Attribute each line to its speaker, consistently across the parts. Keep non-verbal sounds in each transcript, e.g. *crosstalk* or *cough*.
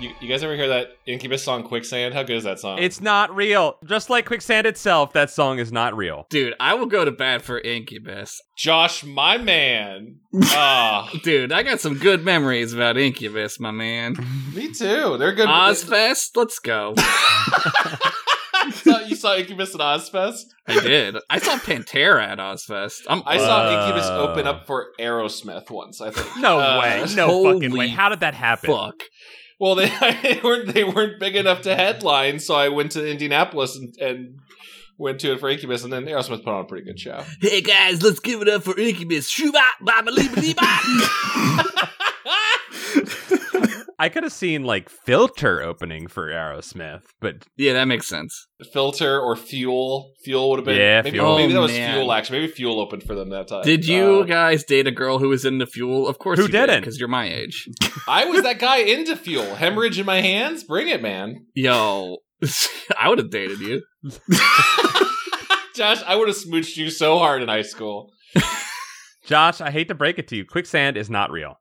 Speaker 1: You guys ever hear that Incubus song Quicksand? How good is that song?
Speaker 2: It's not real. Just like Quicksand itself, that song is not real.
Speaker 3: Dude, I will go to bat for Incubus.
Speaker 1: Josh, my man. Ah,
Speaker 3: Dude, I got some good memories about Incubus, my man.
Speaker 1: *laughs* *laughs* me too. They're good.
Speaker 3: Ozfest, let's go.
Speaker 1: So you saw Incubus at Ozfest?
Speaker 3: I did. I saw Pantera at Ozfest. I'm,
Speaker 1: I saw
Speaker 2: Wow.
Speaker 1: Incubus open up for Aerosmith once. I think.
Speaker 2: No
Speaker 1: Uh,
Speaker 2: way. No
Speaker 3: holy
Speaker 2: fucking way. How did that happen?
Speaker 3: fuck.
Speaker 1: Well, they, *laughs* they weren't they weren't big enough to headline, so I went to Indianapolis and, and went to it for Incubus, and then Aerosmith put on a pretty good show.
Speaker 3: Hey guys, let's give it up for Incubus. Shoo bop, bop, believe, believe,
Speaker 2: I could have seen like Filter opening for Aerosmith, but
Speaker 3: Yeah, that makes sense.
Speaker 1: Filter or Fuel, Fuel would have been.
Speaker 2: Yeah,
Speaker 1: maybe,
Speaker 2: Fuel.
Speaker 1: maybe that was
Speaker 3: Oh, man.
Speaker 1: Fuel actually. Maybe Fuel opened for them that time.
Speaker 3: Did you
Speaker 1: Uh,
Speaker 3: guys date a girl who was into Fuel? Of course
Speaker 2: Who
Speaker 3: you
Speaker 2: didn't?
Speaker 3: Because you're my age.
Speaker 1: Uh, I was that guy into Fuel. Hemorrhage in my hands. Bring it, man.
Speaker 3: Yo, *laughs* I would have dated you.
Speaker 1: Josh, I would have smooched you so hard in high school.
Speaker 2: Josh, I hate to break it to you, Quicksand is not real.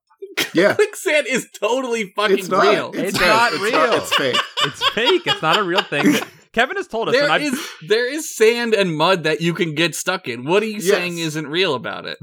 Speaker 4: Yeah.
Speaker 3: Quicksand is totally fucking
Speaker 4: it's not.
Speaker 3: real.
Speaker 4: It's,
Speaker 2: It's
Speaker 4: fake.
Speaker 2: not
Speaker 4: it's
Speaker 2: real.
Speaker 4: it's fake.
Speaker 2: It's fake. It's not a real thing. But Kevin has told us, and
Speaker 3: There
Speaker 2: I've
Speaker 3: is there is sand and mud that you can get stuck in. What are you
Speaker 4: Yes.
Speaker 3: saying isn't real about it?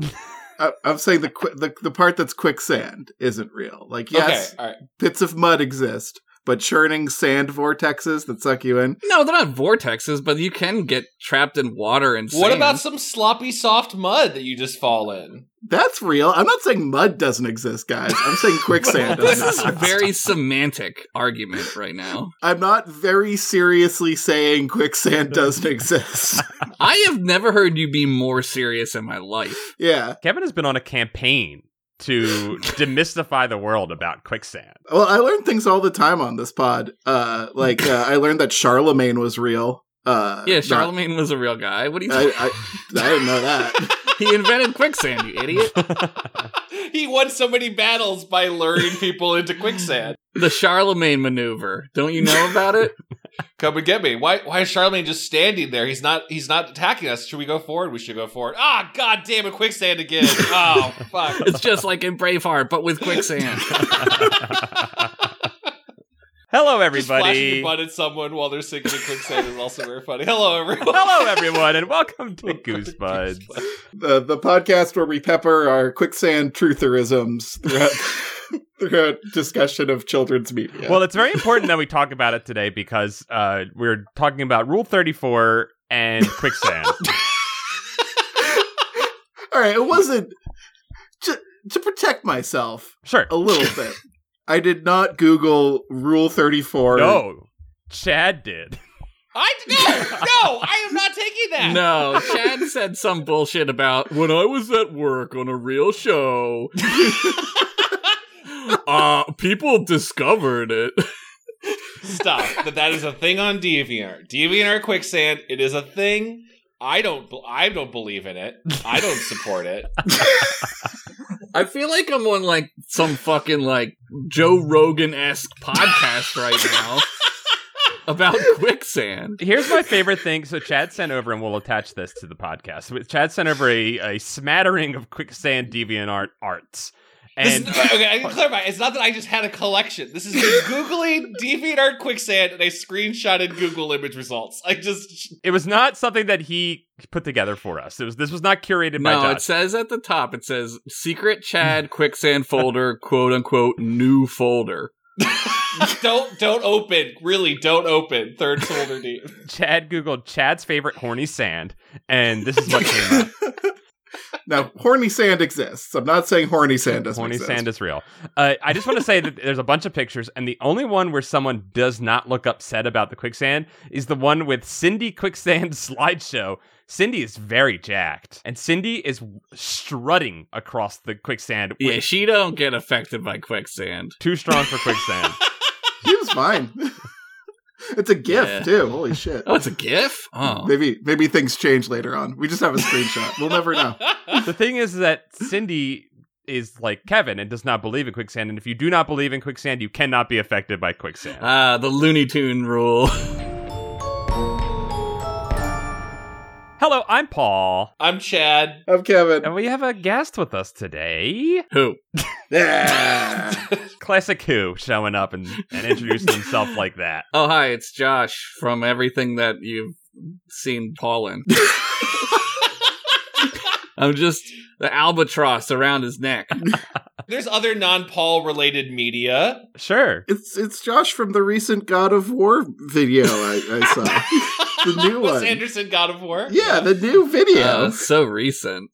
Speaker 4: I, I'm saying the, qui- the the part that's quicksand isn't real. Like yes,
Speaker 1: Okay, all right.
Speaker 4: pits of mud exist, but churning sand vortexes that suck you in.
Speaker 3: No, they're not vortexes, but you can get trapped in water and sand.
Speaker 1: What about some sloppy soft mud that you just fall in? *laughs*
Speaker 4: That's real. I'm not saying mud doesn't exist, guys. I'm saying quicksand
Speaker 3: *laughs* this
Speaker 4: *laughs*
Speaker 3: is
Speaker 4: doesn't
Speaker 3: a
Speaker 4: exist.
Speaker 3: very semantic argument right now.
Speaker 4: I'm not very seriously saying quicksand doesn't exist.
Speaker 3: I have never heard you be more serious in my life.
Speaker 4: yeah.
Speaker 2: Kevin has been on a campaign to demystify the world about quicksand.
Speaker 4: Well, I learn things all the time on this pod. Uh, like uh, I learned that Charlemagne was real. Uh,
Speaker 3: Yeah,
Speaker 4: not-
Speaker 3: Charlemagne was a real guy. What do you?
Speaker 4: I, I I didn't know that.
Speaker 3: *laughs* he invented quicksand, you idiot.
Speaker 1: he won so many battles by luring people into quicksand.
Speaker 3: The Charlemagne maneuver. Don't you know about it?
Speaker 1: Come and get me. Why why is Charlemagne just standing there? He's not he's not attacking us. Should we go forward? We should go forward. Ah, god damn it, quicksand again. Oh fuck.
Speaker 3: It's just like in Braveheart, but with quicksand.
Speaker 2: Hello,
Speaker 1: Just flashing
Speaker 2: everybody.
Speaker 1: your butt at someone while they're sinking in quicksand is also very funny. Hello everyone.
Speaker 2: Hello, everyone, and welcome to Goosebuds.
Speaker 4: the the podcast where we pepper our quicksand trutherisms throughout
Speaker 2: *laughs*
Speaker 4: throughout discussion of children's media.
Speaker 2: Well, it's very important that we talk about it today because uh, we're talking about Rule 34 and quicksand.
Speaker 4: all right, it wasn't to, to protect myself
Speaker 2: sure. *laughs*
Speaker 4: a little bit. I did not Google Rule Thirty Four.
Speaker 2: No, Chad did.
Speaker 1: *laughs* I no, no, I am not taking that.
Speaker 3: *laughs* No, Chad said some bullshit about when I was at work on a real *laughs* show. uh, people discovered it.
Speaker 1: Stop. That that is a thing on DeviantArt. DeviantArt quicksand. It is a thing. I don't. bel- I don't believe in it. I don't support it.
Speaker 3: I feel like I'm on like some fucking like Joe Rogan esque podcast right now about quicksand.
Speaker 2: Here's my favorite thing. So Chad sent over, and we'll attach this to the podcast. Chad sent over a, a smattering of quicksand deviant art arts.
Speaker 1: This
Speaker 2: And
Speaker 1: is- okay, I need to clarify. It's not that I just had a collection. This is me googling DeviantArt quicksand, and I screenshotted Google image results. I just
Speaker 2: it was not something that he put together for us. It was this was not curated by
Speaker 3: No, it
Speaker 2: Josh.
Speaker 3: says at the top, it says secret Chad quicksand folder, quote unquote, new folder.
Speaker 1: don't don't open. Really, don't open. Third shoulder deep.
Speaker 2: Chad googled Chad's favorite horny sand, and this is what came up.
Speaker 4: Now, horny sand exists. I'm not saying horny sand doesn't
Speaker 2: horny
Speaker 4: exist.
Speaker 2: sand is real. Uh, I just want to say that there's a bunch of pictures, and the only one where someone does not look upset about the quicksand is the one with Cindy Quicksand *laughs* slideshow. Cindy is very jacked, and Cindy is strutting across the quicksand. with-
Speaker 3: Yeah, she don't get affected by quicksand.
Speaker 2: Too strong for quicksand.
Speaker 4: he was fine. *laughs* it's a gif
Speaker 3: Yeah.
Speaker 4: too. Holy shit.
Speaker 3: Oh, it's a GIF? Oh.
Speaker 4: Maybe maybe things change later on. We just have a screenshot. We'll never know.
Speaker 2: the thing is that Cindy is like Kevin and does not believe in quicksand. And if you do not believe in quicksand, you cannot be affected by quicksand.
Speaker 3: Ah, the Looney Tune rule.
Speaker 2: Hello, I'm Paul.
Speaker 1: *laughs* I'm Chad.
Speaker 4: I'm Kevin.
Speaker 2: And we have a guest with us today.
Speaker 3: Who?
Speaker 4: Ah.
Speaker 2: Classic Who showing up and, and introducing himself like that.
Speaker 3: Oh, hi, it's Josh from everything that you've seen Paul
Speaker 4: *laughs*
Speaker 3: in. I'm just the albatross around his neck. Uh,
Speaker 1: There's other non-Paul related media.
Speaker 2: Sure.
Speaker 4: It's it's Josh from the recent God of War video I, I
Speaker 1: *laughs*
Speaker 4: The new
Speaker 1: Wes
Speaker 4: one.
Speaker 1: Anderson God of War.
Speaker 4: saw. yeah, the new video.
Speaker 3: Oh, it's so recent.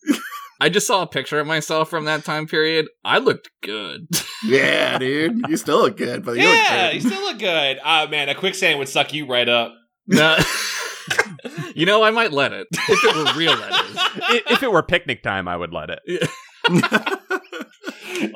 Speaker 3: I just saw a picture of myself from that time period. I looked good.
Speaker 4: yeah, dude, you still look good, but you
Speaker 1: yeah,
Speaker 4: look
Speaker 1: you
Speaker 4: great.
Speaker 1: still look good. Ah, man, a quicksand would suck you right
Speaker 4: *laughs*
Speaker 1: up.
Speaker 3: No. *laughs* you know, I might let it. If it were real, that
Speaker 2: I- if it were picnic time, I would let it.
Speaker 3: is.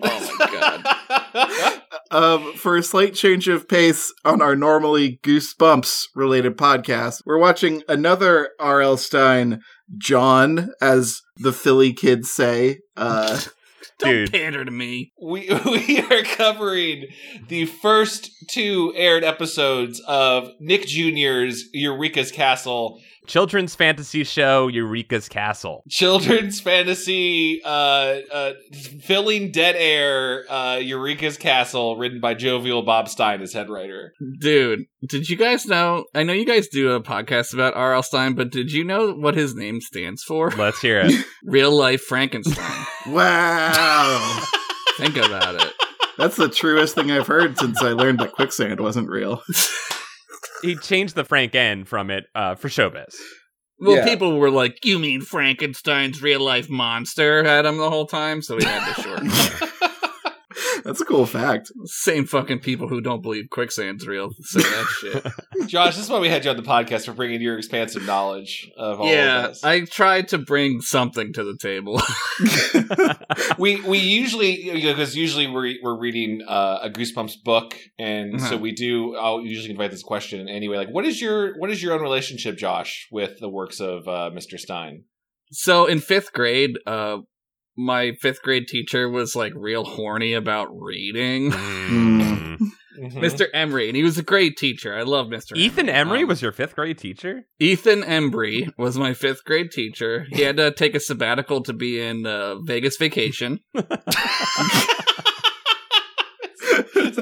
Speaker 3: Oh my god.
Speaker 1: god.
Speaker 4: Um, for a slight change of pace on our normally Goosebumps related podcast, we're watching another R.L. Stein, John, as the Philly kids say. *laughs*
Speaker 1: *laughs*
Speaker 4: Uh,
Speaker 3: Don't
Speaker 2: Dude.
Speaker 3: pander to me.
Speaker 1: *laughs* we we are covering the first two aired episodes of Nick Jr.'s Eureka's Castle
Speaker 2: Children's fantasy show Eureka's Castle.
Speaker 1: children's *laughs* fantasy uh, uh, filling dead air uh, Eureka's Castle, written by jovial Bob Stein as head writer.
Speaker 3: Dude, did you guys know? I know you guys do a podcast about R.L. Stein, but did you know what his name stands for?
Speaker 2: Let's hear it.
Speaker 3: Real life
Speaker 1: *laughs*
Speaker 3: Frankenstein.
Speaker 4: wow.
Speaker 3: Think about it.
Speaker 4: That's the truest thing I've heard since I learned that quicksand wasn't real. *laughs*
Speaker 2: He changed the Frank N from it uh, for showbiz.
Speaker 3: Well,
Speaker 4: Yeah.
Speaker 3: people were like, "You mean Frankenstein's real life monster?" Had him the whole time, so we had to
Speaker 1: *laughs*
Speaker 3: shorten. it.
Speaker 4: That's a cool fact.
Speaker 3: *laughs* Same fucking people who don't believe quicksand's real say that
Speaker 1: *laughs*
Speaker 3: shit.
Speaker 1: Josh, this is why we had you on the podcast for bringing your expansive knowledge of all
Speaker 3: yeah,
Speaker 1: of this.
Speaker 3: I tried to bring something to the table. *laughs*
Speaker 1: we we usually because usually we're we're reading uh, a Goosebumps book, and so
Speaker 3: Mhm.
Speaker 1: we do. I'll usually invite this question anyway. Like, what is your what is your own relationship, Josh, with the works of uh, Mr. Stein?
Speaker 3: so in fifth grade, uh, my fifth grade teacher was like real horny about
Speaker 1: *laughs*
Speaker 3: reading.
Speaker 4: Mm.
Speaker 3: Mr. Emery, and he was a great teacher. I love Mr.
Speaker 2: Ethan Emery
Speaker 3: Um,
Speaker 2: was your fifth grade teacher?
Speaker 3: Ethan Embry was my fifth grade teacher. He had to take a sabbatical to be in uh, Vegas
Speaker 2: *laughs*
Speaker 3: vacation.
Speaker 1: Is that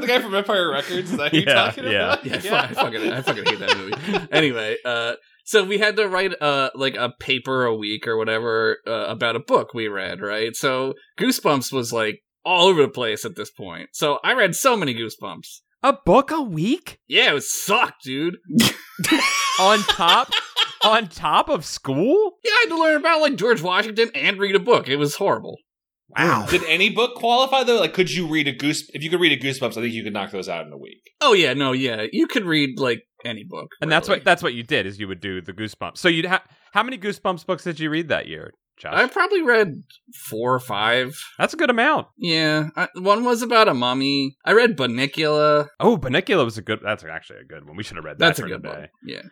Speaker 1: the guy from Empire Records? Is that who you're
Speaker 2: Yeah,
Speaker 1: talking
Speaker 2: yeah.
Speaker 1: about?
Speaker 3: Yeah, I, fu- I fucking I fucking hate that movie. anyway, uh, so we had to write uh like a paper a week or whatever uh, about a book we read, right? So Goosebumps was like all over the place at this point. So I read so many Goosebumps.
Speaker 2: A book a week?
Speaker 3: Yeah, it was sucked, dude.
Speaker 2: On top on top of school?
Speaker 3: Yeah, I had to learn about like George Washington and read a book. It was horrible.
Speaker 4: Wow.
Speaker 1: Did any book qualify though? Like, could you read a goose? If you could read a Goosebumps, I think you could knock those out in a week. *laughs*
Speaker 3: Oh yeah, no, yeah, you could read like any book,
Speaker 2: And that's
Speaker 3: really.
Speaker 2: what that's what you did is you would do the Goosebumps. So you'd ha- how many Goosebumps books did you read that year, Josh?
Speaker 3: I probably read four or five.
Speaker 2: that's a good amount.
Speaker 3: Yeah, I, one was about a mummy. I read Banicula.
Speaker 2: Oh, Banicula was a good. That's actually a good one. We should have read that.
Speaker 3: That's a
Speaker 2: for
Speaker 3: good
Speaker 2: today.
Speaker 3: one. Yeah.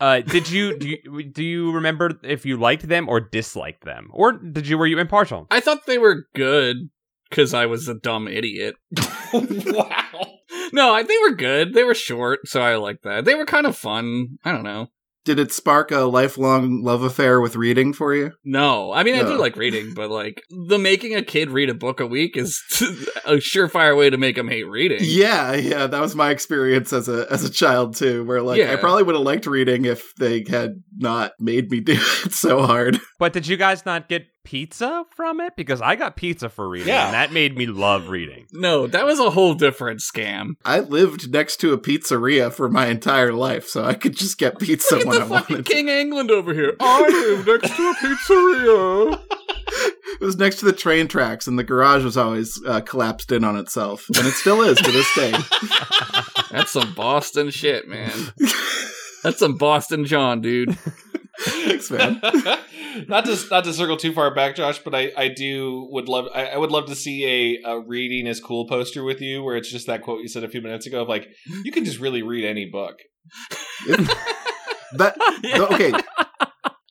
Speaker 2: Uh, did you do, you do you remember if you liked them or disliked them, or did you were you impartial?
Speaker 3: I thought they were good because I was a dumb idiot.
Speaker 1: wow.
Speaker 3: No, I, they were good. They were short, so I like that. They were kind of fun. I don't know.
Speaker 4: Did it spark a lifelong love affair with reading for you?
Speaker 3: No, I mean I do
Speaker 4: No.
Speaker 3: like reading, but like the making a kid read a book a week is *laughs* a surefire way to make them hate reading.
Speaker 4: Yeah, yeah, that was my experience as a as a child too, where like I
Speaker 3: Yeah.
Speaker 4: probably would have liked reading if they had not made me *laughs* do it so hard.
Speaker 2: But did you guys not get pizza from it? Because I got pizza for reading,
Speaker 1: Yeah.
Speaker 2: and that made me love reading.
Speaker 3: No, that was a whole different scam.
Speaker 4: I lived next to a pizzeria for my entire life, so I could just get pizza
Speaker 3: Look
Speaker 4: when
Speaker 3: at
Speaker 4: I
Speaker 3: the fucking
Speaker 4: wanted.
Speaker 3: King of England over
Speaker 4: *laughs*
Speaker 3: here. I live next to a pizzeria.
Speaker 4: It was next to the train tracks, and the garage was always uh, collapsed in on itself, and it still is to this day.
Speaker 3: That's some Boston shit, *laughs* man. That's some Boston John, dude.
Speaker 4: Thanks, man.
Speaker 1: not to not to circle too far back, Josh, but I, I do would love I, I would love to see a, a reading is cool poster with you where it's just that quote you said a few minutes ago of like you can just really read any book.
Speaker 4: That okay.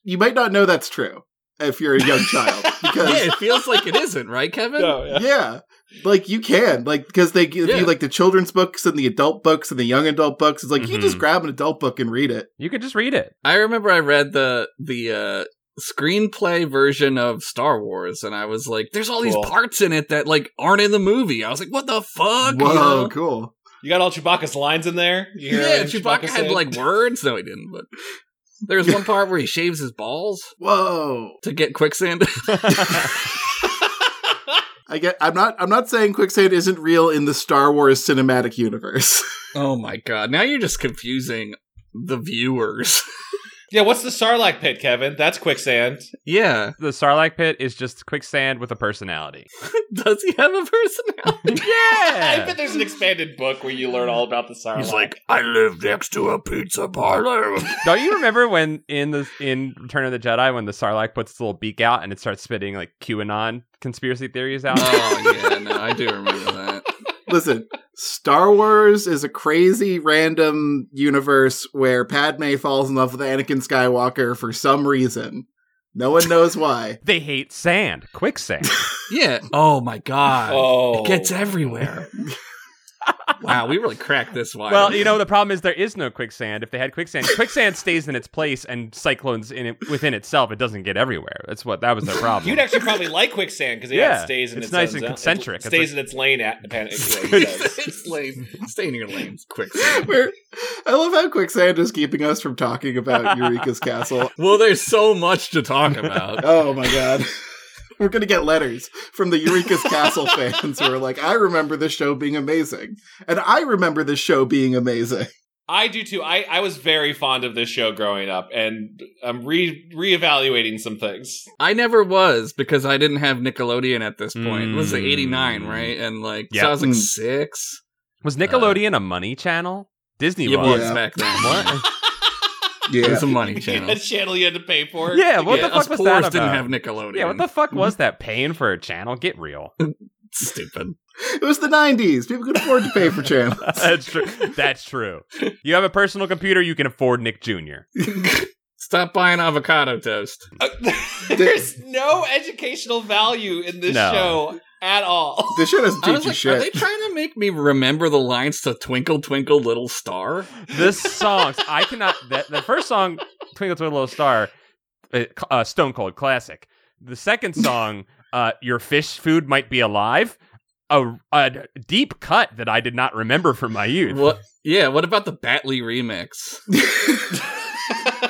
Speaker 4: You might not know that's true if you're a young child
Speaker 3: *laughs* Yeah,
Speaker 4: because
Speaker 3: it feels like it isn't, right, Kevin?
Speaker 4: *laughs* yeah like you can like because they give
Speaker 3: Yeah.
Speaker 4: you like the children's books and the adult books and the young adult books it's like you
Speaker 2: Mhm.
Speaker 4: just grab an adult book and read it
Speaker 3: *laughs*
Speaker 2: You could just read it.
Speaker 3: I remember I read the the uh screenplay version of Star Wars, and I was like, "There's all
Speaker 1: Cool.
Speaker 3: these parts in it that like aren't in the movie." I was like, "What the fuck?" you
Speaker 4: Whoa,
Speaker 3: *laughs* know?
Speaker 4: cool.
Speaker 1: You got all Chewbacca's lines in there. You hear
Speaker 3: Yeah,
Speaker 1: everything
Speaker 3: Chewbacca, had
Speaker 1: said?
Speaker 3: like words. No, he didn't. But there was one part where he shaves his balls
Speaker 4: Whoa.
Speaker 3: to get quicksand. *laughs*
Speaker 4: I get I'm not I'm not saying quicksand isn't real in the Star Wars cinematic universe. *laughs*
Speaker 3: oh my god! Now you're just confusing the viewers. *laughs*
Speaker 1: yeah. What's the Sarlacc pit, Kevin? That's quicksand.
Speaker 3: yeah, *laughs*
Speaker 2: The Sarlacc pit is just quicksand with a personality.
Speaker 3: does he have a personality?
Speaker 1: I
Speaker 2: yeah.
Speaker 1: bet there's an expanded book where you learn all about the Sarlacc.
Speaker 3: I live next to a pizza parlor.
Speaker 2: Don't you remember when in the in Return of the Jedi when the Sarlacc puts its little beak out and it starts spitting like QAnon conspiracy theories out?
Speaker 3: *laughs* oh yeah, no, I do remember that.
Speaker 4: Listen, Star Wars is a crazy random universe where Padme falls in love with Anakin Skywalker for some reason. No one
Speaker 2: *laughs*
Speaker 4: knows why.
Speaker 2: they hate sand, quicksand.
Speaker 3: Yeah. Oh my god.
Speaker 1: oh,
Speaker 3: It gets everywhere. *laughs* wow, we really cracked this one.
Speaker 2: well,
Speaker 3: *laughs*
Speaker 2: you know the problem is there is no quicksand. If they had quicksand, quicksand stays in its place and cyclones in it within itself. It doesn't get everywhere. That's what that was
Speaker 4: *laughs*
Speaker 2: their problem.
Speaker 1: You'd actually probably like quicksand because
Speaker 2: Yeah,
Speaker 1: it stays in
Speaker 2: it's
Speaker 1: its,
Speaker 2: nice
Speaker 1: own
Speaker 2: and
Speaker 1: zone.
Speaker 2: concentric.
Speaker 1: It
Speaker 2: It's
Speaker 1: stays
Speaker 2: like-
Speaker 1: in its lane. At, panic,
Speaker 3: it's lame. Stay in your lanes, quick.
Speaker 4: Where I love how quicksand is keeping us from talking about Eureka's castle.
Speaker 3: Well, there's so much to talk about.
Speaker 4: Oh my god. *laughs* We're gonna get letters from the Eureka's Castle fans who are like, I remember this show being amazing. And I remember this show being amazing. *laughs*
Speaker 1: I do too. I, I was very fond of this show growing up, and I'm re reevaluating some things.
Speaker 3: *laughs* I never was because I didn't have Nickelodeon at this point. It was like
Speaker 2: Mm.
Speaker 3: 89, right? And like, so
Speaker 2: Yeah.
Speaker 3: I was like
Speaker 4: Mm.
Speaker 3: six.
Speaker 2: was Nickelodeon a money channel? Disney
Speaker 3: It
Speaker 2: was.
Speaker 3: was
Speaker 4: Yeah.
Speaker 3: back then.
Speaker 1: *laughs*
Speaker 2: What?
Speaker 3: It was
Speaker 2: *laughs*
Speaker 3: a money
Speaker 1: a
Speaker 3: channel.
Speaker 1: channel you had to pay for.
Speaker 2: Yeah, what
Speaker 3: Yeah,
Speaker 2: the fuck
Speaker 3: us
Speaker 2: was
Speaker 3: poors
Speaker 2: that about?
Speaker 3: didn't have Nickelodeon.
Speaker 2: yeah, what the fuck was that? Paying for a channel? Get
Speaker 4: *laughs*
Speaker 2: real.
Speaker 3: Stupid.
Speaker 4: It was the 90s. People could afford to pay for channels.
Speaker 2: That's true. That's true. You have a personal computer, you can afford Nick Jr.
Speaker 3: Stop buying avocado toast.
Speaker 1: Uh, *laughs* there's no educational value in this
Speaker 2: No.
Speaker 1: show at all. *laughs*
Speaker 4: This show doesn't
Speaker 3: I
Speaker 4: teach
Speaker 3: was
Speaker 4: you
Speaker 3: like, are they
Speaker 4: shit.
Speaker 3: trying to make me remember the lines to Twinkle Twinkle Little Star?
Speaker 2: This songs, I cannot. That, the first song, Twinkle Twinkle Little Star, uh, uh, Stone Cold classic. The second song, uh, Your Fish Food Might Be Alive, a, a deep cut that I did not remember from my youth.
Speaker 3: What? Yeah. What about the Batley remix?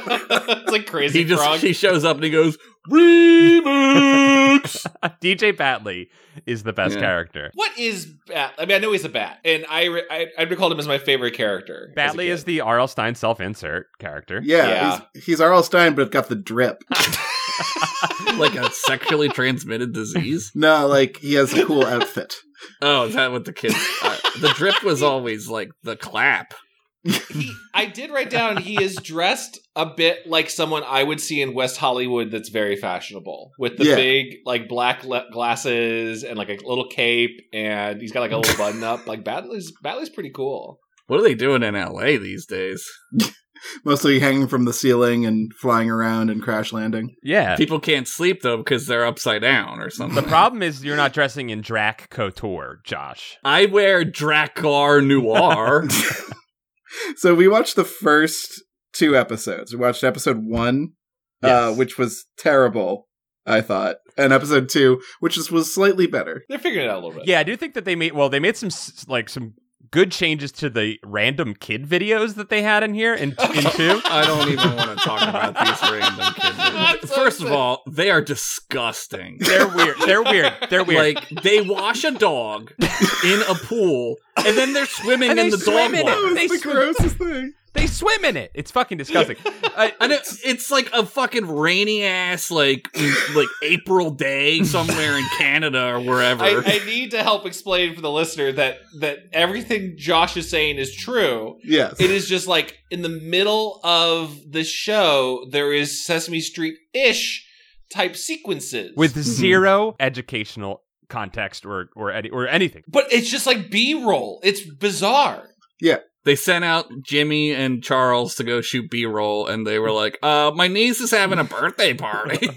Speaker 1: it's like crazy
Speaker 3: He just
Speaker 1: frog.
Speaker 3: he shows up and he goes
Speaker 2: *laughs*
Speaker 3: remix.
Speaker 2: DJ Batley is the best
Speaker 3: Yeah.
Speaker 2: character.
Speaker 1: what is Bat? I mean, I know he's a bat, and I re- I, I recalled him as my favorite character. as a
Speaker 2: Batley
Speaker 1: kid.
Speaker 2: is the R.L. Stein self insert character.
Speaker 4: Yeah,
Speaker 1: Yeah.
Speaker 4: He's, he's Arl Stein, but got the drip.
Speaker 3: like a sexually transmitted disease.
Speaker 4: No, like he has a cool outfit.
Speaker 3: Oh, is that what the kids? Uh, the drip was always like the clap.
Speaker 1: he, I did write down he is dressed a bit like someone I would see in West Hollywood that's very fashionable with the
Speaker 4: Yeah.
Speaker 1: big like black le- glasses and like a little cape and he's got like a little button up like Batley's Batley's pretty cool.
Speaker 3: What are they doing in L.A. these days?
Speaker 4: Mostly hanging from the ceiling and flying around and crash landing.
Speaker 2: Yeah.
Speaker 3: People can't sleep though because they're upside down or something. *laughs*
Speaker 2: The problem is you're not dressing in Drac Couture, Josh.
Speaker 3: I wear Dracar *laughs* Noir.
Speaker 4: So we watched the first two episodes. We watched episode one, uh,
Speaker 2: Yes.
Speaker 4: which was terrible, I thought, and episode two, which is, was slightly better.
Speaker 1: They're figuring it out a little bit.
Speaker 2: Yeah, I do think that they made well, they made some s- like some good changes to the random kid videos that they had in here *laughs* in, in two.
Speaker 3: I don't even want to talk about these
Speaker 1: *laughs*
Speaker 3: random
Speaker 1: I'm
Speaker 3: kids.
Speaker 1: so
Speaker 3: First of
Speaker 1: upset.
Speaker 3: all, they are disgusting.
Speaker 2: They're weird. They're weird. They're weird.
Speaker 3: Like they wash a dog in a pool and then they're swimming
Speaker 2: And
Speaker 3: in
Speaker 2: they
Speaker 3: the
Speaker 2: swim
Speaker 3: dog
Speaker 2: in it.
Speaker 3: water.
Speaker 4: That was
Speaker 2: They
Speaker 4: the
Speaker 2: swim-
Speaker 4: grossest thing.
Speaker 2: they swim in it. It's fucking disgusting. Uh,
Speaker 3: And it, it's like a fucking rainy ass like like April day somewhere in Canada or wherever.
Speaker 1: I, I need to help explain for the listener that that everything Josh is saying is true.
Speaker 4: Yes.
Speaker 1: It is just like in the middle of the show, there is Sesame Street ish type sequences
Speaker 2: *laughs* with zero educational context or or any, or anything.
Speaker 1: but it's just like B roll. It's bizarre. *laughs*
Speaker 3: they sent out Jimmy and Charles to go shoot B roll and they were like, uh, my niece is having a birthday party.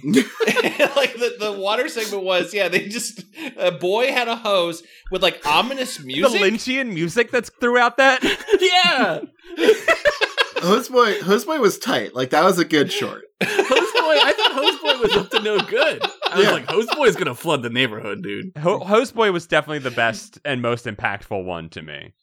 Speaker 1: like the, the water segment was, yeah, they just a boy had a hose with like ominous music.
Speaker 2: *laughs* The Lynchian music that's throughout that. *laughs*
Speaker 3: yeah.
Speaker 4: Hostboy, Hostboy was tight. Like that was a good short.
Speaker 3: Hostboy, I thought Hoseboy was up to no good. I was
Speaker 4: Yeah.
Speaker 3: like, Hoseboy's gonna flood the neighborhood, dude.
Speaker 2: Ho- Hostboy was definitely the best and most impactful one to me.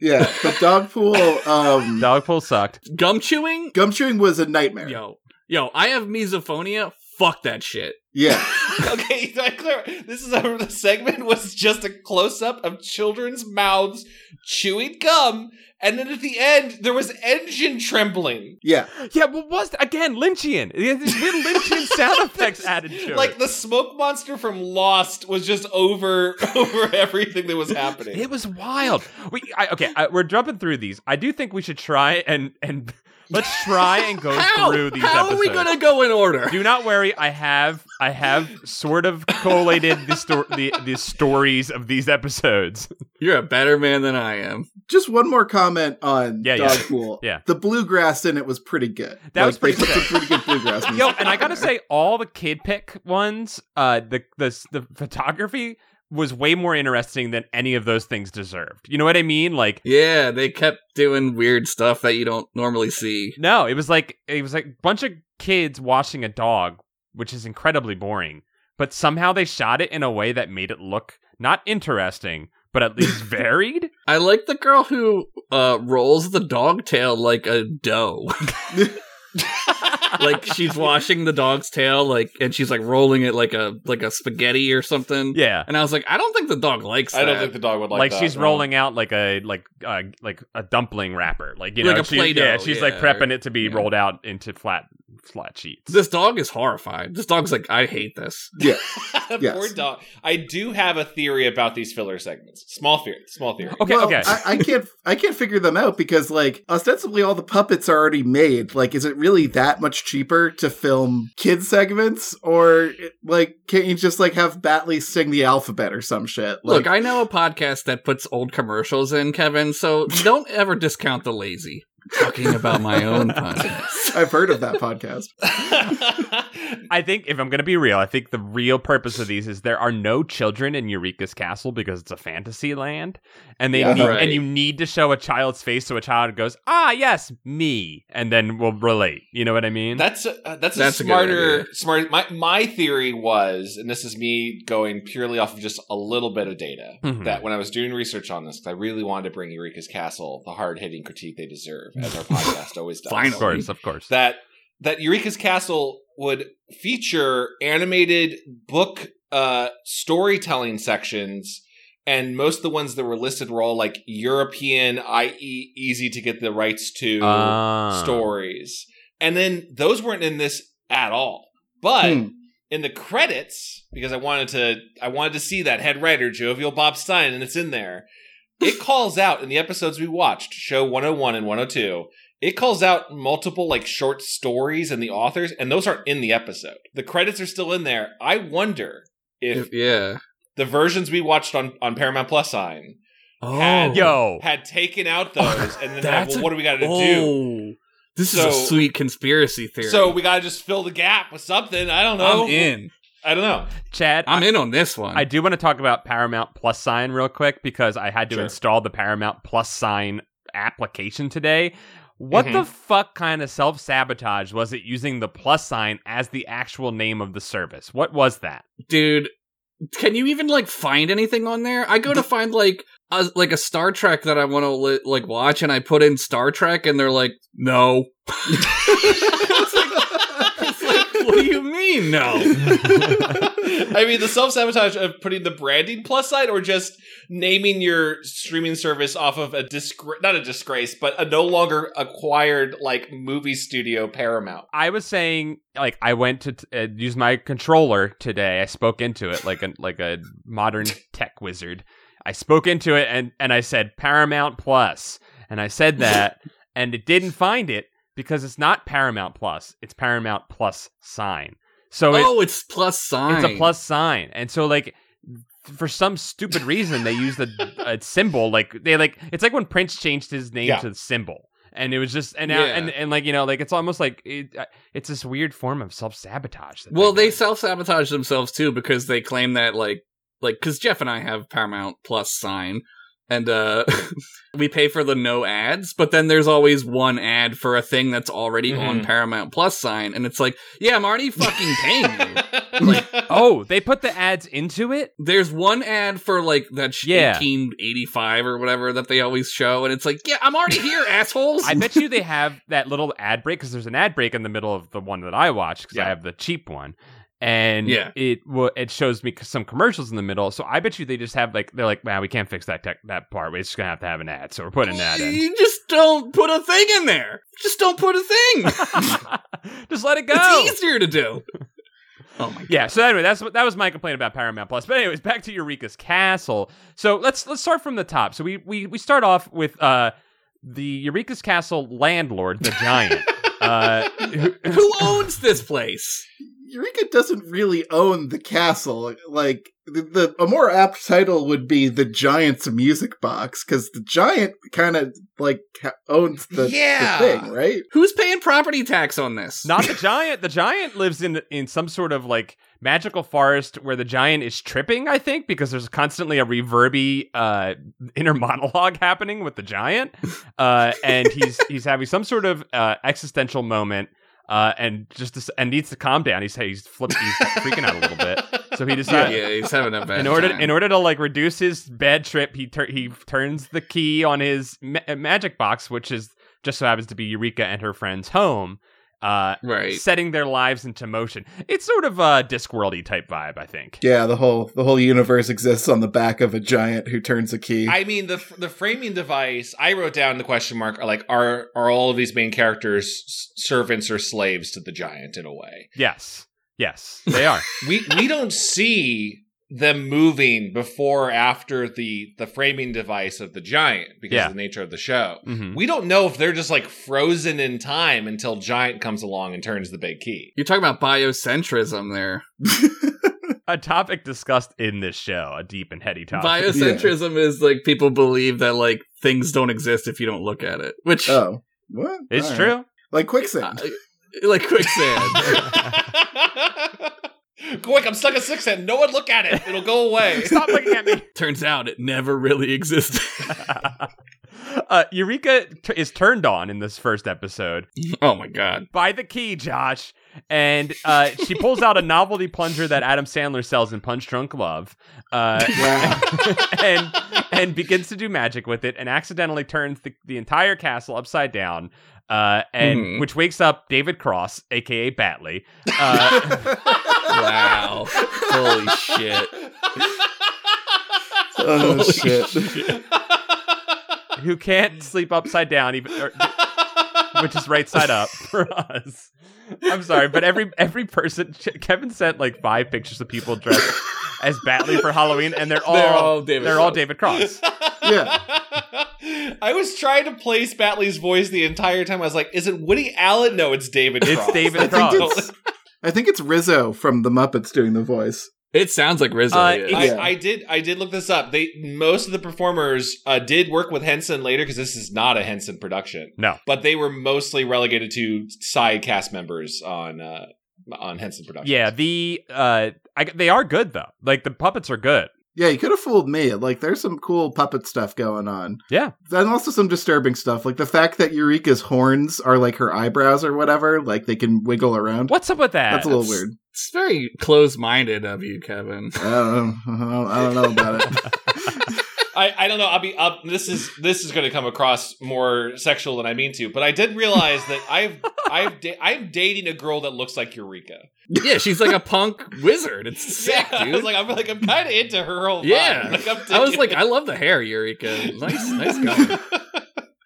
Speaker 4: Yeah, but Dogpool, um,
Speaker 2: Dogpool sucked.
Speaker 3: Gum chewing?
Speaker 4: gum chewing was a nightmare.
Speaker 3: Yo, yo, I have misophonia. Fuck that shit.
Speaker 4: Yeah,
Speaker 1: *laughs* okay, *laughs* so I clear. This is a, the segment was just a close up of children's mouths chewing gum, and then at the end there was engine trembling,
Speaker 4: yeah,
Speaker 2: Yeah, what was again Lynchian? Yeah, there's been Lynchian sound *laughs* effects added to
Speaker 1: like
Speaker 2: it.
Speaker 1: the smoke monster from Lost was just over *laughs* over everything that was happening. *laughs*
Speaker 2: It was
Speaker 3: *laughs*
Speaker 2: wild. We I, okay, I, we're jumping through these. I do think we should try and and *laughs* let's try and go
Speaker 3: How?
Speaker 2: through these
Speaker 3: How
Speaker 2: episodes.
Speaker 3: are we gonna go in order?
Speaker 2: Do not worry. I have I have sort of collated the sto- the, the stories of these
Speaker 3: *laughs*
Speaker 2: episodes.
Speaker 3: You're a better man than I am.
Speaker 4: just one more comment on
Speaker 2: Yeah, yeah.
Speaker 4: Dogpool.
Speaker 2: Yeah.
Speaker 4: the bluegrass in it was pretty good.
Speaker 2: That was
Speaker 4: they
Speaker 2: pretty
Speaker 4: put
Speaker 2: sick.
Speaker 4: some pretty good
Speaker 2: *laughs*
Speaker 4: bluegrass. Music.
Speaker 2: Yo, and I gotta say, all the kid pick ones, uh, the the the photography was way more interesting than any of those things deserved. You know what I mean? Like,
Speaker 3: Yeah, they kept doing weird stuff that you don't normally see.
Speaker 2: no, it was like it was like a bunch of kids watching a dog, which is incredibly boring. But somehow they shot it in a way that made it look not interesting, but at
Speaker 3: *laughs*
Speaker 2: least varied.
Speaker 3: I like the girl who uh, rolls the dog tail like a doe. *laughs* like she's washing the dog's tail, like, and she's like rolling it like a like a spaghetti or something.
Speaker 2: Yeah.
Speaker 3: And I was like, I don't think the dog likes that.
Speaker 1: I don't think the dog would like.
Speaker 2: like,
Speaker 1: that,
Speaker 2: she's
Speaker 1: no.
Speaker 2: rolling out like a like uh, like a dumpling wrapper, like you
Speaker 3: Like
Speaker 2: know,
Speaker 3: a
Speaker 2: she-
Speaker 3: Play-Doh,
Speaker 2: yeah, she's like
Speaker 3: yeah,
Speaker 2: prepping it to be
Speaker 3: yeah.
Speaker 2: rolled out into flat flat sheets.
Speaker 3: this dog is horrified. This dog's like, I hate this.
Speaker 4: yeah, Yes.
Speaker 1: *laughs* Poor dog. I do have a theory about these filler segments. Small theory. Small theory.
Speaker 2: Okay,
Speaker 4: well,
Speaker 2: okay.
Speaker 4: I, I can't I can't figure them out because like ostensibly all the puppets are already made. Like, is it really that much cheaper to film kid segments, or like can't you just like have Batley sing the alphabet or some shit? Like,
Speaker 3: Look, I know a podcast that puts old commercials in, Kevin, so don't ever discount the lazy. Talking about my own *laughs* podcast.
Speaker 4: I've heard of that podcast.
Speaker 2: I think if I'm going to be real, I think the real purpose of these is there are no children in Eureka's castle because it's a fantasy land, and they
Speaker 1: Yeah,
Speaker 2: need,
Speaker 3: right.
Speaker 2: and you need to show a child's face so a child goes, ah, yes, me, and then we'll relate. You know what I
Speaker 1: *laughs*
Speaker 2: mean?
Speaker 1: That's a, uh, that's,
Speaker 3: That's
Speaker 1: a
Speaker 3: a good
Speaker 1: smarter
Speaker 3: idea.
Speaker 1: smart. My my theory was, and this is me going purely off of just a little bit of data.
Speaker 2: Mhm.
Speaker 1: That when I was doing research on this, 'cause I really wanted to bring Eureka's Castle the hard hitting critique they deserve, as
Speaker 2: *laughs*
Speaker 1: our podcast always does.
Speaker 2: of course, of course.
Speaker 1: that that Eureka's Castle would feature animated book uh, storytelling sections, and most of the ones that were listed were all like European, i.e., easy to get the rights to
Speaker 2: Ah.
Speaker 1: stories, and then those weren't in this at all. But
Speaker 4: Hmm.
Speaker 1: in the credits, because I wanted to, I wanted to see that head writer Jovial Bob Stein, and it's in there. It calls out in the episodes we watched, show 101 and 102. It calls out multiple like short stories and the authors, and those aren't in the episode. The credits are still in there. I wonder if
Speaker 3: yeah.
Speaker 1: the versions we watched on on Paramount Plus sign
Speaker 3: Oh,
Speaker 2: Yo,
Speaker 1: had taken out those, and then had,
Speaker 3: That's
Speaker 1: well,
Speaker 3: a-
Speaker 1: what do we got to do?
Speaker 3: Oh, this is a
Speaker 1: So-
Speaker 3: sweet conspiracy theory.
Speaker 1: So we got to just fill the gap with something. I don't know.
Speaker 3: I'm in.
Speaker 1: I don't
Speaker 2: *laughs*
Speaker 1: know.
Speaker 2: Chad,
Speaker 3: I'm in on this one.
Speaker 2: I do want to talk about Paramount Plus Sign real quick because I had to
Speaker 1: Sure.
Speaker 2: install the Paramount Plus Sign application today. What the fuck kind of self sabotage was it using the plus sign as the actual name of the service? What was that?
Speaker 3: dude. Can you even like find anything on there? I go to find like a, like a Star Trek that I want to li- like watch, and I put in Star Trek, and they're like, no. *laughs* it's like, it's like, what do you mean, no?
Speaker 1: I mean, the self sabotage of putting the branding plus side, or just naming your streaming service off of a disgra- not a disgrace, but a no longer acquired like movie studio Paramount.
Speaker 2: I was saying, like, I went to t- uh, use my controller today. I spoke into it like a like a modern tech wizard. I spoke into it and and I said Paramount Plus, and I said that, and it didn't find it because it's not Paramount Plus. It's Paramount Plus sign. So it,
Speaker 3: Oh, it's plus sign.
Speaker 2: it's a plus sign, and so like. For some stupid reason, they
Speaker 3: *laughs*
Speaker 2: used a, a symbol. Like they like it's like when Prince changed his name
Speaker 1: Yeah.
Speaker 2: to symbol, and it was just and now
Speaker 3: Yeah.
Speaker 2: and and like you know like it's almost like it, uh, it's this weird form of self sabotage.
Speaker 3: Well, they self sabotage themselves too because they claim that like like because Jeff and I have Paramount Plus sign, and uh, *laughs* we pay for the no ads, but then there's always one ad for a thing that's already on
Speaker 2: Mm-hmm.
Speaker 1: Mhm.
Speaker 3: Paramount Plus sign, and it's like, yeah, I'm already fucking paying
Speaker 2: *laughs*
Speaker 3: you.
Speaker 2: Oh, they put the ads into it?
Speaker 3: There's one ad for like that sh-
Speaker 2: Yeah.
Speaker 3: 1885 or whatever that they always show, and it's like, yeah, I'm already here, assholes.
Speaker 2: *laughs* I bet you they have that little ad break because there's an ad break in the middle of the one that I watch because I
Speaker 1: Yeah.
Speaker 2: have the cheap one, and
Speaker 3: Yeah.
Speaker 2: it wa- it shows me c- some commercials in the middle. So I bet you they just have like they're like, man, we can't fix that tech, that part. We're just gonna have to have an ad, so we're putting an ad
Speaker 3: *laughs*
Speaker 2: in.
Speaker 3: you just don't put a thing in there. Just don't put a thing.
Speaker 2: just let it go.
Speaker 3: it's easier to do. Oh my god.
Speaker 2: Yeah. So anyway, that's what that was my complaint about Paramount Plus. But anyways, back to Eureka's Castle. So let's let's start from the top. So we we we start off with uh the Eureka's Castle landlord, the
Speaker 3: *laughs*
Speaker 2: giant. uh, who-
Speaker 3: Who owns this place?
Speaker 4: Eureka doesn't really own the castle. Like the, the a more apt title would be the Giant's Music Box, because the Giant kind of like ha- owns the,
Speaker 1: Yeah.
Speaker 4: the thing, right?
Speaker 3: Who's paying property tax on
Speaker 2: *laughs*
Speaker 3: this?
Speaker 2: Not the giant. The giant lives in in some sort of like magical forest where the giant is tripping. I think because there's constantly a reverby uh, inner *laughs* monologue happening with the giant, uh, and
Speaker 3: *laughs*
Speaker 2: he's he's having some sort of uh, existential moment. Uh, and just to, s- and needs to calm down. He's he's flipped. He's freaking out a little bit. So he
Speaker 3: *laughs* yeah,
Speaker 2: decides
Speaker 3: yeah, he's having a *laughs* bad
Speaker 2: in order
Speaker 3: time.
Speaker 2: in order to like reduce his bad trip, he tur- he turns the key on his ma- magic box, which is just so happens to be Eureka and her friend's home. Uh,
Speaker 3: right.
Speaker 2: setting their lives into motion. It's sort of a Discworldy type vibe, I think.
Speaker 4: Yeah, the whole the whole universe exists on the back of a giant who turns a key.
Speaker 1: I mean the the framing device. I wrote down the question mark. Like, are are all of these main characters s- servants or slaves to the giant in a way?
Speaker 2: Yes, yes, they are. *laughs*
Speaker 1: We we don't see them moving before or after the the framing device of the giant because
Speaker 2: Yeah.
Speaker 1: of the nature of the show.
Speaker 2: Mhm.
Speaker 1: We don't know if they're just like frozen in time until Giant comes along and turns the big
Speaker 2: *laughs*
Speaker 1: key.
Speaker 3: You're talking about biocentrism there.
Speaker 2: A topic discussed in this show, a deep and heady topic.
Speaker 3: Biocentrism is like people believe that like things don't exist if you don't look at it, which
Speaker 4: oh, what?
Speaker 2: it's
Speaker 4: All right. *laughs*
Speaker 2: true.
Speaker 4: Like quicksand.
Speaker 3: uh, like quicksand. *laughs*
Speaker 1: Quick, I'm stuck at six and no one look at it. It'll go
Speaker 2: *laughs*
Speaker 1: away.
Speaker 2: Stop looking at me.
Speaker 3: Turns out it never really existed. *laughs*
Speaker 2: uh, Eureka t- is turned on in this first episode
Speaker 3: oh my god.
Speaker 2: by the key, Josh, and uh, she pulls out a novelty plunger that Adam Sandler sells in Punch Drunk Love. Uh,
Speaker 4: *laughs*
Speaker 2: *laughs*
Speaker 4: wow.
Speaker 2: and and begins to do magic with it and accidentally turns the, the entire castle upside down uh, and
Speaker 3: Mhm.
Speaker 2: which wakes up David Cross, aka Batley. Uh,
Speaker 3: *laughs* Wow. Holy shit.
Speaker 4: oh
Speaker 3: Holy
Speaker 4: shit.
Speaker 2: who can't sleep upside down even or, which is right side up for us. I'm sorry, but every every person Kevin sent like five pictures of people dressed as Batley for Halloween and they're all
Speaker 3: *laughs* They're all David
Speaker 2: they're all
Speaker 3: Cross.
Speaker 2: David
Speaker 3: *laughs*
Speaker 2: Cross.
Speaker 1: yeah. *laughs* I was trying to place Batley's voice the entire time. I was like, is it Woody Allen? No, it's David
Speaker 2: It's
Speaker 1: Cross.
Speaker 2: David
Speaker 4: I think
Speaker 2: Cross.
Speaker 4: it's I think it's Rizzo from the Muppets doing the voice.
Speaker 3: It sounds like Rizzo.
Speaker 2: Uh,
Speaker 3: yeah.
Speaker 2: it's-
Speaker 1: I,
Speaker 4: Yeah.
Speaker 1: I did. I did look this up. They most of the performers uh, did work with Henson later because this is not a Henson production.
Speaker 2: No.
Speaker 1: but they were mostly relegated to side cast members on uh, on Henson productions.
Speaker 2: Yeah, the uh I, they are good though. Like the puppets are good.
Speaker 4: Yeah, you could have fooled me. Like, there's some cool puppet stuff going on.
Speaker 2: Yeah.
Speaker 4: And also some disturbing stuff, like the fact that Eureka's horns are like her eyebrows or whatever, like they can wiggle around.
Speaker 2: What's up with that?
Speaker 4: That's a little
Speaker 3: That's-
Speaker 4: weird.
Speaker 3: it's very close-minded of you, Kevin.
Speaker 4: I don't, know. I don't- I don't know about it.
Speaker 2: *laughs*
Speaker 1: I, I don't know. I'll be up. This is this is going to come across more sexual than I mean to, but I did realize that *laughs* I've I've da- I'm dating a girl that looks like Eureka.
Speaker 3: yeah, she's like a punk wizard. It's sick,
Speaker 1: yeah,
Speaker 3: dude.
Speaker 1: I was like I'm like I'm kind of into her whole. vibe.
Speaker 3: Yeah.
Speaker 1: Like, I'm
Speaker 3: I was
Speaker 1: digging *laughs*
Speaker 3: like,
Speaker 1: it.
Speaker 3: I love the hair, Eureka. Nice,
Speaker 1: *laughs*
Speaker 3: nice guy.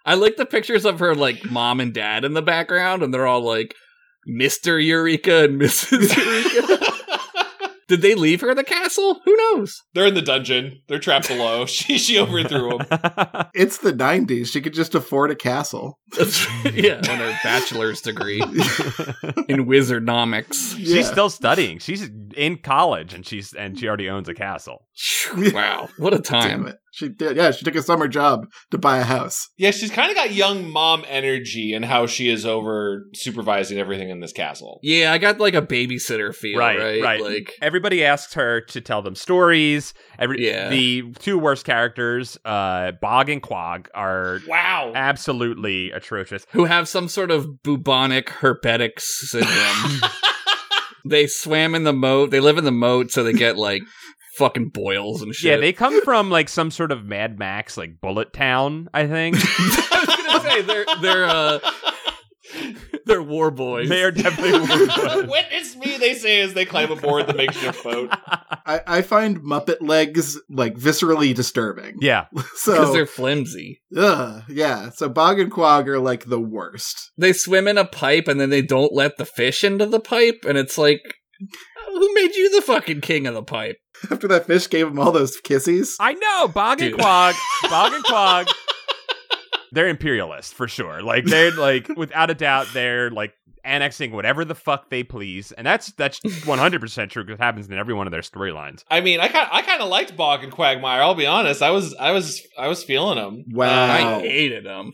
Speaker 3: I like the pictures of her like mom and dad in the background, and they're all like Mr. Eureka and Mrs. Eureka. Did they leave her the castle? Who knows?
Speaker 1: *laughs* They're in the dungeon. They're trapped below. she she overthrew them.
Speaker 2: *laughs*
Speaker 4: It's the 90s. She could just afford a castle.
Speaker 3: That's- yeah, on her bachelor's degree in wizardomics.
Speaker 4: Yeah.
Speaker 2: She's still studying. She's in college and she's and she already owns a castle.
Speaker 3: Wow, what a
Speaker 4: Damn
Speaker 3: time!
Speaker 4: it. She did. Yeah, she took a summer job to buy
Speaker 2: *laughs*
Speaker 4: a house.
Speaker 1: Yeah, she's kind of got young mom energy and how she is over supervising everything in this castle.
Speaker 3: Yeah, I got like a babysitter feel,
Speaker 2: Right,
Speaker 3: right?
Speaker 2: right.
Speaker 3: Like
Speaker 2: Everybody asks her to tell them stories. Every
Speaker 3: Yeah.
Speaker 2: the two worst characters, uh, Bog and Quag, are
Speaker 1: Wow. *laughs*
Speaker 2: *laughs* absolutely atrocious.
Speaker 3: who have some sort of bubonic herpetic *laughs* syndrome. they swam in the moat. They live in the moat, so they get like fucking boils and shit.
Speaker 2: Yeah, they come from like some sort of Mad Max like Bullet Town, I think.
Speaker 3: I was *laughs* gonna say they're they're uh, they're war *laughs* boys.
Speaker 2: they are
Speaker 3: *laughs*
Speaker 2: definitely *laughs*
Speaker 1: Witness me, they say as they climb aboard the makeshift boat.
Speaker 4: I, I find Muppet legs like viscerally disturbing.
Speaker 2: Yeah.
Speaker 3: because
Speaker 4: *laughs* So
Speaker 3: they're flimsy.
Speaker 4: ugh, yeah. So Bog and Quag are like the worst. *laughs*
Speaker 3: They swim in a pipe and then they don't let the fish into the pipe, and it's like, who made you the fucking king of the pipe?
Speaker 4: After that fish gave him all those
Speaker 2: *laughs*
Speaker 4: kisses.
Speaker 2: I know, Bog and
Speaker 3: Dude.
Speaker 2: Quag. Bog and Quag. They're imperialists for sure. Like they're like without a doubt they're like annexing whatever the fuck they please. And that's that's 100% true because it happens in every one of their storylines.
Speaker 1: I mean, I kind I kind of liked Bog and Quagmire. I'll be honest. I was I was I was feeling them.
Speaker 4: Wow.
Speaker 3: I hated them.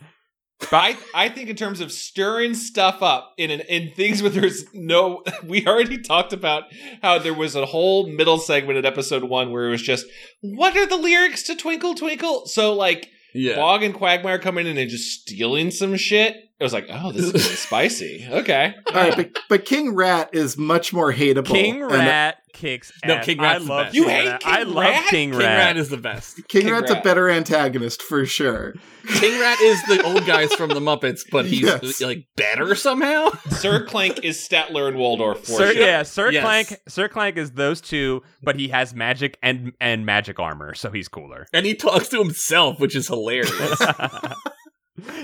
Speaker 1: I I think in terms of stirring stuff up in an, in things where there's no. *laughs* We already talked about how there was a whole middle segment in episode one where it was just what are the lyrics to Twinkle Twinkle. So like
Speaker 3: Yeah.
Speaker 1: Bog and Quagmire coming in and just stealing some shit. It was like, oh, this is *laughs* really spicy. Okay,
Speaker 4: All right, but, but King Rat is much more hateable.
Speaker 2: King
Speaker 4: And uh,
Speaker 2: Rat kicks
Speaker 3: No,
Speaker 2: ass.
Speaker 3: King
Speaker 2: I
Speaker 3: Rat's the
Speaker 2: love
Speaker 3: best.
Speaker 1: You
Speaker 2: King
Speaker 1: hate
Speaker 2: Rat. I
Speaker 1: King
Speaker 2: love
Speaker 1: Rat?
Speaker 2: King
Speaker 3: King
Speaker 2: Rat.
Speaker 3: Rat is the best.
Speaker 4: King,
Speaker 1: King
Speaker 4: Rat's
Speaker 1: Rat.
Speaker 4: a better antagonist
Speaker 2: *laughs*
Speaker 4: for sure.
Speaker 3: King Rat is the old guys from the Muppets, but he's
Speaker 4: *laughs* Yes.
Speaker 3: like better somehow.
Speaker 1: Sir Clank is Statler and Waldorf for
Speaker 2: Sir,
Speaker 1: sure.
Speaker 2: yeah, Sir
Speaker 3: Yes.
Speaker 2: Clank. Sir Clank is those two, but he has magic and and magic armor, so he's cooler. *laughs*
Speaker 3: And he talks to himself, which is hilarious.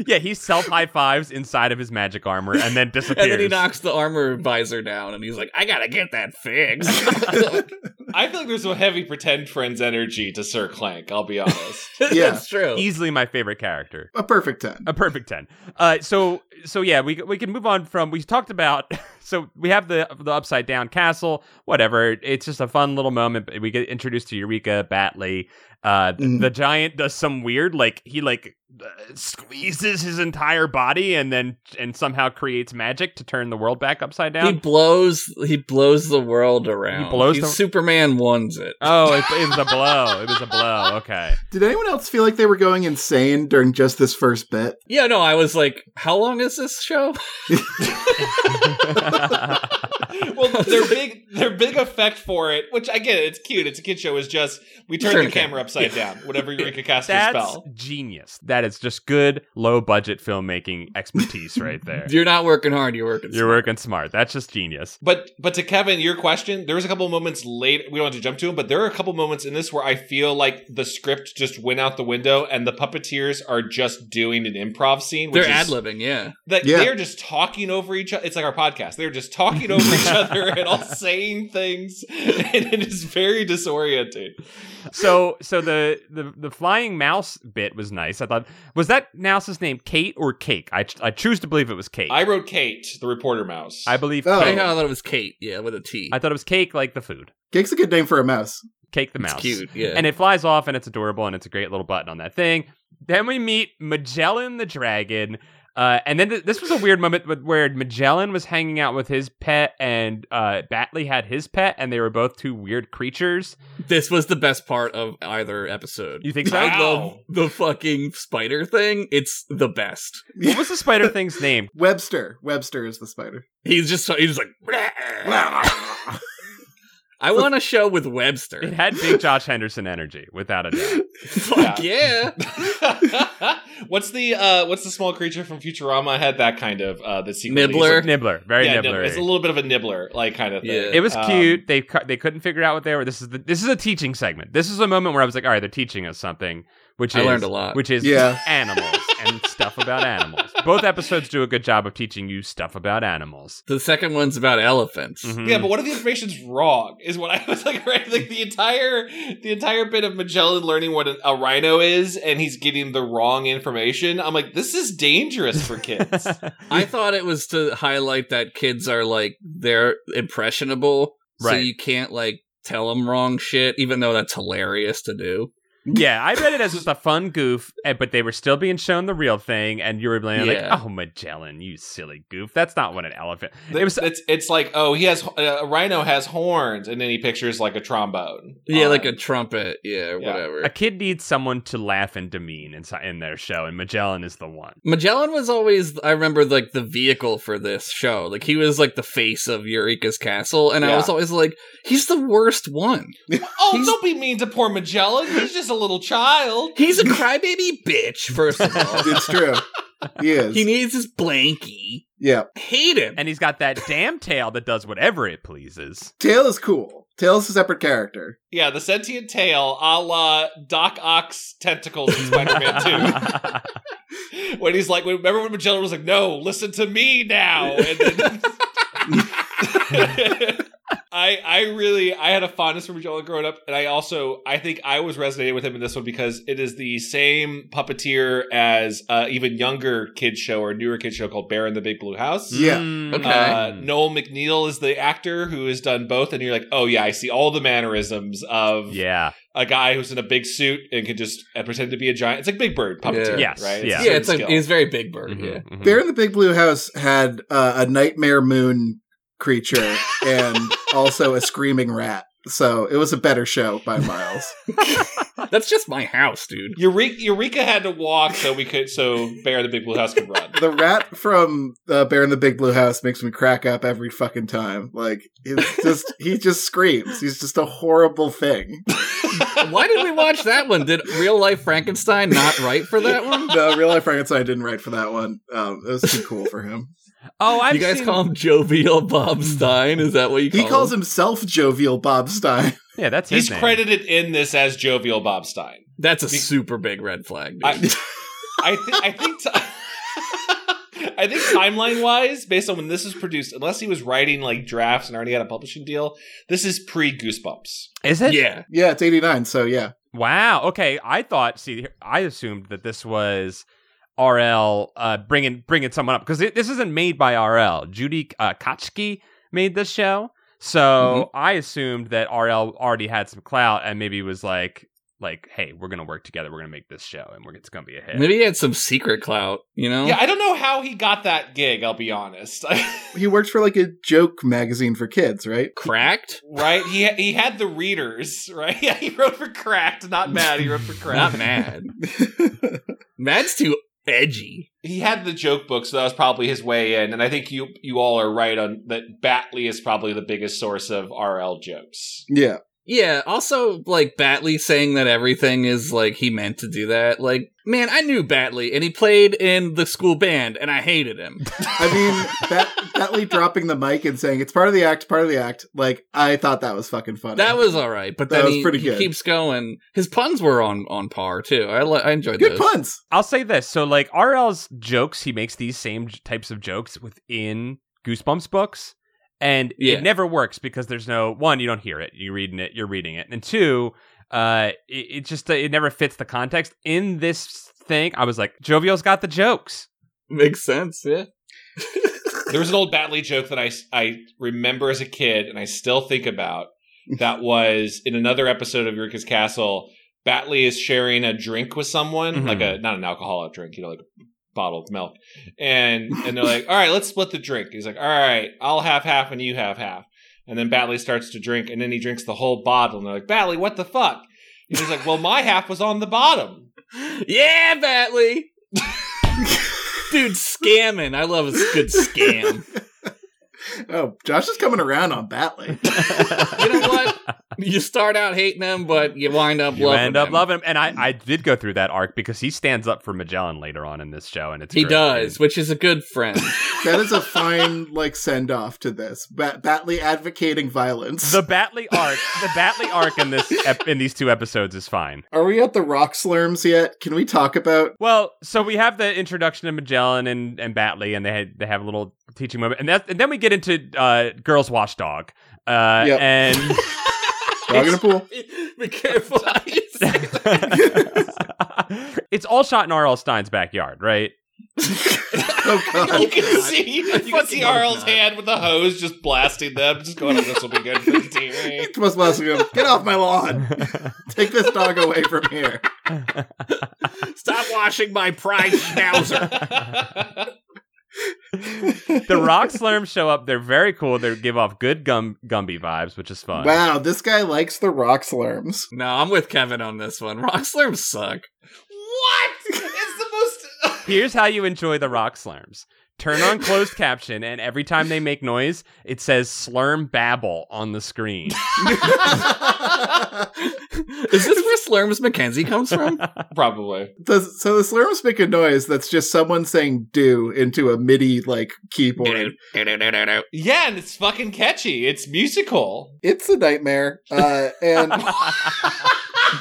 Speaker 2: yeah, he self high fives inside of his magic armor and then disappears.
Speaker 3: *laughs* and then he knocks the armor visor down and he's like, I gotta get that fixed. *laughs*
Speaker 1: I feel like there's a heavy pretend friends energy to Sir Clank. I'll be *laughs* honest.
Speaker 4: Yeah.
Speaker 3: That's true.
Speaker 2: Easily my favorite character.
Speaker 4: A perfect 10.
Speaker 2: A perfect ten. Uh, so so yeah, we we can move on from we talked about. *laughs* So we have the the upside down castle. Whatever, it's just a fun little moment. but We get introduced to Eureka Batley. Uh, th-
Speaker 4: Mhm.
Speaker 2: The giant does some weird like he like uh, squeezes his entire body and then and somehow creates magic to turn the world back upside down.
Speaker 3: He blows he blows the world around.
Speaker 2: He blows
Speaker 3: He's
Speaker 2: the-
Speaker 3: Superman ones it.
Speaker 2: oh, it, it was a blow. It was a blow. Okay. *laughs*
Speaker 4: Did anyone else feel like they were going insane during just this first bit?
Speaker 3: Yeah, no, I was like, how long is this
Speaker 2: *laughs*
Speaker 3: show?
Speaker 1: well, their big their big effect for it, which I get, it, it's cute. It's a kid show. Is just we turn, the camera upside down. Whatever *laughs* Eureka cast a
Speaker 2: That's
Speaker 1: spell.
Speaker 2: genius. That is just good low budget filmmaking expertise right there.
Speaker 3: You're not working hard, you're working
Speaker 2: You're
Speaker 3: smart.
Speaker 2: working smart. That's just genius.
Speaker 1: But but to Kevin, your question, there was a couple moments late. We don't have to jump to them, but there are a couple moments in this where I feel like the script just went out the window, and the puppeteers are just doing an improv scene. Which
Speaker 3: They're ad
Speaker 1: is-
Speaker 3: libbing, yeah.
Speaker 1: That
Speaker 4: Yeah.
Speaker 1: they're just talking over each other. It's like our podcast. They're just talking over each other and all saying things, and it is very disorienting.
Speaker 2: So so the, the the flying mouse bit was nice. I thought was that mouse's name Kate or Cake? I I choose to believe it was Cake.
Speaker 1: I wrote Kate, the reporter mouse.
Speaker 2: I believe
Speaker 4: Oh.
Speaker 3: I
Speaker 2: Cake.
Speaker 3: kinda thought it was Kate, yeah, with a T.
Speaker 2: I thought it was Cake like the food.
Speaker 4: Cake's a good name for a mouse.
Speaker 2: Cake the
Speaker 3: it's
Speaker 2: mouse.
Speaker 3: cute, yeah.
Speaker 2: And it flies off and it's adorable and it's a great little button on that thing. Then we meet Magellan the dragon. Uh, and then th- this was a weird moment with- where Magellan was hanging out with his pet and uh, Batley had his pet and they were both two weird creatures.
Speaker 3: this was the best part of either episode. *laughs*
Speaker 2: You think so?
Speaker 1: Wow.
Speaker 3: I love the fucking spider thing. It's the best.
Speaker 2: What was the spider thing's name?
Speaker 4: *laughs* Webster. Webster is the spider.
Speaker 3: He's just he's like. I want a show with *laughs*
Speaker 2: It
Speaker 3: Webster.
Speaker 2: had big Josh Henderson energy, without a doubt.
Speaker 3: Fuck yeah.
Speaker 1: *laughs* what's the uh what's the small creature from Futurama had that kind of uh the secret
Speaker 3: Nibbler?
Speaker 2: Nibbler, very
Speaker 1: yeah,
Speaker 2: nibbler.
Speaker 1: Nibbler. It's a little bit of a nibbler like kind of thing.
Speaker 3: Yeah.
Speaker 2: It was
Speaker 1: Um,
Speaker 2: cute. They cu- they couldn't figure out what they were. This is the, this is a teaching segment. This is a moment where I was like, all right, they're teaching us something, which
Speaker 3: I
Speaker 2: is
Speaker 3: learned a lot.
Speaker 2: which is
Speaker 4: Yeah.
Speaker 2: animals and stuff about animals. Both episodes do a good job of teaching you stuff about animals.
Speaker 3: The second one's about elephants.
Speaker 2: Mhm.
Speaker 1: Yeah, but what if the information's wrong? Is what I *laughs* was like, right? Like the entire the entire bit of Magellan learning what an- a rhino is, and he's getting the wrong information. I'm like, this is dangerous for
Speaker 2: *laughs*
Speaker 1: kids.
Speaker 3: I thought it was to highlight that kids are like they're impressionable, so
Speaker 2: Right.
Speaker 3: you can't like tell them wrong shit, even though that's hilarious to do.
Speaker 2: Yeah, I read it as just a fun goof, eh, but they were still being shown the real thing, and you were like,
Speaker 3: Yeah.
Speaker 2: "Oh, Magellan, you silly goof! That's not what an elephant."
Speaker 1: It was, it's it's like oh he has uh, a rhino has horns and then he pictures like a trombone.
Speaker 3: Yeah,
Speaker 1: Um,
Speaker 3: like a trumpet. Yeah, or
Speaker 1: Yeah.
Speaker 3: whatever.
Speaker 2: A kid needs someone to laugh and demean in, si- in their show, and Magellan is the one.
Speaker 3: Magellan was always, I remember, like the vehicle for this show. Like he was like the face of Eureka's Castle, and I
Speaker 1: Yeah.
Speaker 3: was always like, he's the worst one.
Speaker 1: Oh,
Speaker 3: He's-
Speaker 1: don't be mean to poor Magellan. He's just a little child.
Speaker 2: *laughs*
Speaker 3: He's a crybaby bitch. First of all,
Speaker 4: It's true. He is.
Speaker 3: he needs his blankie.
Speaker 4: yeah.
Speaker 3: Hate him.
Speaker 2: And he's got that damn tail that does whatever it
Speaker 4: *laughs*
Speaker 2: pleases.
Speaker 4: Tail is cool. Tail's a separate character.
Speaker 1: Yeah, the sentient tail, a la Doc Ock's tentacles in
Speaker 2: *laughs*
Speaker 1: Spider-Man Two. when he's like, remember when Magellan was like, "No, listen to me now." And then, *laughs* I I really I had a fondness for Magellan growing up, and I also I think I was resonating with him in this one because it is the same puppeteer as uh, even younger kid show or newer kid show called Bear in the Big Blue House.
Speaker 4: Yeah.
Speaker 2: Mm.
Speaker 3: Okay.
Speaker 1: Uh, Noel McNeil is the actor who has done both, and you're like, oh yeah, I see all the mannerisms of
Speaker 2: yeah.
Speaker 1: a guy who's in a big suit and can just uh, pretend to be a giant. It's like Big Bird puppeteer,
Speaker 3: Yeah.
Speaker 2: Yes,
Speaker 1: right?
Speaker 2: yeah.
Speaker 1: the
Speaker 3: yeah,
Speaker 1: same
Speaker 3: it's like
Speaker 1: skill.
Speaker 3: he's very Big Bird.
Speaker 2: Mhm,
Speaker 3: Yeah,
Speaker 2: mhm.
Speaker 4: Bear in the Big Blue House had uh, a nightmare moon creature and also a screaming rat. So it was a better show by miles.
Speaker 3: that's just my house,
Speaker 1: *laughs*
Speaker 3: dude.
Speaker 1: Eureka, Eureka had to walk so we could so Bear the Big Blue House could run.
Speaker 4: The rat from uh, Bear in the Big Blue House makes me crack up every fucking time. Like it's just he just screams. He's just a horrible thing.
Speaker 3: *laughs* Why did we watch that one? Did real life Frankenstein not write for that one?
Speaker 4: *laughs* No, real life Frankenstein didn't write for that one. Um, it was too cool for him.
Speaker 2: Oh, I've
Speaker 3: you guys
Speaker 2: seen-
Speaker 3: call him Jovial Bob Stein? Is that what you call
Speaker 4: He calls
Speaker 3: him?
Speaker 4: himself jovial Bob Stein. *laughs*
Speaker 2: Yeah, that's his
Speaker 1: He's
Speaker 2: name.
Speaker 1: credited in this as Jovial Bob Stein.
Speaker 3: That's a
Speaker 1: He-
Speaker 3: super big red flag. Dude.
Speaker 1: I, I, thi- I think. T- *laughs* I think timeline wise, based on when this was produced, unless he was writing like drafts and already had a publishing deal, this is pre Goosebumps.
Speaker 2: Is it?
Speaker 3: *laughs* yeah,
Speaker 4: Yeah, it's eighty nine. So yeah,
Speaker 2: Wow. Okay. I thought. See, here- I assumed that this was RL uh, bringing bringing someone up because this isn't made by RL. Judy uh, Kochke made this show, so
Speaker 3: Mm-hmm.
Speaker 2: I assumed that RL already had some clout and maybe was like, like, hey, we're gonna work together. We're gonna make this show, and we're it's gonna be a hit.
Speaker 3: maybe he had some secret clout. You know?
Speaker 1: Yeah, I don't know how he got that gig. I'll be honest. *laughs*
Speaker 4: he works for like a joke magazine for kids, right?
Speaker 3: Cracked.
Speaker 1: right? He he had the readers. Right? *laughs* Yeah, he wrote for Cracked. Not mad. He wrote for Cracked.
Speaker 3: Not mad. Mad's too edgy.
Speaker 1: he had the joke book, so that was probably his way in. And I think you you all are right on that. Batley is probably the biggest source of RL jokes.
Speaker 4: *laughs* yeah,
Speaker 3: Yeah. Also, like Batley saying that everything is like he meant to do that. Like, man, I knew Batley, and he played in the school band, and I hated him.
Speaker 4: I mean, that Batley dropping the mic and saying it's part of the act, part of the act. Like I thought that was fucking funny.
Speaker 3: That was all right, but
Speaker 4: That
Speaker 3: then
Speaker 4: was
Speaker 3: he,
Speaker 4: pretty
Speaker 3: he
Speaker 4: good.
Speaker 3: keeps going. His puns were on on par too. I li- I enjoyed
Speaker 4: good
Speaker 3: those.
Speaker 4: puns.
Speaker 2: I'll say this. So, like, RL's jokes, he makes these same j- types of jokes within Goosebumps books. And
Speaker 3: Yeah.
Speaker 2: it never works because there's no one, you don't hear it. You're reading it, you're reading it. And two, uh, it, it just, uh, it never fits the context. In this thing, I was like, Jovial's got the
Speaker 3: *laughs*
Speaker 2: jokes.
Speaker 3: Makes sense. Yeah.
Speaker 1: There was an old Batley joke that I I remember as a kid, and I still think about. That was in another episode of Eureka's Castle. Batley is sharing a drink with someone,
Speaker 2: Mhm.
Speaker 1: like a not an alcoholic drink, you know, like a bottle of milk. And and they're like, "All right, let's split the drink." He's like, "All right, I'll have half and you have half." And then Batley starts to drink, and then he drinks the whole bottle. And they're like, "Batley, what the fuck?" And he's like, "Well, my half was on the bottom."
Speaker 3: Yeah,
Speaker 4: *laughs*
Speaker 3: Batley. Dude, scamming. I love a good scam.
Speaker 4: Oh, Josh is coming around on Batley.
Speaker 3: You know
Speaker 4: *laughs*
Speaker 3: what? You start out hating him, but you wind up
Speaker 2: You
Speaker 3: loving
Speaker 2: end up
Speaker 3: him.
Speaker 2: loving him. And I, I did go through that arc because he stands up for Magellan later on in this show. And it's
Speaker 3: He
Speaker 2: great.
Speaker 3: does, which is a good
Speaker 4: *laughs*
Speaker 3: friend.
Speaker 4: that is a fine like send off to this. Bat- Batley advocating violence.
Speaker 2: The Batley arc, the Batley arc in this, ep- in these two episodes is fine.
Speaker 4: Are we at the rock slurms yet? Can we talk about?
Speaker 2: Well, so we have the introduction of Magellan and, and Batley, and they had, they have a little teaching moment, and that and then we get into uh, girls watchdog, uh,
Speaker 4: Yep.
Speaker 2: and *laughs*
Speaker 4: Dog in
Speaker 3: *laughs*
Speaker 4: a pool.
Speaker 3: Be
Speaker 4: *laughs*
Speaker 3: careful how you say that.
Speaker 2: it's all shot in R.L. Stein's backyard, right?
Speaker 4: Oh god. *laughs*
Speaker 1: you can see you can
Speaker 3: fucking
Speaker 1: see
Speaker 3: hope
Speaker 1: Arl's
Speaker 3: not.
Speaker 1: hand with the hose just blasting them. Just going, oh, this will be good for the team.
Speaker 4: It's most blessing him. Get off my lawn. Take this dog away from here.
Speaker 3: *laughs* Stop washing my pride schnauzer.
Speaker 2: the rock slurms show up. They're very cool. They give off good gum Gumby vibes, which is fun.
Speaker 4: Wow, this guy likes the rock slurms.
Speaker 3: no, I'm with Kevin on this one. Rock slurms suck.
Speaker 1: what? It's the most.
Speaker 2: Here's how you enjoy the rock slurms. Turn on closed caption, and every time they make noise, it says slurm babble on the screen. *laughs*
Speaker 3: Is this where slurms McKenzie comes
Speaker 4: *laughs*
Speaker 3: from?
Speaker 1: Probably.
Speaker 4: The, so the slurms make a noise that's just someone saying "do" into a MIDI like keyboard.
Speaker 1: Yeah, and it's fucking catchy. It's musical.
Speaker 4: It's a nightmare, uh,
Speaker 3: *laughs*
Speaker 4: and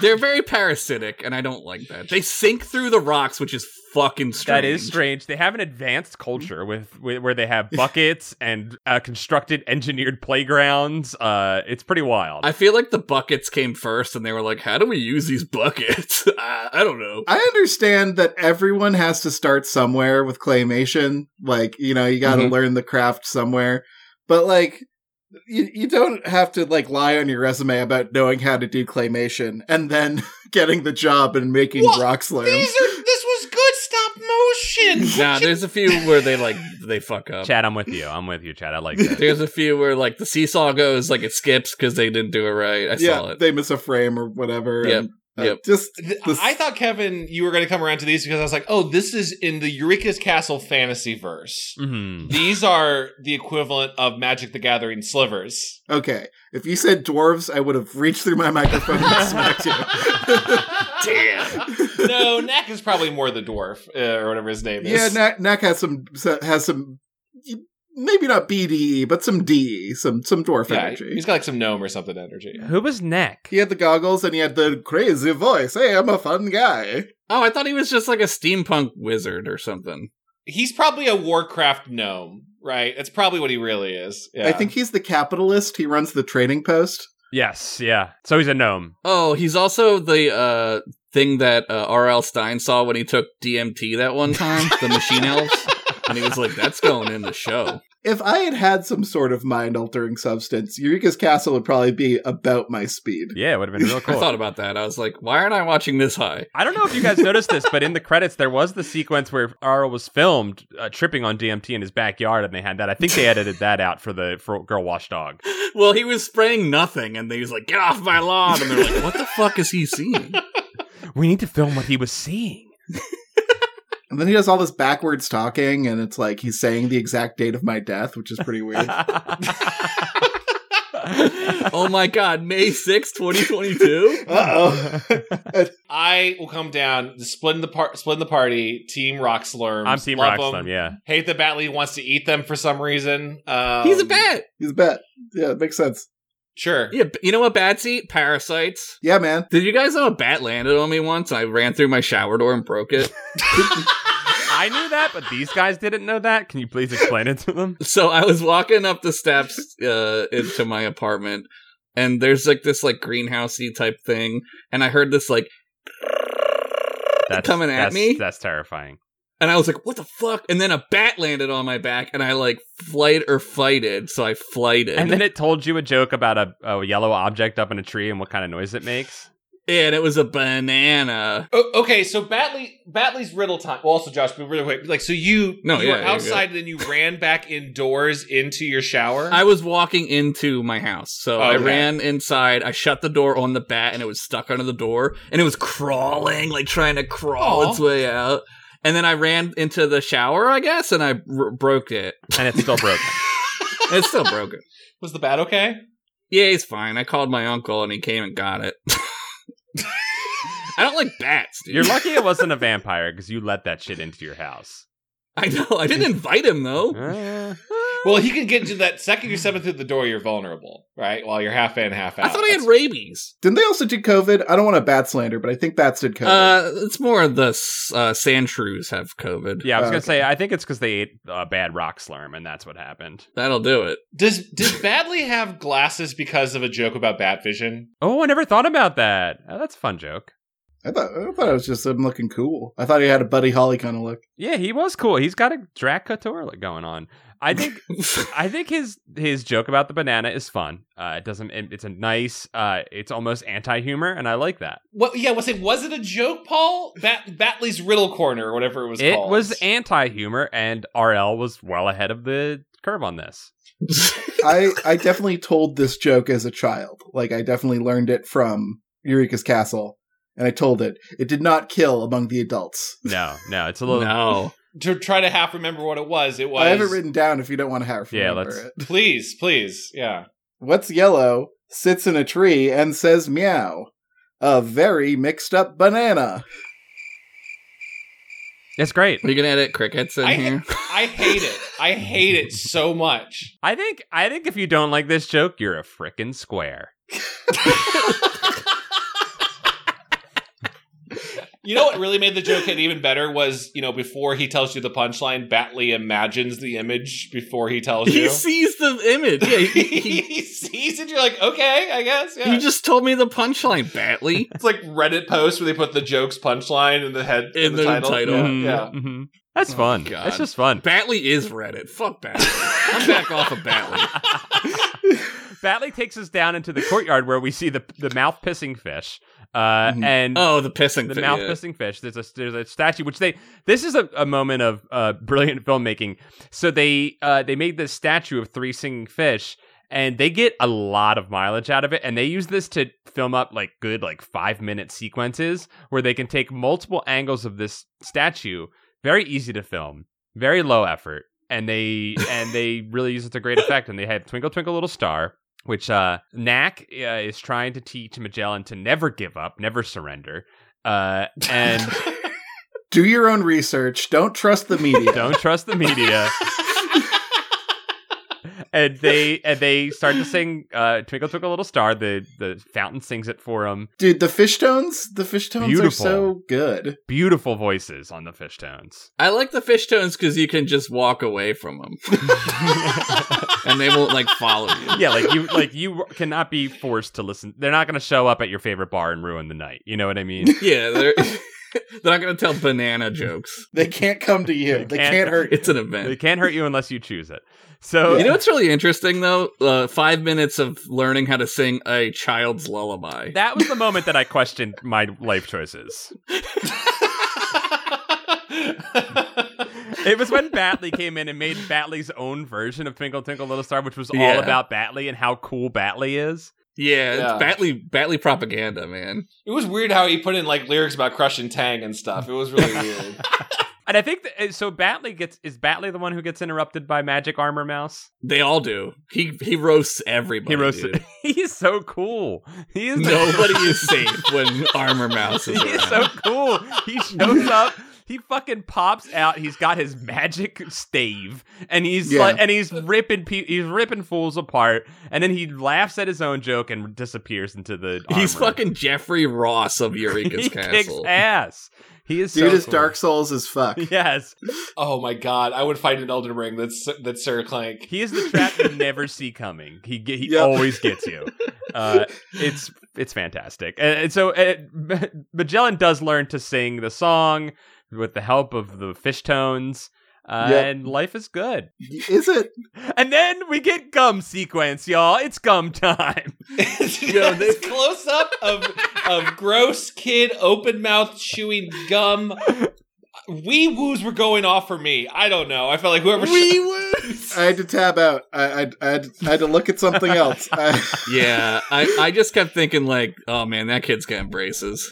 Speaker 3: They're very parasitic, and I don't like that. They sink through the rocks, which is fucking strange. Mm-hmm.
Speaker 2: That is strange. They have an advanced culture with, with where they
Speaker 3: *laughs*
Speaker 2: have buckets and uh, constructed engineered playgrounds. Uh, it's pretty wild.
Speaker 3: I feel like the buckets came first, and they were like, "How do we use these buckets?" *laughs* uh, I
Speaker 2: *laughs*
Speaker 3: don't know.
Speaker 4: I understand that everyone has to start somewhere with claymation. Like you know, you got to
Speaker 3: Mm-hmm.
Speaker 1: Mhm.
Speaker 4: learn the craft somewhere, but like. You, you don't have to like lie on your resume about knowing how to do claymation and then *laughs* getting the job and making
Speaker 1: What?
Speaker 4: rock slams.
Speaker 1: These are. This was good stop motion.
Speaker 3: Nah, there's a few where they like they fuck up.
Speaker 2: Chad, I'm with you. I'm with you, Chad. I like
Speaker 3: *laughs*
Speaker 2: that.
Speaker 3: There's a few where like the seesaw goes like it skips because they didn't do it right. I saw it.
Speaker 4: they miss a frame or whatever.
Speaker 3: Yep,
Speaker 4: and, uh,
Speaker 3: yep.
Speaker 4: Just
Speaker 1: Th-
Speaker 4: This-
Speaker 1: I thought Kevin, you were going to come around to these because I was like, oh, this is in the Eureka's Castle fantasy verse.
Speaker 2: Mhm.
Speaker 1: These are the equivalent of Magic the Gathering slivers.
Speaker 4: Okay. If you said dwarves, I would have reached through my microphone
Speaker 1: *laughs*
Speaker 4: and smacked you.
Speaker 3: Damn.
Speaker 1: no, Knack is probably more the dwarf uh, or whatever his name
Speaker 4: yeah,
Speaker 1: is.
Speaker 4: Knack, Knack has some has some maybe not BDE, but some DE, some some dwarf
Speaker 1: Yeah,
Speaker 4: energy.
Speaker 1: he's got like some gnome or something energy.
Speaker 2: Who was Neck?
Speaker 4: He had the goggles and he had the crazy voice. Hey, I'm a fun guy.
Speaker 3: Oh, I thought he was just like a steampunk wizard or something.
Speaker 1: He's probably a Warcraft gnome, right? That's probably what he really is. Yeah.
Speaker 4: I think he's the capitalist. He runs the trading post.
Speaker 2: Yes, yeah. So he's a gnome.
Speaker 3: Oh, he's also the uh thing that uh, R.L. Stein saw when he took DMT that one time,
Speaker 2: *laughs*
Speaker 3: the machine elves, and he was like, "That's going in the show."
Speaker 4: If I had had some sort of mind altering substance, Eureka's Castle would probably be about my speed.
Speaker 2: Yeah, it would have been real cool.
Speaker 3: *laughs* I thought about that. I was like, "Why aren't I watching this high?" *laughs*
Speaker 2: I don't know if you guys noticed this, but in the credits there was the sequence where Arl was filmed uh, tripping on DMT in his backyard, and they had that. I think they
Speaker 3: *laughs*
Speaker 2: edited that out for the for Girl Watch Dog.
Speaker 3: Well, he was spraying nothing, and he was like, "Get off my lawn!" And they're like, "What the *laughs* fuck is he seeing?"
Speaker 2: We need to film what he was
Speaker 3: *laughs*
Speaker 2: seeing. *laughs*
Speaker 4: And then he does all this backwards talking, and it's like he's saying the exact date of my death, which is pretty weird.
Speaker 3: oh my god, May sixth,
Speaker 4: *laughs*
Speaker 3: 2022?
Speaker 4: Uh oh.
Speaker 1: I will come down, splitting the par- splitting the party, team Rock Slurms.
Speaker 2: I'm Team
Speaker 1: love
Speaker 2: Rock Slurm,
Speaker 1: 'em.
Speaker 2: yeah.
Speaker 1: Hate that Batley wants to eat them for some reason. Um,
Speaker 3: He's a bat.
Speaker 4: He's a bet. Yeah, it makes sense.
Speaker 1: Sure. *laughs*
Speaker 3: Yeah, b- you know what bats eat? Parasites.
Speaker 4: Yeah, man.
Speaker 3: Did you guys know a bat landed on me once? I ran through my shower door and broke it.
Speaker 2: I knew that, but these guys didn't know that. Can you please explain it to
Speaker 3: *laughs*
Speaker 2: them?
Speaker 3: so I was walking up the steps uh, into my apartment, and there's like this like greenhousey type thing, and I heard this like,
Speaker 2: That's
Speaker 3: Coming at
Speaker 2: that's-
Speaker 3: me?
Speaker 2: That's terrifying.
Speaker 3: and I was like, "What the fuck?" And then a bat landed on my back, and I like flight or fighted, so I flighted,
Speaker 2: And then it told you a joke about a, a yellow object up in a tree and what kind of noise it makes.
Speaker 3: and it was a banana.
Speaker 1: O- okay, so Batley Batley's riddle time. Well, also Josh, but really quick, like so you
Speaker 3: No,
Speaker 1: you
Speaker 3: yeah,
Speaker 1: were
Speaker 3: yeah, yeah.
Speaker 1: outside and then you ran back indoors into your shower.
Speaker 3: I was walking into my house, so I
Speaker 1: Okay.
Speaker 3: ran inside. I shut the door on the bat, and it was stuck under the door, and it was crawling, like trying to crawl
Speaker 1: Aw.
Speaker 3: its way out. And then I ran into the shower, I guess, and I r- broke it.
Speaker 2: And it's still
Speaker 3: *laughs*
Speaker 2: broken.
Speaker 3: It's
Speaker 2: *laughs*
Speaker 3: still broken.
Speaker 1: was the bat okay?
Speaker 3: Yeah, he's fine. I called my uncle, and he came and got it. *laughs* I don't like bats, dude.
Speaker 2: You're lucky it wasn't a vampire because you let that shit into your house.
Speaker 3: *laughs* I know. I didn't invite him though.
Speaker 2: Uh,
Speaker 1: Well, he can get to that second you step in through the door, you're vulnerable, right? While you're half in, half out.
Speaker 3: I thought I had
Speaker 1: That's-
Speaker 3: rabies.
Speaker 4: Didn't they also do COVID? I don't want to bat slander, but I think bats did COVID.
Speaker 3: Uh, it's more the s- uh, sand shrews have COVID.
Speaker 2: yeah, I was
Speaker 4: Oh,
Speaker 2: gonna
Speaker 4: okay.
Speaker 2: say I think it's because they ate a bad rock slurm and that's what happened.
Speaker 3: that'll do *laughs* it.
Speaker 1: does does Batley have glasses because of a joke about bat vision?
Speaker 2: Oh, I never thought about that. Oh, that's a fun joke.
Speaker 4: I thought I thought it was just him looking cool. I thought he had a Buddy Holly kind of look.
Speaker 2: Yeah, he was cool. He's got a Drac Couture look going on. I think I think his his joke about the banana is fun. Uh, it doesn't. It, it's a nice. Uh, it's almost anti humor, and I like that.
Speaker 1: What? Yeah, was it was it a joke, Paul? Bat- Batley's Riddle Corner or whatever it was.
Speaker 2: It
Speaker 1: called.
Speaker 2: was anti humor, and RL was well ahead of the curve on this.
Speaker 4: I I definitely told this joke as a child. Like I definitely learned it from Eureka's Castle, and I told it. It did not kill among the adults.
Speaker 2: No, no, it's a little.
Speaker 3: no.
Speaker 1: to try to half remember what it was. It was.
Speaker 4: I have it written down. If you don't want to have
Speaker 2: Yeah,
Speaker 4: remember
Speaker 2: let's-
Speaker 4: it.
Speaker 1: Please, please, yeah.
Speaker 4: What's yellow sits in a tree and says meow. A very mixed up banana.
Speaker 2: It's great.
Speaker 3: Are you gonna edit crickets in
Speaker 1: I-
Speaker 3: here?
Speaker 1: I hate it. I hate it so much.
Speaker 2: I think. I think if you don't like this joke, you're a frickin' square.
Speaker 1: You know what really made the joke hit even better was you know before he tells you the punchline, Batley imagines the image before he tells
Speaker 3: *laughs* He
Speaker 1: you.
Speaker 3: sees the image. Yeah, he, *laughs* he,
Speaker 1: he sees it. You're like, okay, I guess. Yeah.
Speaker 3: you just told me the punchline, *laughs* Batley.
Speaker 1: it's like Reddit posts where they put the jokes punchline in the head
Speaker 3: In the title.
Speaker 1: Yeah,
Speaker 2: Mhm,
Speaker 1: yeah.
Speaker 2: mhm. That's
Speaker 3: Oh,
Speaker 2: fun.
Speaker 3: God.
Speaker 2: That's just fun.
Speaker 3: Batley is Reddit. Fuck Batley. I'm back off of Batley.
Speaker 2: Batley takes us down into the courtyard where we see the the mouth pissing fish, uh,
Speaker 1: Mm-hmm.
Speaker 4: Mhm.
Speaker 2: and
Speaker 3: *laughs* Oh, the pissing.
Speaker 2: the
Speaker 3: thing,
Speaker 2: mouth
Speaker 3: yeah.
Speaker 2: pissing fish. There's a there's a statue which they this is a, a moment of uh, brilliant filmmaking. So they uh, they made this statue of three singing fish, and they get a lot of mileage out of it. And they use this to film up like good like five minute sequences where they can take multiple angles of this statue. Very easy to film, very low effort, and they and they really use it to great effect. And they had Twinkle Twinkle Little Star which uh, Knack uh, is trying to teach Magellan to never give up, never surrender, uh, and
Speaker 4: Do your own research. Don't trust the media.
Speaker 2: *laughs* don't trust the media. and they and they start to sing uh, "Twinkle Twinkle Little Star." The the fountain sings it for them.
Speaker 4: Dude, the fish tones, the fish tones
Speaker 2: Beautiful.
Speaker 4: are so good.
Speaker 2: Beautiful voices on the fish tones.
Speaker 3: I like the fish tones because you can just walk away from
Speaker 2: *laughs*
Speaker 3: them, and they won't like follow you.
Speaker 2: Yeah, like you like you cannot be forced to listen. They're not going to show up at your favorite bar and ruin the night. You know what I mean?
Speaker 3: *laughs* Yeah, they're they're not gonna tell banana jokes.
Speaker 4: They can't come to you.
Speaker 2: They
Speaker 4: They
Speaker 2: can't-
Speaker 4: can't, hurt you.
Speaker 3: It's an
Speaker 2: they
Speaker 3: event.
Speaker 2: can't hurt you unless you choose it. So *laughs*
Speaker 3: You know what's really interesting though? Uh, five minutes of learning how to sing a child's lullaby.
Speaker 2: that was the moment that I questioned my life choices.
Speaker 3: Mm-hmm.
Speaker 2: It was when Batley came in and made Batley's own version of Twinkle Twinkle Little Star, which was all
Speaker 3: Yeah.
Speaker 2: about Batley and how cool Batley is.
Speaker 3: yeah,
Speaker 1: Yeah.
Speaker 3: it's Batley Batley propaganda, man.
Speaker 1: *laughs* it was weird how he put in like lyrics about crushing Tang and stuff. It was
Speaker 3: *laughs*
Speaker 1: really weird.
Speaker 2: And I think that, uh, so. Batley gets is Batley the one who gets interrupted by Magic Armor Mouse?
Speaker 3: They all do. He he roasts everybody.
Speaker 2: he roasts. *laughs*
Speaker 3: dude.
Speaker 2: He is so cool. He is the- *laughs*
Speaker 3: Nobody is safe when Armor Mouse is
Speaker 2: he is
Speaker 3: around.
Speaker 2: so cool. He shows up. He fucking pops out. He's got his magic stave, and he's
Speaker 4: Yeah.
Speaker 2: like, and he's ripping, pe- he's ripping fools apart. And then he laughs at his own joke and disappears into the.
Speaker 3: He's
Speaker 2: armor.
Speaker 3: fucking Jeffrey Ross of
Speaker 2: *laughs*
Speaker 3: Eureka's
Speaker 2: he kicks
Speaker 3: Castle. *laughs*
Speaker 2: ass. He is
Speaker 4: Dude
Speaker 2: so
Speaker 4: is
Speaker 2: cool.
Speaker 4: Dark Souls
Speaker 2: *laughs*
Speaker 4: as fuck.
Speaker 2: Yes,
Speaker 1: oh my god, I would fight an Elden Ring. That's that's Sir Clank. *laughs*
Speaker 2: he is the trap you never see coming. He ge- he
Speaker 4: Yep.
Speaker 2: always gets you. Uh, it's it's fantastic. And, and so uh, Ma- Magellan does learn to sing the song with the help of the fish tones. Uh,
Speaker 4: Yep.
Speaker 2: And life is good.
Speaker 4: Is it?
Speaker 2: And then we get gum sequence, y'all. It's gum time. *laughs*
Speaker 1: Yo, this close up of of gross kid open mouth chewing gum. Wee woos were going off for me. I don't know. I felt like whoever
Speaker 3: Wee woos.
Speaker 4: I had to tab out. I, I, I, had, I had to look at something
Speaker 2: *laughs*
Speaker 4: else. I,
Speaker 3: yeah, I, I just kept thinking like, oh man, that kid's getting
Speaker 2: *laughs*
Speaker 3: braces.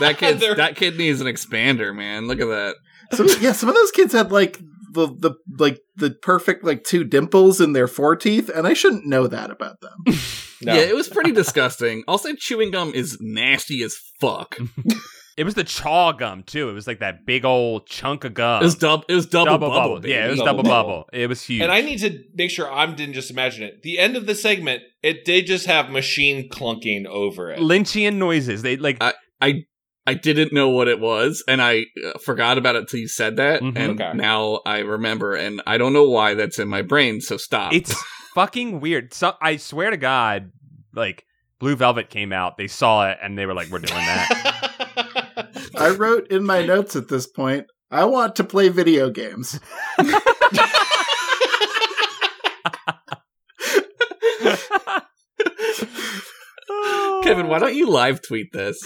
Speaker 3: That kid
Speaker 1: They're-
Speaker 3: that kid needs an expander, man. Look at that.
Speaker 4: some, yeah, some of those kids had like the, the like the perfect like two dimples in their foreteeth, and I shouldn't know that about them.
Speaker 1: No.
Speaker 3: Yeah, it was pretty disgusting. Also, chewing gum is nasty as fuck. It
Speaker 2: It was the chaw gum too. It was like that big old chunk of gum.
Speaker 3: was double. It was double, bubble. baby.
Speaker 2: Yeah, it was
Speaker 1: Double
Speaker 2: double, bubble.
Speaker 1: bubble.
Speaker 2: It was huge.
Speaker 1: And I need to make sure I didn't just imagine it. The end of the segment, it did just have machine clunking over it.
Speaker 2: Lynchian noises. They like
Speaker 3: I I didn't know what it was, and I uh, forgot about it till you said that,
Speaker 2: Mhm.
Speaker 3: and
Speaker 1: Okay.
Speaker 3: now I remember, and I don't know why that's in my brain. So stop.
Speaker 2: *laughs* It's fucking weird. So
Speaker 1: *laughs*
Speaker 2: I swear to God, like Blue Velvet came out, they saw it, and they were like, "We're doing that."
Speaker 4: I wrote in my notes at this point, I want to play video games.
Speaker 3: *laughs* Kevin, *laughs* why don't you live
Speaker 2: *laughs*
Speaker 3: tweet this?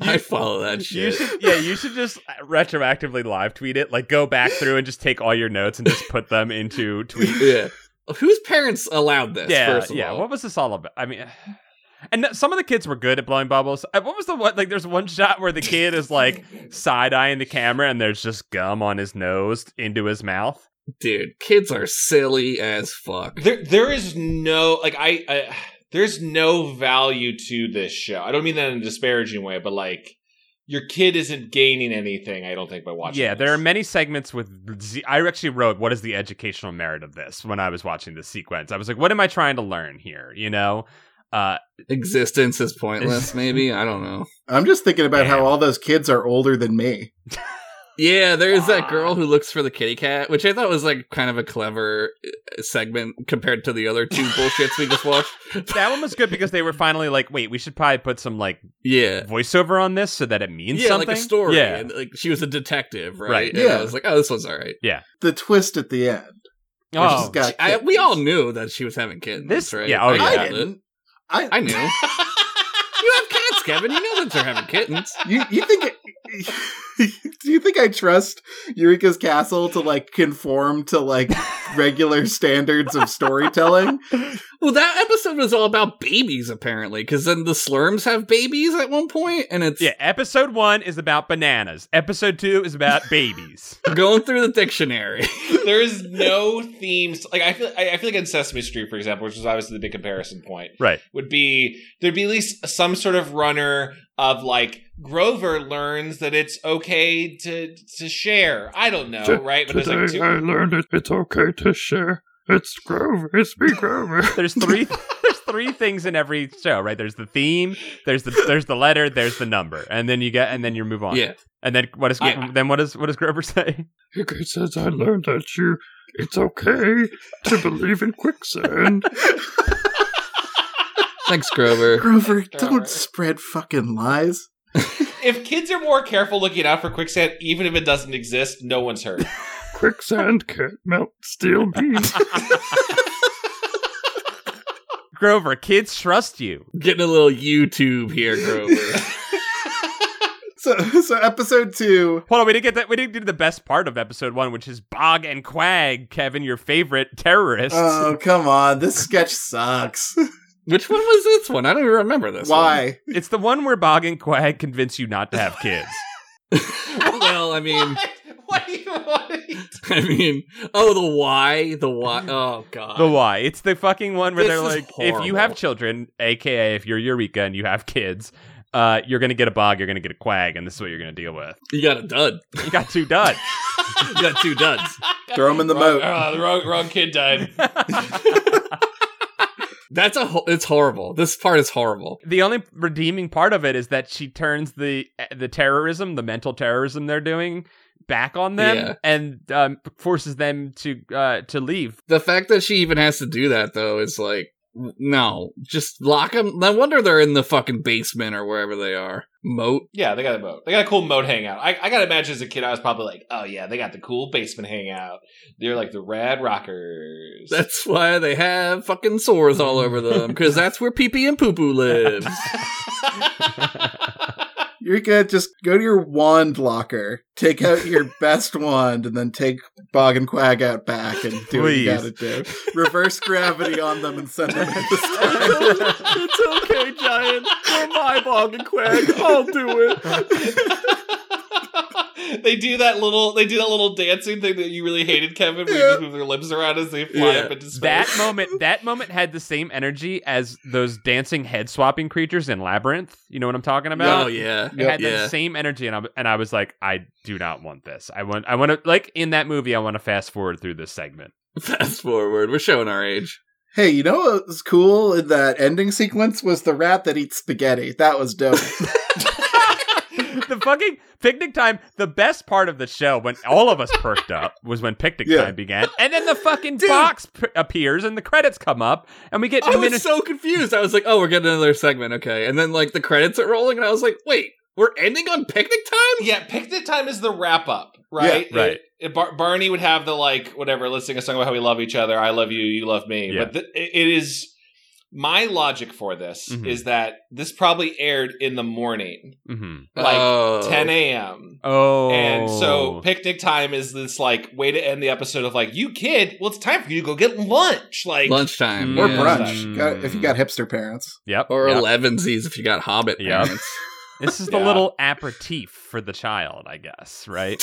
Speaker 3: I follow that
Speaker 2: You
Speaker 3: shit.
Speaker 2: should, yeah, you should just uh, retroactively live tweet it. Like, go back through and just take all your notes and just put them
Speaker 3: *laughs*
Speaker 2: into tweet.
Speaker 3: yeah. Whose parents allowed this?
Speaker 2: yeah,
Speaker 3: first of
Speaker 2: yeah.
Speaker 3: all?
Speaker 2: What was this all about? I mean, and th- some of the kids were good at blowing bubbles. Uh, What was the one? Like, there's one shot where the kid is like side eyeing the camera, and there's just gum on his nose into his mouth.
Speaker 3: dude, kids are silly as fuck.
Speaker 1: *laughs* There, there is no like I, I. There's no value to this show. I don't mean that in a disparaging way, but like your kid isn't gaining anything. I don't think by watching.
Speaker 2: yeah,
Speaker 1: this.
Speaker 2: there are many segments with. Z- I actually wrote, "What is the educational merit of this?" When I was watching this sequence, I was like, "What am I trying to learn here?" You know. Uh,
Speaker 3: Existence is
Speaker 2: *laughs*
Speaker 3: pointless, maybe. I don't know.
Speaker 4: I'm just thinking about
Speaker 2: Damn.
Speaker 4: how all those kids are older than me.
Speaker 3: Yeah, there is that girl
Speaker 1: Ah.
Speaker 3: who looks for the kitty cat, which I thought was like kind of a clever uh, segment compared to
Speaker 2: *laughs*
Speaker 3: the other two bullshits we just watched.
Speaker 2: that one was good because
Speaker 3: *laughs*
Speaker 2: they were finally like, wait, we should probably put some like
Speaker 3: Yeah.
Speaker 2: voiceover on this so that it means
Speaker 3: yeah,
Speaker 2: something.
Speaker 3: like a story.
Speaker 2: Yeah.
Speaker 3: And, like she was a detective, right?
Speaker 2: Right.
Speaker 3: And
Speaker 4: Yeah.
Speaker 3: I was like, oh, this one's all right.
Speaker 4: The twist at the end. I
Speaker 2: oh,
Speaker 4: just got
Speaker 3: I,
Speaker 4: kicked.
Speaker 3: we all knew that she was having kittens,
Speaker 2: This-
Speaker 3: right?
Speaker 2: yeah, oh,
Speaker 3: I
Speaker 2: yeah.
Speaker 3: got
Speaker 4: I
Speaker 3: it.
Speaker 4: didn't. I,
Speaker 3: I knew. you have cats, Kevin. You know that they're having kittens.
Speaker 4: you, you think *laughs* do you think I trust Eureka's Castle to like conform to *laughs* like regular standards of storytelling?
Speaker 3: Well, that episode was all about babies, apparently, because then the Slurms have babies at one point, and it's
Speaker 2: yeah. Episode one is about bananas. Episode two is about
Speaker 3: *laughs*
Speaker 2: babies.
Speaker 3: going through the dictionary.
Speaker 1: *laughs* there is no themes. Like I feel, I, I feel like in Sesame Street, for example, which is obviously the big comparison point,
Speaker 2: Right.
Speaker 1: would be there'd be at least some sort of runner of like Grover learns that it's okay to to share. I don't know,
Speaker 5: T-
Speaker 1: right? But there's
Speaker 5: Today
Speaker 1: like two.
Speaker 5: I learned it, it's okay to share. It's Grover. It's me, Grover.
Speaker 2: There's three. *laughs* there's three things in every show, right? There's the theme. There's the there's the letter. There's the number, and then you get and then you move on.
Speaker 3: yeah,
Speaker 2: And then what is
Speaker 3: Yeah.
Speaker 2: then what is what does Grover *laughs* say?
Speaker 5: *laughs* He says I learned that you. It's okay to believe
Speaker 1: *laughs*
Speaker 5: in quicksand.
Speaker 3: thanks, Grover.
Speaker 4: *laughs* Grover,
Speaker 1: Grover.
Speaker 4: don't spread fucking lies.
Speaker 1: If kids are more careful looking out for quicksand, even if it doesn't exist, no one's
Speaker 4: *laughs*
Speaker 1: hurt.
Speaker 5: quicksand can't melt steel beams.
Speaker 1: Ah,
Speaker 2: Grover, kids trust you.
Speaker 3: Getting a little YouTube here, Grover.
Speaker 4: So so episode *laughs* 2
Speaker 2: Hold on, we didn't get that. We didn't do the best part of episode one, which is Bog and Quag, Kevin, your favorite terrorists.
Speaker 3: Um,
Speaker 4: Oh, come on. This sketch sucks.
Speaker 3: Which one was this one? I don't even remember this.
Speaker 4: Why?
Speaker 2: *laughs* It's the one where Bog and Quag convince you not to have kids.
Speaker 3: One. *laughs* well, I
Speaker 4: Um,
Speaker 3: mean,
Speaker 1: what? *laughs* What do you want?
Speaker 3: I mean, oh, the why, the why. Oh God,
Speaker 2: the why? It's the fucking one where
Speaker 3: This
Speaker 2: they're
Speaker 3: is
Speaker 2: like, if you have
Speaker 3: horrible.
Speaker 2: children, aka if you're Eureka and you have kids, uh, you're gonna get a Bog, you're gonna get a Quag, and this is what you're gonna deal with.
Speaker 3: you got a dud.
Speaker 2: You got two duds.
Speaker 3: You got two duds.
Speaker 4: Throw him in *laughs* the
Speaker 1: Wrong,
Speaker 4: moat.
Speaker 1: uh, the wrong, wrong kid died.
Speaker 3: That's a. Ho- it's horrible. This part is horrible.
Speaker 2: the only redeeming part of it is that she turns the the terrorism, the mental terrorism they're doing, back on them
Speaker 3: Yeah.
Speaker 2: and um, forces them to uh, to
Speaker 3: *laughs*
Speaker 2: leave.
Speaker 3: The fact that she even has to do that though is like, w- no, just lock them. No wonder they're in the fucking basement or wherever they are. Moat.
Speaker 1: *laughs* Yeah, they got a moat. They got a cool moat hangout. I, I gotta imagine as a kid, I was probably like, oh yeah, they got the cool basement hangout. They're like the Rad Rockers. *laughs*
Speaker 4: *laughs*
Speaker 3: That's why they have fucking sores all over them because that's where pee pee and poo poo lives.
Speaker 4: Eureka, just go to your wand locker, take out your best wand, and then take Bog and Quag out back and do what you
Speaker 2: Please.
Speaker 4: gotta do. Reverse gravity on them and send them into space.
Speaker 2: it's okay, giant.
Speaker 4: Oh
Speaker 2: You're my bog *laughs* and quag. I'll do it.
Speaker 1: *laughs* they do that little they do that little dancing thing that you really hated, Kevin, where
Speaker 4: Yeah.
Speaker 1: they just move their lips around as they fly
Speaker 3: Yeah.
Speaker 1: up into space.
Speaker 2: That moment, that moment had the same energy as those dancing head swapping creatures in Labyrinth. You know what I'm talking about?
Speaker 3: oh yeah,
Speaker 2: It had
Speaker 3: Yeah.
Speaker 2: that same energy, and I and I was like, I do not want this. I want, I want to like in that movie. I want to fast forward through this segment.
Speaker 3: *laughs* Fast forward, we're showing our age.
Speaker 4: Hey, you know what was cool in that ending sequence was the rat that eats spaghetti. That was dope.
Speaker 2: *laughs* the fucking picnic time. The best part of the show when all of us perked up was when picnic
Speaker 4: Yeah.
Speaker 2: time began, and then the fucking
Speaker 3: Dude.
Speaker 2: box p- appears and the credits come up, and we get
Speaker 3: I was
Speaker 2: minutes.
Speaker 3: so confused. I was like, oh, we're getting another segment, okay. And then like the credits are rolling, and I was like, wait, we're ending on picnic time?
Speaker 1: Yeah, picnic time is the wrap up, right?
Speaker 2: Yeah, right.
Speaker 1: It- it- Bar- Barney would have the like whatever, let's sing a song about how we love each other. I love you, you love me.
Speaker 2: Yeah.
Speaker 1: But th- it it is my logic for this
Speaker 2: Mhm.
Speaker 1: is that this probably aired in the morning,
Speaker 2: Mhm.
Speaker 1: like
Speaker 3: Oh.
Speaker 1: 10 a.m.
Speaker 2: Oh,
Speaker 1: And so picnic time is this like way to end the episode of like you kid, well it's time for you to go get lunch. Like
Speaker 3: Lunchtime.
Speaker 4: Or
Speaker 2: Yeah.
Speaker 4: brunch.
Speaker 3: Mm.
Speaker 4: Got- if you
Speaker 2: Hmm.
Speaker 4: got hipster parents.
Speaker 2: yep,
Speaker 3: Or
Speaker 2: yep.
Speaker 3: elevensies if you got Hobbit
Speaker 2: Yep.
Speaker 3: parents.
Speaker 2: This is the
Speaker 1: Yeah.
Speaker 2: little aperitif for the child, I guess,
Speaker 3: *laughs*
Speaker 2: right?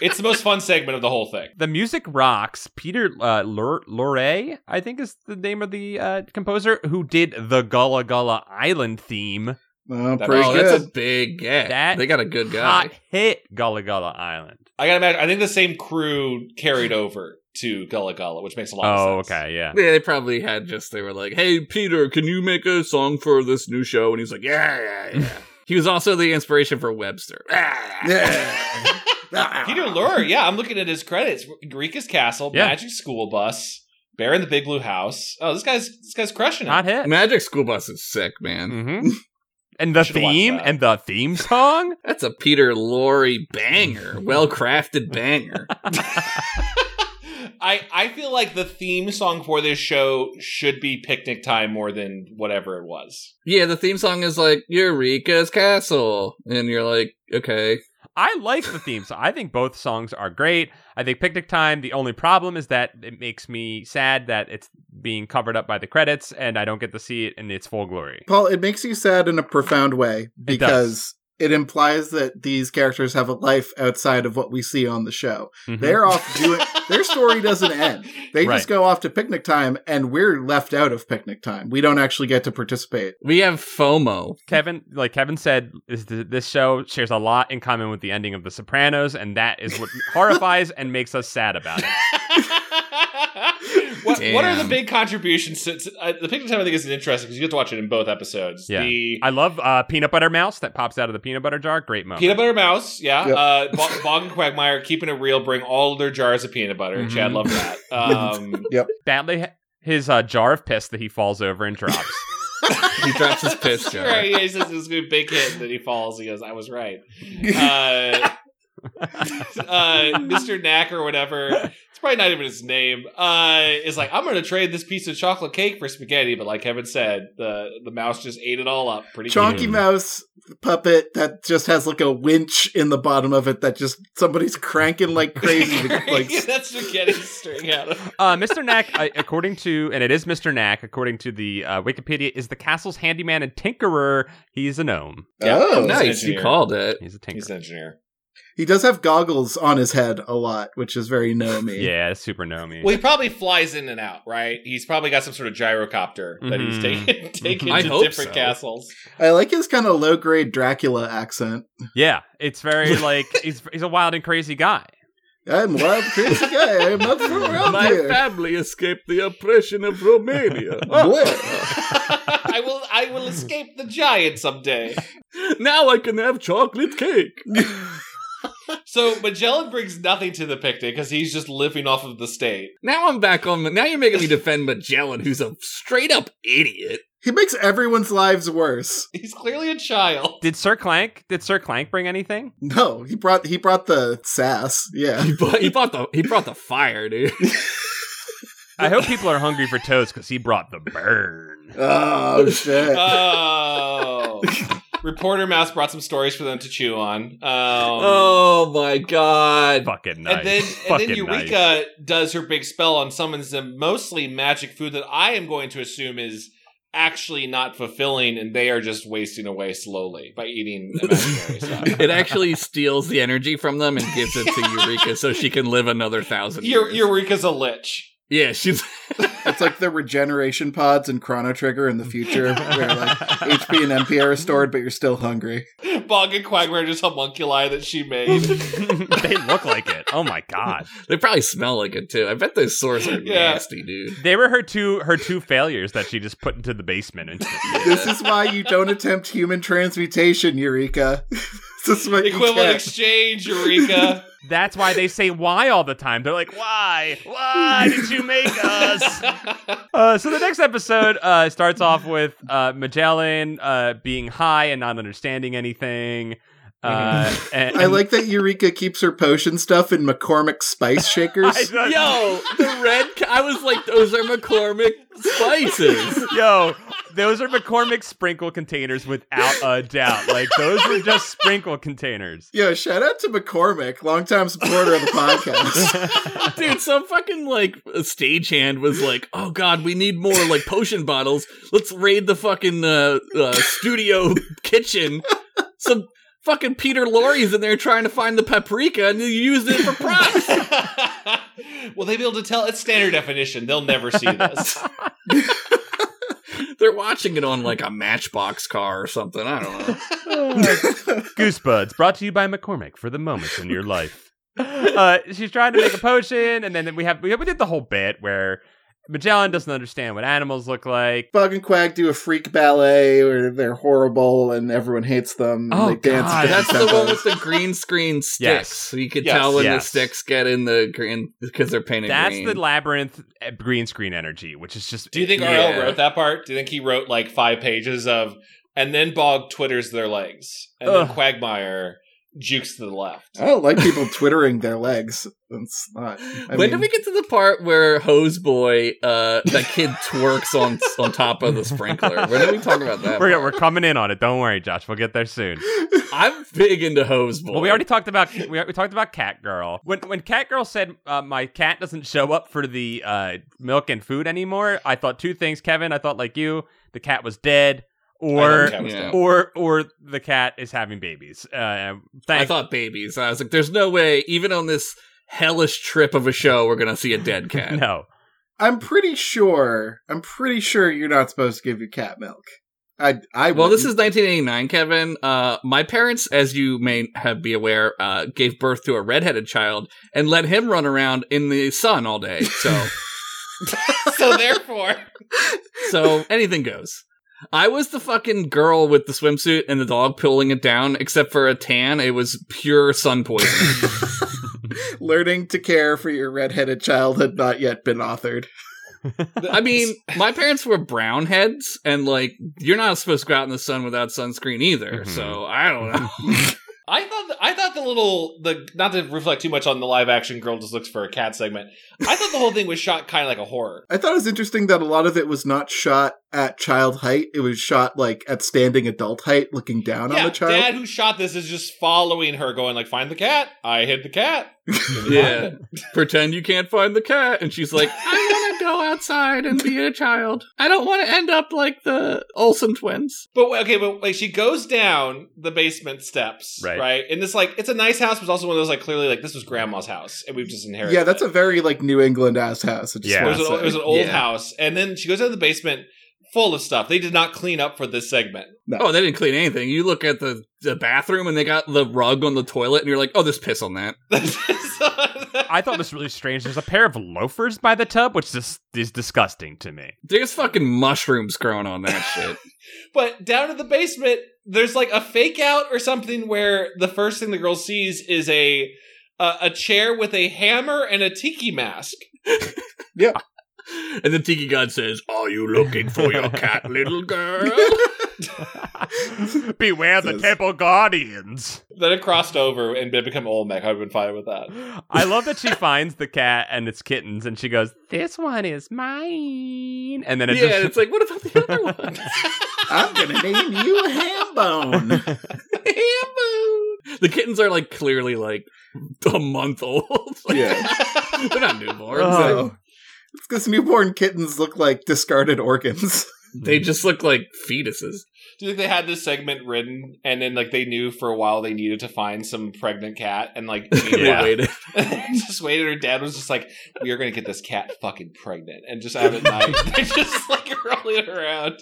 Speaker 1: it's the most fun segment of the whole thing.
Speaker 2: the music rocks. Peter uh, Lur- Lorre, I think is the name of the uh, composer who did the Gullah Gullah Island theme.
Speaker 4: Oh,
Speaker 1: That-
Speaker 4: pretty
Speaker 3: oh,
Speaker 4: good.
Speaker 3: that's *laughs* a big get.
Speaker 2: That-
Speaker 3: they got a good guy.
Speaker 2: Hot hit Gullah Gullah Island.
Speaker 1: I gotta imagine I think the same crew carried over to Gullah Gullah, which makes a lot
Speaker 2: Oh,
Speaker 1: of sense.
Speaker 2: okay, yeah.
Speaker 3: Yeah, they probably had just they were like, "Hey, Peter, can you make a song for this new show?" And he's like, "Yeah, yeah, yeah." he was also the inspiration for Webster.
Speaker 4: yeah.
Speaker 1: *laughs*
Speaker 4: Ah.
Speaker 1: Peter Lorre, yeah, I'm looking at his credits: Eureka's Castle,
Speaker 2: Yeah.
Speaker 1: Magic School Bus, Bear in the Big Blue House. Oh, this guy's this guy's crushing it.
Speaker 2: Hot hit.
Speaker 3: Magic School Bus is sick, man.
Speaker 1: Mm-hmm. *laughs*
Speaker 2: hmm And the
Speaker 1: Should've watched
Speaker 2: theme
Speaker 1: that.
Speaker 2: and the theme song.
Speaker 3: That's a Peter Lorre *laughs* banger, well crafted banger.
Speaker 1: I I feel like the theme song for this show should be Picnic Time more than whatever it was.
Speaker 3: yeah, the theme song is like Eureka's Castle, and you're like, okay,
Speaker 2: I like the theme song. I think both songs are great. I think Picnic Time, the only problem is that it makes me sad that it's being covered up by the credits and I don't get to see it in its full glory.
Speaker 4: Paul, it makes you sad in a profound way
Speaker 2: does.
Speaker 4: because it, implies that these characters have a life outside of what we see on the show.
Speaker 1: Mm-hmm.
Speaker 2: Mhm.
Speaker 4: They're off doing their story doesn't end.
Speaker 1: *laughs*
Speaker 4: They
Speaker 2: Right.
Speaker 4: just go off to picnic time and we're left out of picnic time. We don't actually get to participate.
Speaker 3: we have FOMO.
Speaker 2: Kevin, like Kevin said, is th- this show shares a lot in common with the ending of The Sopranos, and that is
Speaker 1: *laughs*
Speaker 2: what horrifies and makes us sad about it.
Speaker 1: *laughs* what, what are
Speaker 3: Damn.
Speaker 1: the big contributions? To, to- uh, the Picnic Time I think is interesting because you get to watch it in both episodes.
Speaker 2: Yeah.
Speaker 1: The
Speaker 2: I love uh, peanut butter mouse that pops out of the peanut butter jar. Great moment.
Speaker 1: Peanut Butter Mouse, yeah.
Speaker 4: Yep.
Speaker 1: Uh, Bo- Bog and Quagmire keeping it real, bring all their jars of peanut butter.
Speaker 2: Mhm.
Speaker 1: Chad loved
Speaker 2: *laughs*
Speaker 1: that. Um,
Speaker 2: Badly, his uh, jar of piss that he falls over and drops.
Speaker 3: He
Speaker 1: *laughs*
Speaker 3: drops *laughs* his piss jar.
Speaker 1: Right, yeah, he says it's a big hit, and then he falls. He goes, "I was
Speaker 3: *laughs*
Speaker 1: right." Uh, uh, Mr. Knack or whatever. It's probably not even his name. Uh, is like, I'm going to trade this piece of chocolate cake for spaghetti, but like Kevin said, the the mouse just ate it all up. Pretty
Speaker 4: Chonky
Speaker 2: Mhm.
Speaker 4: Mouse puppet that just has like a winch in the bottom of it that just somebody's cranking
Speaker 1: *laughs*
Speaker 4: like *laughs*
Speaker 2: *laughs*
Speaker 4: crazy. to, like
Speaker 1: yeah, that's spaghetti string out of.
Speaker 2: uh, Mr. Knack, I, according to, and it is Mr. Knack, according to the uh, Wikipedia, is the castle's handyman and tinkerer. He's a gnome.
Speaker 4: Oh.
Speaker 1: he's an
Speaker 3: Nice, you
Speaker 1: engineer.
Speaker 3: called it.
Speaker 2: He's a tinkerer.
Speaker 1: He's an engineer.
Speaker 4: he does have goggles on his head a lot, which is very gnomey.
Speaker 2: yeah, super gnomey.
Speaker 1: Well, he probably flies in and out, right? He's probably got some sort of gyrocopter that he's
Speaker 2: Mhm.
Speaker 1: taken *laughs* taken
Speaker 3: Mm-hmm. I
Speaker 1: to
Speaker 3: hope
Speaker 1: different
Speaker 3: so.
Speaker 1: castles.
Speaker 4: I like his kind of low grade Dracula accent.
Speaker 2: yeah, it's
Speaker 1: *laughs*
Speaker 2: very like he's he's a wild and crazy guy.
Speaker 4: I'm wild crazy guy. I'm not from around
Speaker 3: Oh, My
Speaker 4: here.
Speaker 3: family escaped the oppression of *laughs* Romania.
Speaker 1: *laughs*
Speaker 4: Boy.
Speaker 1: I will I will escape the giant someday.
Speaker 3: now I can have chocolate cake.
Speaker 1: So Magellan brings nothing to the picnic because he's just living off of the state.
Speaker 3: Now I'm back on. Now you're making me defend Magellan, who's a straight up idiot.
Speaker 4: He makes everyone's lives worse.
Speaker 1: He's clearly a child.
Speaker 2: Did Sir Clank? Did Sir Clank bring anything?
Speaker 4: No, he brought he brought the sass. Yeah.
Speaker 3: *laughs* He brought, he brought the he brought the fire, *laughs* dude.
Speaker 2: I hope people are hungry for toast because he brought the burn.
Speaker 4: Oh shit.
Speaker 1: Oh. Reporter Mouse brought some stories for them to chew on. Um,
Speaker 3: oh my god!
Speaker 2: Fucking nice.
Speaker 1: *laughs* And then, and
Speaker 2: Fucking
Speaker 1: then Eureka
Speaker 2: nice.
Speaker 1: does her big spell and summons them mostly magic food that I am going to assume is actually not fulfilling, and they are just wasting away slowly by eating
Speaker 2: *laughs*
Speaker 1: imaginary stuff.
Speaker 3: It actually steals the energy from them and gives it to Eureka so she can live another thousand
Speaker 1: Eu-
Speaker 3: years.
Speaker 1: Eureka's a lich.
Speaker 3: yeah, she's *laughs*
Speaker 4: It's like the regeneration pods in Chrono Trigger in the future where like HP and MP are restored but you're still hungry.
Speaker 1: Bog and Quagmire just homunculi that she made.
Speaker 2: *laughs* they look like it. Oh my god.
Speaker 3: They probably smell like it too. I bet those sores are
Speaker 1: Yeah.
Speaker 3: nasty, dude.
Speaker 2: They were her two her two failures that she just put into the basement. And
Speaker 4: This is why you don't attempt human transmutation, Eureka. *laughs* this is what you
Speaker 1: Equivalent
Speaker 4: get.
Speaker 1: exchange, Eureka. *laughs*
Speaker 2: that's why they say why all the time. They're like, why? Why did you make us? Uh, so the next episode uh, starts off with uh, Magellan uh, being high and not understanding anything. Uh, and,
Speaker 4: I like that Eureka keeps her potion stuff in
Speaker 3: *laughs*
Speaker 4: McCormick
Speaker 2: *laughs*
Speaker 4: spice
Speaker 2: I
Speaker 4: shakers.
Speaker 2: thought-
Speaker 3: Yo, the red. ca- I was like, those are McCormick spices.
Speaker 2: Yo, those are McCormick sprinkle containers without a doubt. Like those were just sprinkle containers.
Speaker 4: Yo, shout out to McCormick, longtime supporter of the
Speaker 3: *laughs*
Speaker 4: podcast.
Speaker 3: Dude, some fucking like stagehand was like, "Oh God, we need more like potion bottles. Let's raid the fucking uh, uh, studio *laughs* kitchen." Some fucking Peter Lorre's in there trying to find the paprika, and you used it for props.
Speaker 1: Will they be able to tell? It's standard definition. They'll never see this.
Speaker 3: They're watching it on like a Matchbox car or something. I
Speaker 2: *laughs*
Speaker 3: don't know.
Speaker 2: Goosebuds, brought to you by McCormick for the moments in your life. Uh, she's trying to make a potion, and then we have we, we did the whole bit where Magellan doesn't understand what animals look like.
Speaker 4: Bug and Quack do a freak ballet where they're horrible and everyone hates them. and
Speaker 2: Oh,
Speaker 4: they dance
Speaker 2: God.
Speaker 4: to
Speaker 3: That's the
Speaker 4: different
Speaker 3: one
Speaker 4: tempos.
Speaker 3: with the green screen sticks.
Speaker 2: Yes.
Speaker 3: So you could
Speaker 1: Yes.
Speaker 3: tell when
Speaker 2: Yes.
Speaker 3: the sticks get in the green because they're painted
Speaker 2: That's
Speaker 3: green.
Speaker 2: the labyrinth uh, green screen energy, which is just. eh,
Speaker 1: Do you think
Speaker 3: Yeah.
Speaker 1: RL wrote that part? Do you think he wrote like five pages of, and then Bog twitters their legs, and
Speaker 2: Ugh.
Speaker 1: then Quagmire jukes to the left?
Speaker 4: *laughs* I don't like people twittering their legs. That's not. *laughs* I
Speaker 3: when did
Speaker 4: mean,
Speaker 3: we get to the part where Hose Boy, uh, that kid twerks on on top of the sprinkler? When did we talk about that?
Speaker 2: We're, we're coming in on it. Don't worry, Josh. We'll get there soon.
Speaker 3: I'm big into Hose Boy.
Speaker 2: Well, we already talked about we, we talked about Cat Girl. When when Cat Girl said uh, my cat doesn't show up for the uh, milk and food anymore, I thought two things, Kevin. I thought like you, the cat was dead,
Speaker 1: I
Speaker 2: or
Speaker 1: thought that was
Speaker 3: Yeah.
Speaker 1: dumb.
Speaker 2: *laughs* or or the cat is having babies. Uh,
Speaker 3: I
Speaker 2: thank-
Speaker 3: thought babies. I was like, there's no way, even on this hellish trip of a show, we're gonna see a dead
Speaker 2: *laughs*
Speaker 3: cat.
Speaker 2: no.
Speaker 4: I'm pretty sure. I'm pretty sure you're not supposed to give your cat milk. I. I.
Speaker 3: Well, this
Speaker 4: wouldn't.
Speaker 3: is 1989, Kevin. Uh, my parents, as you may have be aware, uh, gave birth to a redheaded child and let him run around in the sun all day.
Speaker 4: *laughs*
Speaker 3: So,
Speaker 1: so therefore,
Speaker 3: so anything goes. I was the fucking girl with the swimsuit and the dog pulling it down, except for a tan. It was pure sun
Speaker 4: *laughs*
Speaker 3: poisoning.
Speaker 4: learning to care for your redheaded child had not yet been authored.
Speaker 3: I mean, my parents were brown heads, and like, you're not supposed to go out in the sun without sunscreen either.
Speaker 4: Mm-hmm.
Speaker 2: Mhm.
Speaker 3: So, I don't know.
Speaker 1: I thought th- I thought the little the not to reflect too much on the live action girl just looks for a cat segment. I thought the whole thing was shot kind of like a horror.
Speaker 4: I thought it was interesting that a lot of it was not shot at child height. It was shot like at standing adult height, looking down on
Speaker 1: yeah,
Speaker 4: the child.
Speaker 1: dad who shot this is just following her, going like, "Find the cat! I hid the cat."
Speaker 3: Yeah. *laughs* Pretend you can't find the cat. And she's like, I want to go outside and be a child. I don't want to end up like the Olsen twins.
Speaker 1: But wait, okay, but like she goes down the basement steps,
Speaker 2: Right.
Speaker 1: right? Right, and this like it's a nice house, but it's also one of those like clearly like this was grandma's house, and we've just inherited.
Speaker 4: yeah, that's
Speaker 1: it.
Speaker 4: a very like New England ass house. I just
Speaker 2: Yeah.
Speaker 1: It was,
Speaker 4: wanna
Speaker 1: an, it
Speaker 4: say.
Speaker 1: was an old
Speaker 3: Yeah.
Speaker 1: house, and then she goes down the basement full of stuff. They did not clean up for this segment. *laughs*
Speaker 3: Oh, they didn't clean anything. You look at the, the bathroom and they got the rug on the toilet and you're like, oh, there's piss on that.
Speaker 2: I thought this was really strange. There's a pair of loafers by the tub, which is, is disgusting to
Speaker 3: *laughs*
Speaker 2: me.
Speaker 3: There's fucking mushrooms growing on that
Speaker 2: *laughs*
Speaker 3: shit.
Speaker 1: But down in the basement, there's like a fake out or something where the first thing the girl sees is a a, a chair with a hammer and a tiki mask.
Speaker 3: and then Tiki God says, are you looking for your cat,
Speaker 2: *laughs*
Speaker 3: little girl?
Speaker 2: Beware the
Speaker 4: Says-
Speaker 2: temple guardians.
Speaker 1: Then it crossed over and it became Olmec. I've been fine with
Speaker 2: *laughs*
Speaker 1: that.
Speaker 2: I love that
Speaker 3: *laughs*
Speaker 2: she finds the cat and its kittens, and she goes, "This one is mine," and then
Speaker 3: yeah,
Speaker 2: it
Speaker 3: and
Speaker 2: just
Speaker 3: it's like, what about the other one?
Speaker 2: *laughs*
Speaker 4: I'm gonna name you Hambone.
Speaker 3: the kittens are like clearly like a month old. *laughs* Like,
Speaker 4: yeah.
Speaker 3: They're not newborns.
Speaker 2: Oh.
Speaker 3: They're-
Speaker 4: So, it's because newborn kittens look like discarded organs.
Speaker 3: They just look like fetuses.
Speaker 1: Do you think they had this segment written and then like they knew for a while they needed to find some pregnant cat and like
Speaker 3: They
Speaker 2: Yeah.
Speaker 3: waited.
Speaker 1: *laughs* just waited. Her dad was just like, "We are going to get this cat fucking pregnant," and just out at night, they're just like *laughs* rolling around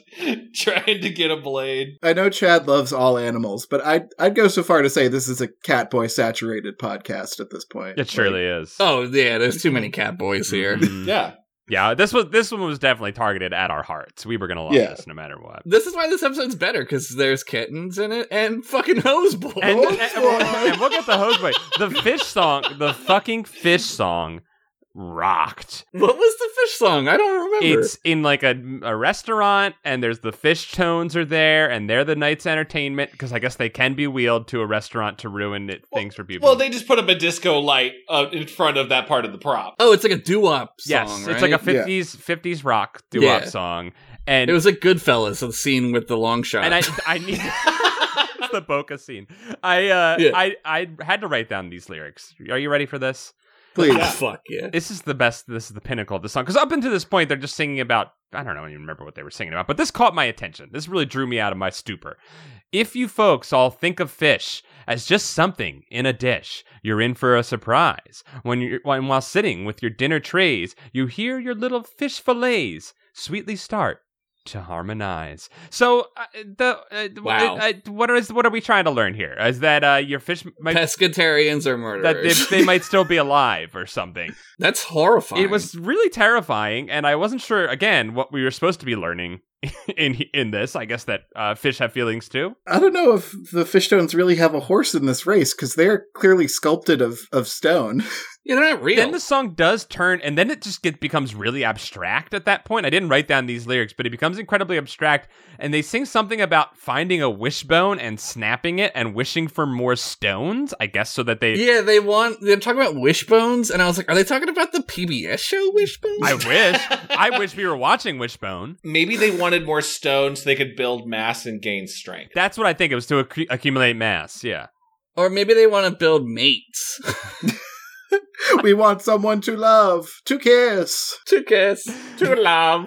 Speaker 1: trying to get a blade.
Speaker 4: I know Chad loves all animals, but I'd I'd go so far to say this is a Catboy saturated podcast at this point.
Speaker 2: It surely is.
Speaker 3: Oh yeah, there's too many cat
Speaker 2: *laughs*
Speaker 3: boys here.
Speaker 2: Mhm.
Speaker 1: Yeah,
Speaker 2: Yeah, this was this one was definitely targeted at our hearts. We were gonna love
Speaker 4: Yeah.
Speaker 2: this no matter what.
Speaker 3: This is why this episode's better because there's kittens in it and fucking hose boys.
Speaker 2: And,
Speaker 4: Hose
Speaker 2: and, and we'll,
Speaker 4: boy.
Speaker 2: and we'll get the hose boy. The fish song, the fucking fish song, rocked.
Speaker 3: *laughs* what was the fish song? I don't remember.
Speaker 2: It's in like a, a restaurant, and there's the fish tones are there, and they're the night's entertainment because I guess they can be wheeled to a restaurant to ruin it, things for people.
Speaker 1: well, they just put up a disco light uh, in front of that part of the prop. *laughs*
Speaker 3: oh, it's like a doo wop song.
Speaker 2: yes, it's like a
Speaker 3: right?
Speaker 4: Yeah.
Speaker 2: fifties fifties rock doo-wop
Speaker 3: Yeah.
Speaker 2: song, and
Speaker 3: It was like Goodfellas, the scene with the long
Speaker 2: *laughs*
Speaker 3: shot. *laughs*
Speaker 2: and I I need it's the bokeh scene. I uh
Speaker 3: *laughs* Yeah.
Speaker 2: I I had to write down these lyrics. Are you ready for this?
Speaker 4: Please.
Speaker 3: Oh, fuck yeah.
Speaker 2: This is the best. This is the pinnacle of the song because up until this point they're just singing about I don't know, I don't even remember what they were singing about, but this caught my attention. This really drew me out of my stupor. If you folks all think of fish as just something in a dish, you're in for a surprise. When you when while sitting with your dinner trays, you hear your little fish fillets sweetly start to harmonize. So uh, the uh,
Speaker 3: Wow.
Speaker 2: uh, what is what are we trying to learn here? Is that uh, your fish might
Speaker 3: Pescatarians are
Speaker 2: that they,
Speaker 3: murderers.
Speaker 2: they might still be alive or something?
Speaker 3: *laughs* That's horrifying.
Speaker 2: It was really terrifying, and I wasn't sure again what we were supposed to be learning *laughs* in in this. I guess that uh, fish have feelings too.
Speaker 4: I don't know if the Fishtones really have a horse in this race because they're clearly sculpted of, of stone. *laughs*
Speaker 3: Yeah, they're not real.
Speaker 2: Then the song does turn, and then it just get, becomes really abstract at that point. I didn't write down these lyrics, but it becomes incredibly abstract, and they sing something about finding a wishbone and snapping it and wishing for more stones. I guess so that they.
Speaker 3: yeah, they want. They're talking about wishbones, and I was like, are they talking about the PBS show wishbones?
Speaker 2: I wish. I wish we were watching Wishbone.
Speaker 1: Maybe they wanted more stone so they could build mass and gain strength.
Speaker 2: That's what I think it was to accu- accumulate mass. Yeah.
Speaker 3: or maybe they want to build mates *laughs*
Speaker 4: we want someone to love, to kiss.
Speaker 3: to kiss, to love.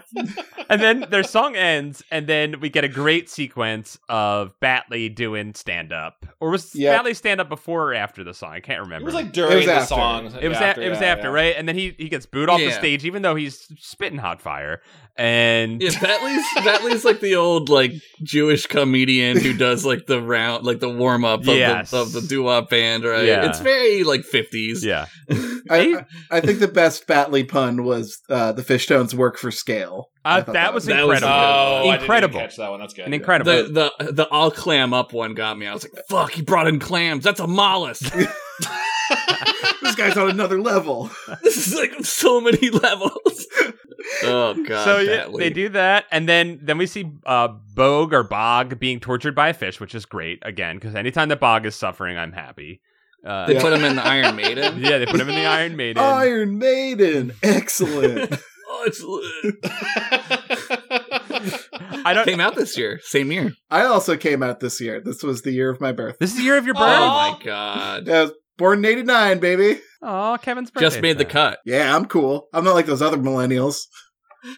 Speaker 2: and then their song ends, and then we get a great sequence of Batley doing stand up. Or was
Speaker 4: Yeah.
Speaker 2: Batley stand up before or after the song? I can't remember.
Speaker 1: It was like during
Speaker 4: It was
Speaker 1: the
Speaker 4: after.
Speaker 1: song.
Speaker 2: it was after, it was
Speaker 1: yeah,
Speaker 2: after
Speaker 1: yeah.
Speaker 2: right? And then he, he gets booed off the
Speaker 3: Yeah.
Speaker 2: stage, even though he's spitting hot fire. And
Speaker 3: Yeah, Batley's Batley's like the old like Jewish comedian who does like the round like the warm up of
Speaker 2: Yes.
Speaker 3: the of the doo wop band, right?
Speaker 2: Yeah.
Speaker 3: It's very like fifties.
Speaker 2: yeah, Uh, Hey.
Speaker 4: I, I I think the best Batley pun was uh, the Fishtones work for scale. I
Speaker 2: uh,
Speaker 4: thought
Speaker 2: that was
Speaker 3: that was-
Speaker 2: incredible,
Speaker 1: Oh, I didn't even
Speaker 2: incredible,
Speaker 1: catch that one. That's good.
Speaker 2: an incredible.
Speaker 3: The the the all clam up one got me. I was like, "Fuck!" He brought in clams. That's a mollusk. *laughs*
Speaker 4: this guy's on
Speaker 2: *laughs*
Speaker 4: another level.
Speaker 3: this is like so many *laughs* levels. Oh god.
Speaker 2: so yeah,
Speaker 3: Batley.
Speaker 2: they do that, and then then we see uh, Bog or Bog being tortured by a fish, which is great again because anytime that Bog is suffering, I'm happy. Uh,
Speaker 3: They put him in
Speaker 2: *laughs*
Speaker 3: the Iron Maiden.
Speaker 2: yeah, they put him in the Iron Maiden.
Speaker 4: Iron Maiden,
Speaker 2: *laughs*
Speaker 4: excellent.
Speaker 3: Oh, it's
Speaker 2: I don't.
Speaker 3: came out this year, same year.
Speaker 4: I also came out this year. This was the year of my birth.
Speaker 2: This is the year of your birth.
Speaker 1: Aw.
Speaker 2: Oh,
Speaker 3: Oh my god.
Speaker 4: I was born in '89, baby.
Speaker 2: Kevin's birthday.
Speaker 3: Just made the cut.
Speaker 4: Yeah, I'm cool. I'm not like those other millennials.
Speaker 1: *laughs*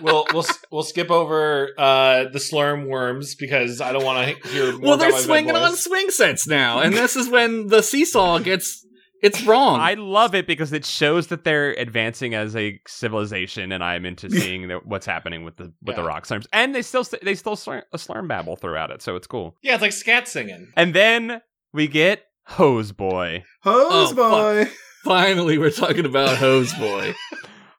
Speaker 1: we'll we'll s- we'll skip over uh, the slurm worms because I don't want to hear. More
Speaker 3: Well, they're
Speaker 1: about my bed
Speaker 3: swinging on
Speaker 1: boys.
Speaker 3: swing sets now, and this is when the seesaw gets it's wrong.
Speaker 2: I love it because it shows that they're advancing as a civilization, and I'm into seeing that what's happening with the with the
Speaker 1: Yeah.
Speaker 2: rock slurms. And they still they still slur, a slurm babble throughout it, so it's cool.
Speaker 1: Yeah, it's like scat singing.
Speaker 2: And then we get Hose Boy.
Speaker 4: Hose
Speaker 3: Oh,
Speaker 4: boy.
Speaker 3: Finally, we're talking about Hose Boy.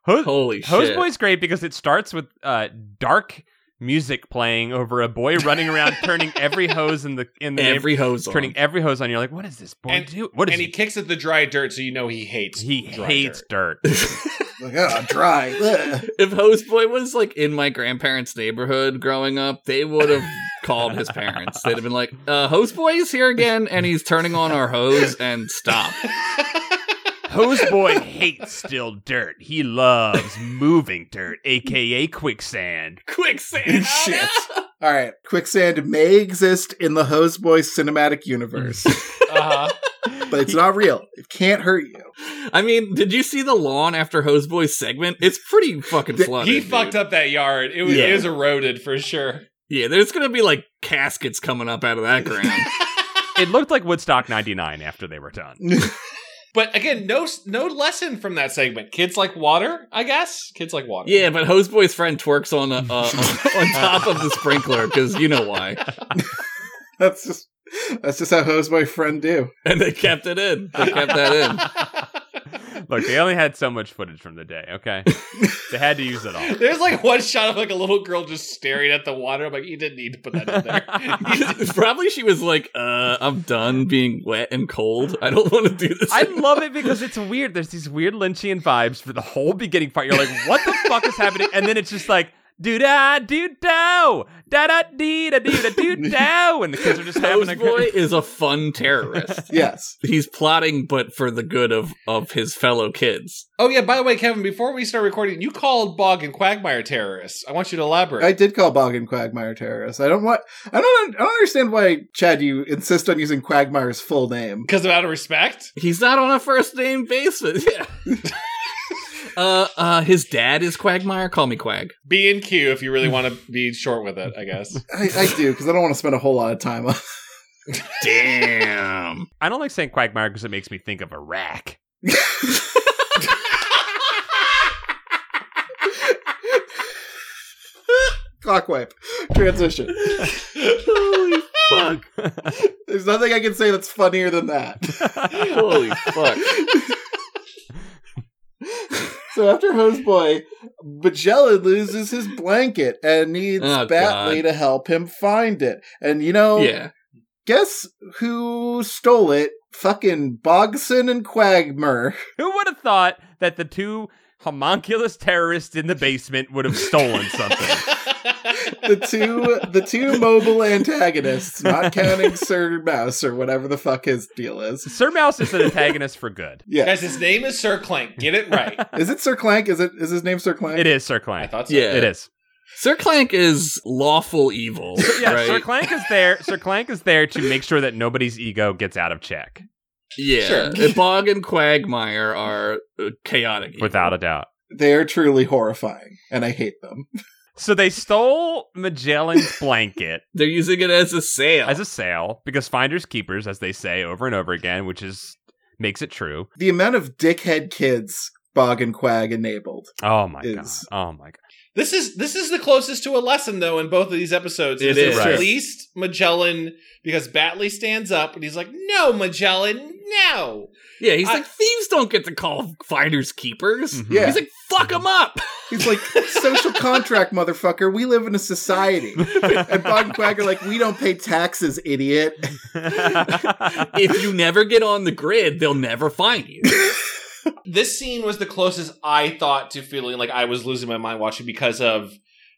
Speaker 2: Hose,
Speaker 3: Holy
Speaker 2: Hose
Speaker 3: shit!
Speaker 2: Boy's great because it starts with uh, dark music playing over a boy running around turning every hose in the in the neighborhood,
Speaker 3: every hose
Speaker 2: *laughs*
Speaker 3: on.
Speaker 2: turning every hose on. You're like, what is this boy
Speaker 1: And-
Speaker 2: do? What is
Speaker 1: And he kicks at the dry dirt, so you know he hates.
Speaker 2: he? He
Speaker 1: dry *laughs*
Speaker 2: hates
Speaker 1: dirt.
Speaker 2: dirt.
Speaker 4: *laughs* Like, oh, *laughs* dry. Ugh.
Speaker 3: if Hose Boy was like in my grandparents' neighborhood growing up, they would have called his parents. They'd have been like, uh, "Hose Boy is here again, and he's turning on our hose
Speaker 1: *laughs*
Speaker 3: and stop."
Speaker 2: Hose boy hates still dirt. He loves moving dirt, aka quicksand.
Speaker 3: Quicksand.
Speaker 4: Shit. All right. Quicksand may exist in the Hose Boy cinematic universe,
Speaker 1: uh-huh.
Speaker 4: but it's not real. It can't hurt you.
Speaker 3: I mean, did you see the lawn after Hose Boy's segment? It's pretty fucking
Speaker 4: Th-
Speaker 3: flooded.
Speaker 1: He
Speaker 3: dude.
Speaker 1: fucked up that yard. It was,
Speaker 4: Yeah.
Speaker 1: it was eroded for sure.
Speaker 3: Yeah, there's gonna be like caskets coming up out of that ground.
Speaker 2: It looked like Woodstock 99 after they were done.
Speaker 1: but again, no no lesson from that segment. Kids like water, I guess. Kids like water.
Speaker 3: yeah, but Hoseboy's friend twerks on uh,
Speaker 2: *laughs*
Speaker 3: uh, on, on top of the sprinkler because you know why,
Speaker 4: That's just that's just how hose my friend do.
Speaker 3: and they kept it in. They kept that in.
Speaker 1: *laughs*
Speaker 2: *laughs* Look, they only had so much footage from the day, okay? They had to use
Speaker 1: *laughs*
Speaker 2: it all.
Speaker 1: There's like one shot of like a little girl just staring at the water. I'm like, you didn't need to put that in
Speaker 2: *laughs*
Speaker 1: there.
Speaker 3: *laughs* Probably she was like, uh, I'm done being wet and cold. I don't want to do this.
Speaker 2: I love it because it's weird. There's these weird Lynchian vibes for the whole beginning part. You're like, what the fuck is happening? And then it's just like, do da do do da da dee da dee da do do, and the kids are just *laughs* having a
Speaker 3: Hoseboy
Speaker 2: good.
Speaker 3: is a fun terrorist.
Speaker 4: Yes.
Speaker 3: He's plotting, but for the good of, of his fellow kids.
Speaker 1: oh yeah, by the way, Kevin, before we start recording, you called Bog and Quagmire terrorists. I want you to elaborate.
Speaker 4: I did call Bog and Quagmire terrorists. I don't want I don't I don't understand why Chad you insist on using Quagmire's full name.
Speaker 1: because of out of respect?
Speaker 3: He's not on a first name basis. *laughs* Yeah. uh, uh, his dad is Quagmire. Call me
Speaker 2: *laughs*
Speaker 3: Quag.
Speaker 1: B and Q if you really want to be short with it, I guess.
Speaker 4: I, I do because I don't want to spend a whole lot of time on.
Speaker 3: Damn.
Speaker 2: I don't like saying quagmire because it makes me think of a rack.
Speaker 4: Clock wipe. Transition.
Speaker 3: Holy fuck.
Speaker 4: There's nothing I can say that's funnier than that.
Speaker 3: Holy fuck.
Speaker 4: So after Hoseboy, Magellan loses his blanket and needs
Speaker 3: Oh,
Speaker 4: Batley to help him find it. And you know,
Speaker 3: Yeah.
Speaker 4: guess who stole it? Fucking Bogson and Quagmire.
Speaker 2: Who would have thought that the two homunculus terrorists in the basement would have stolen
Speaker 1: *laughs*
Speaker 2: something?
Speaker 4: The two the two mobile antagonists, not counting Sir Mouse or whatever the fuck his deal is.
Speaker 2: Sir Mouse is an antagonist for good.
Speaker 4: Yeah.
Speaker 1: Guys, his name is Sir Clank. Get it right.
Speaker 4: *laughs* Is it Sir Clank? Is it is his name Sir Clank?
Speaker 2: It is Sir
Speaker 1: I
Speaker 2: Clank.
Speaker 1: thought so.
Speaker 3: Yeah.
Speaker 2: It is.
Speaker 3: Sir Clank is lawful evil.
Speaker 2: Yeah,
Speaker 3: right?
Speaker 2: Sir Clank is there. Sir Clank is there to make sure that nobody's ego gets out of check,
Speaker 3: Yeah,
Speaker 1: Sure.
Speaker 3: Bog and Quagmire are uh, chaotic. evil.
Speaker 2: without a doubt.
Speaker 4: They are truly horrifying, and I hate them.
Speaker 2: So they stole Magellan's blanket
Speaker 3: they're using it as a sale.
Speaker 2: as a sale because finders keepers, as they say over and over again, which is makes it true.
Speaker 4: The amount of dickhead kids Bog and Quag enabled.
Speaker 2: Oh my
Speaker 4: Is-
Speaker 2: god! Oh my god!
Speaker 1: This is this is the closest to a lesson though in both of these episodes. is
Speaker 3: It is.
Speaker 1: at
Speaker 2: Right.
Speaker 1: least Magellan because Batley stands up and he's like, "No, Magellan, no."
Speaker 3: yeah, he's
Speaker 1: I-
Speaker 3: like thieves don't get to call finders keepers.
Speaker 2: Mhm.
Speaker 4: Yeah.
Speaker 3: He's like fuck them up.
Speaker 4: He's like, social contract, motherfucker. We live in a society. And *laughs* Bog and Quag are like, we don't pay taxes, idiot.
Speaker 3: *laughs* if you never get on the grid, they'll never find you.
Speaker 1: This scene was the closest I thought to feeling like I was losing my mind watching because of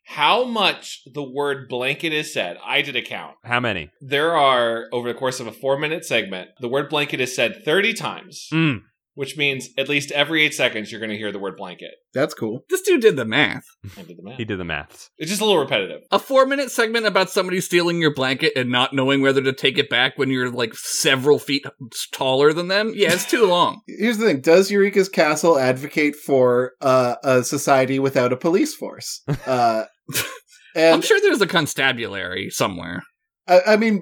Speaker 1: how much the word blanket is said. I did a count.
Speaker 2: *laughs* How many?
Speaker 1: There are over the course of a 4-minute segment, the word blanket is said 30 times,
Speaker 2: Mm.
Speaker 1: which means at least every 8 seconds you're going to hear the word
Speaker 2: *laughs*
Speaker 1: blanket.
Speaker 4: That's cool.
Speaker 3: This dude did the math.
Speaker 1: I did the math.
Speaker 2: He did the maths.
Speaker 1: It's just a little repetitive.
Speaker 3: A four minute segment about somebody stealing your blanket and not knowing whether to take it back when you're like several feet taller than them. Yeah, it's too long.
Speaker 4: Here's the thing Does Eureka's Castle advocate for uh, a society without a
Speaker 2: *laughs*
Speaker 4: police force? Uh,
Speaker 3: I'm
Speaker 4: and
Speaker 3: sure there's a constabulary somewhere.
Speaker 4: I, I mean.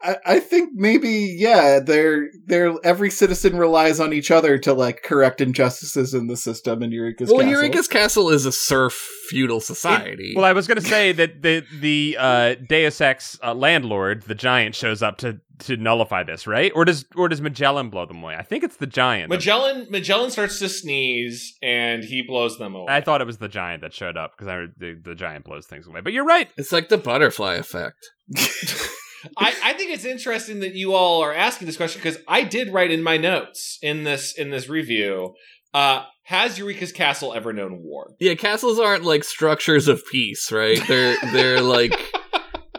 Speaker 4: I, I think maybe yeah, they're they're every citizen relies on each other to like correct injustices in the system. And Eureka's
Speaker 3: well,
Speaker 4: Castle.
Speaker 3: Eureka's Castle is a serf feudal society.
Speaker 2: Well, I was going to say that the the uh, Deus Ex uh, landlord, the giant, shows up to to nullify this, right? Or does or does Magellan blow them away? I think it's the giant. that-
Speaker 1: Magellan Magellan starts to sneeze and he blows them away.
Speaker 2: I thought it was the giant that showed up because I the, the giant blows things away. But you're right.
Speaker 3: it's like the butterfly effect.
Speaker 1: I, I think it's interesting that you all are asking this question because I did write in my notes in this in this review. Uh, has Eureka's Castle ever known war? *laughs*
Speaker 3: Yeah, castles aren't like structures of peace, right? They're they're like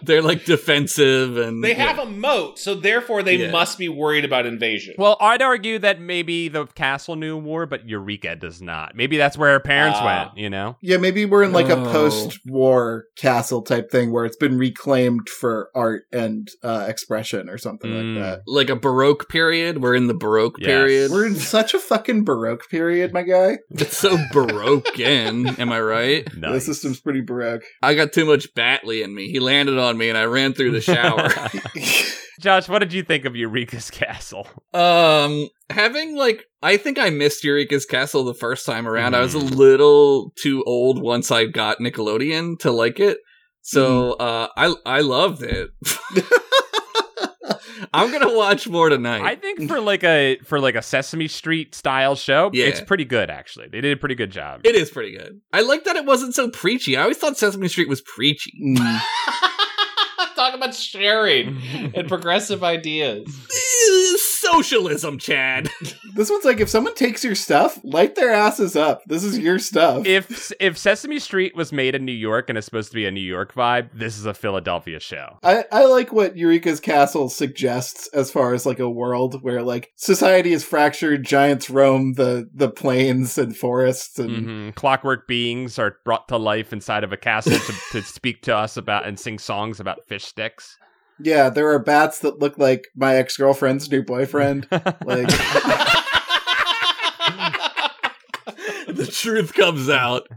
Speaker 3: They're like defensive and
Speaker 1: They have a moat, so therefore they
Speaker 3: Mm, Yeah.
Speaker 1: must be worried about invasion.
Speaker 2: Well, I'd argue that maybe the castle knew war, but Eureka does not. Maybe that's where her parents
Speaker 1: Ah.
Speaker 2: went, you know?
Speaker 4: *laughs* Yeah, maybe we're in like a
Speaker 3: Oh.
Speaker 4: post-war castle type thing where it's been reclaimed for art and uh, expression or something
Speaker 2: Mm.
Speaker 4: like that.
Speaker 3: like a baroque period. We're in the baroque
Speaker 2: Yes.
Speaker 3: period.
Speaker 4: We're in such a fucking baroque period, my guy.
Speaker 3: it's so baroque in, am I right?
Speaker 4: The
Speaker 2: Nice.
Speaker 4: system's pretty
Speaker 2: *laughs*
Speaker 4: baroque.
Speaker 3: I got too much Batley in me. He landed on me and I ran through
Speaker 1: *laughs*
Speaker 3: the shower.
Speaker 2: Josh, what did you think of Eureka's *laughs* castle?
Speaker 3: um having like I think I missed Eureka's Castle the first time around. I was a
Speaker 2: Mm.
Speaker 3: little too old once I got Nickelodeon to like it. So uh I I loved it. *laughs* I'm gonna watch more tonight.
Speaker 2: I think for like a for like a Sesame Street style show,
Speaker 3: Yeah.
Speaker 2: it's pretty good actually. They did a pretty good job.
Speaker 3: It is pretty good. I like that it wasn't so preachy. I always thought Sesame Street was preachy.
Speaker 4: Mm.
Speaker 1: *laughs* Talk about
Speaker 2: Mm.
Speaker 1: sharing
Speaker 2: *laughs*
Speaker 1: and progressive ideas. *laughs*
Speaker 3: Mm. Socialism, Chad.
Speaker 4: This one's like if someone takes your stuff, light their asses up. This is your stuff.
Speaker 2: if if Sesame Street was made in New York and it's supposed to be a New York vibe, this is a Philadelphia show.
Speaker 4: I, I like what Eureka's Castle suggests as far as like a world where like society is fractured, giants roam the the plains and forests and
Speaker 2: hmm Clockwork beings are brought to life inside of a castle to, to speak to us about and sing songs about fish sticks.
Speaker 4: yeah, there are bats that look like my ex girlfriend's new boyfriend. Like *laughs*
Speaker 3: the truth comes out.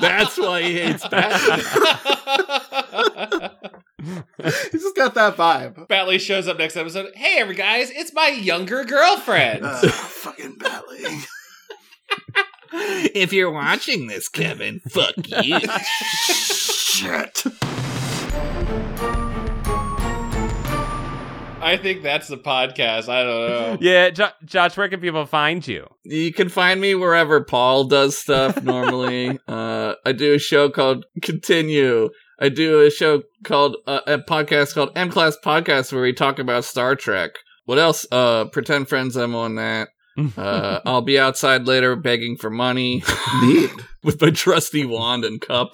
Speaker 3: That's why he hates
Speaker 1: that.
Speaker 4: he's just got that vibe.
Speaker 1: Batley shows up next episode. Hey, every guys, it's my younger girlfriend.
Speaker 4: *laughs* Uh, fucking Batley.
Speaker 3: *laughs* If you're watching this, Kevin, fuck you. *laughs*
Speaker 4: Shit.
Speaker 1: I think that's the podcast. I don't know.
Speaker 2: yeah, jo- Josh, where can people find you?
Speaker 3: you can find me wherever Paul does
Speaker 1: *laughs*
Speaker 3: stuff normally. uh, I do a show called Continue. I do a show called uh, a podcast called M Class Podcast where we talk about Star Trek. What else? Uh, Pretend Friends. I'm on that.
Speaker 1: *laughs*
Speaker 3: Uh, I'll be outside later begging for money
Speaker 4: *laughs*
Speaker 3: *laughs*
Speaker 4: Neat.
Speaker 3: with my trusty wand and cup.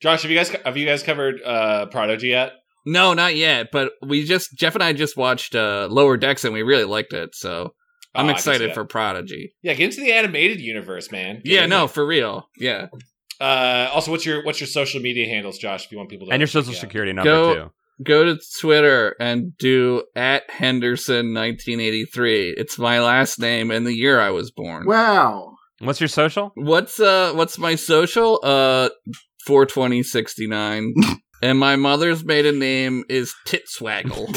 Speaker 1: Josh, have you guys have you guys covered uh, Prodigy yet?
Speaker 3: No, not yet. But we just Jeff and I just watched uh, Lower Decks and we really liked it.
Speaker 1: Oh,
Speaker 3: So I'm
Speaker 1: I can see
Speaker 3: excited
Speaker 1: that.
Speaker 3: for Prodigy.
Speaker 1: yeah. Get into the animated universe, man. Get
Speaker 3: Yeah,
Speaker 1: into
Speaker 3: no, for real. Yeah,
Speaker 1: it. Uh, also, what's your what's your social media handles, Josh? If you want people to
Speaker 2: and your
Speaker 1: check
Speaker 2: social
Speaker 1: you out?
Speaker 2: security number
Speaker 3: Go-
Speaker 2: too.
Speaker 3: go to Twitter and do at Henderson 1983. It's my last name and the year I was born.
Speaker 4: wow.
Speaker 2: What's your social?
Speaker 3: What's uh what's my social? Uh 42069. and my mother's maiden name is Titswaggle.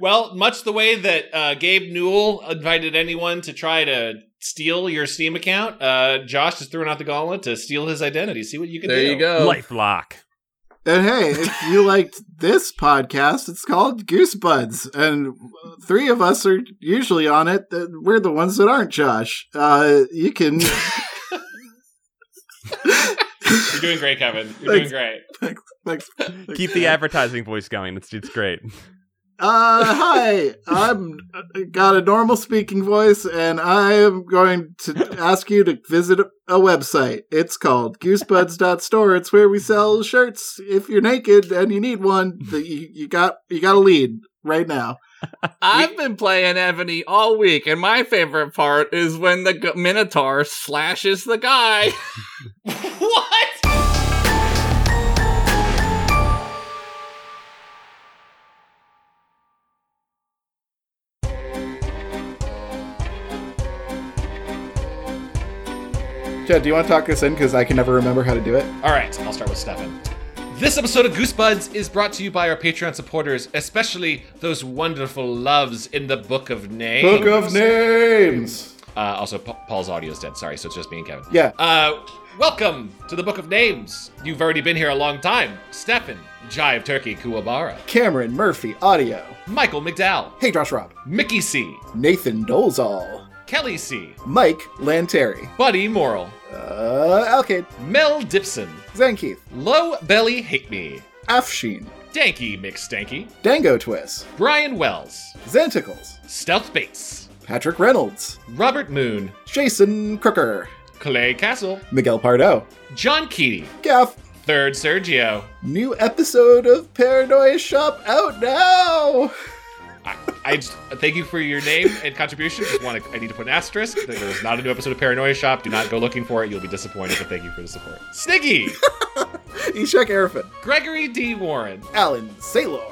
Speaker 1: Well, much the way that uh, Gabe Newell invited anyone to try to steal your Steam account, uh, Josh is throwing out the gauntlet to steal his identity. See what you can
Speaker 3: there
Speaker 1: do.
Speaker 3: you go.
Speaker 2: Lifelock.
Speaker 4: And hey, if you liked this podcast, it's called Goosebuds, and three of us are usually on it. Uh, We're the ones that aren't Josh. Uh, you can.
Speaker 1: You're doing great, Kevin. You're doing
Speaker 4: Thanks.
Speaker 1: great. *laughs*
Speaker 2: *laughs*
Speaker 4: Thanks.
Speaker 2: Keep
Speaker 4: *laughs*
Speaker 2: the advertising voice going. It's it's great.
Speaker 4: Uh, hi, I'm I got a normal speaking voice, and I am going to ask you to visit a website. It's called Goosebuds.store. It's where we sell shirts. If you're naked and you need one, that you, you got you got a lead right now.
Speaker 3: I've been playing Ebony all week, and my favorite part is when the g- Minotaur slashes the guy.
Speaker 1: what?
Speaker 4: Chad, do you want to talk this in? Because I can never remember how to do it.
Speaker 1: All right, I'll start with Stefan. This episode of Goosebuds is brought to you by our Patreon supporters, especially those wonderful loves in the Book of Name.
Speaker 4: Book of Names.
Speaker 1: Uh, also, Pa- Paul's audio is dead. Sorry, so it's just me and Kevin.
Speaker 4: Yeah.
Speaker 1: Uh, welcome to the Book of Names. You've already been here a long time. Stefan, Jive Turkey Kuwabara,
Speaker 4: Cameron Murphy Audio.
Speaker 1: Michael McDowell,
Speaker 4: Hey, Josh Rob.
Speaker 1: Mickey C,
Speaker 4: Nathan Dolezal.
Speaker 1: Kelly C,
Speaker 4: Mike Lanteri.
Speaker 1: Buddy Morrill,
Speaker 4: Uh, Alcade.
Speaker 1: Mel Dipson,
Speaker 4: Zankeith.
Speaker 1: Low Belly Hickney,
Speaker 4: Afshin.
Speaker 1: Danky McStanky,
Speaker 4: Dango Twist.
Speaker 1: Brian Wells,
Speaker 4: Xanticles.
Speaker 1: Stealth Bates,
Speaker 4: Patrick Reynolds.
Speaker 1: Robert Moon,
Speaker 4: Jason Crooker.
Speaker 1: Clay Castle,
Speaker 4: Miguel Pardo.
Speaker 1: John Keaty,
Speaker 4: Gaff.
Speaker 1: Third, Sergio.
Speaker 4: New episode of Paranoia Shop out now. *laughs*
Speaker 1: I just, thank you for your name and contribution. Just want to, I need to put an asterisk. that There is not a new episode of Paranoia Shop. Do not go looking for it. You'll be disappointed. But thank you for the support. *laughs* Sniggy,
Speaker 4: Ishak Arafat,
Speaker 1: Gregory D. Warren,
Speaker 4: Alan Saylor,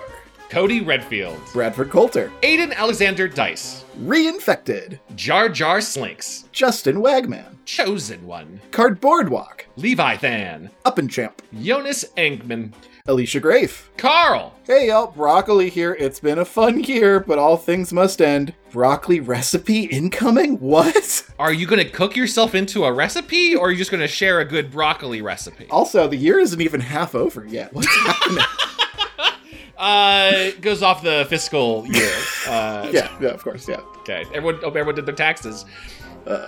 Speaker 1: Cody Redfield,
Speaker 4: Bradford Coulter,
Speaker 1: Aiden Alexander Dice,
Speaker 4: Reinfected,
Speaker 1: Jar Jar Slinks,
Speaker 4: Justin Wagman,
Speaker 1: Chosen One,
Speaker 4: Cardboard Walk,
Speaker 1: Levi Than,
Speaker 4: Up and Champ,
Speaker 1: Jonas Engman,
Speaker 4: Alicia Grafe.
Speaker 1: Carl,
Speaker 4: Hey y'all, Broccoli here. It's been a fun year, but all things must end. Broccoli recipe incoming? What? *laughs*
Speaker 1: Are you going to cook yourself into a recipe or are you just going to share a good broccoli recipe?
Speaker 4: Also, the year isn't even half over yet. What's happening?
Speaker 1: Uh, it goes off the fiscal year. Uh,
Speaker 4: yeah, yeah, of course, yeah.
Speaker 1: Okay. Everyone, hope everyone did their taxes.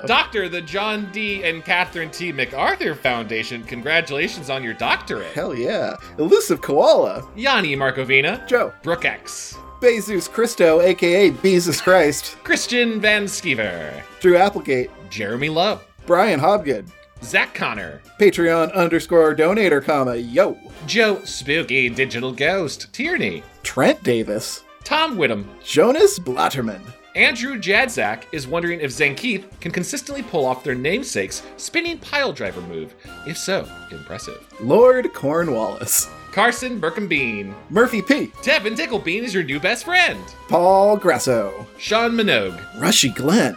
Speaker 1: Doctor, the John D. and Catherine T. MacArthur Foundation, congratulations on your doctorate.
Speaker 4: Hell yeah. Elusive Koala,
Speaker 1: Yanni Markovina,
Speaker 4: Joe,
Speaker 1: Brooke X,
Speaker 4: Bezos Christo, aka Jesus Christ,
Speaker 1: Christian Van Skeever,
Speaker 4: Drew Applegate,
Speaker 1: Jeremy Love,
Speaker 4: Brian Hobgood,
Speaker 1: Zach Connor,
Speaker 4: Patreon underscore donator, comma, yo,
Speaker 1: Joe Spooky Digital Ghost, Tierney,
Speaker 4: Trent Davis,
Speaker 1: Tom Whittem,
Speaker 4: Jonas Blatterman,
Speaker 1: Andrew Jadzak is wondering if Zankeith can consistently pull off their namesake's spinning pile driver move. If so, impressive.
Speaker 4: Lord Cornwallis,
Speaker 1: Carson Birkenbean.
Speaker 4: Murphy P,
Speaker 1: Devin Ticklebean is your new best friend.
Speaker 4: Paul Grasso,
Speaker 1: Sean Minogue.
Speaker 4: Rushy Glenn,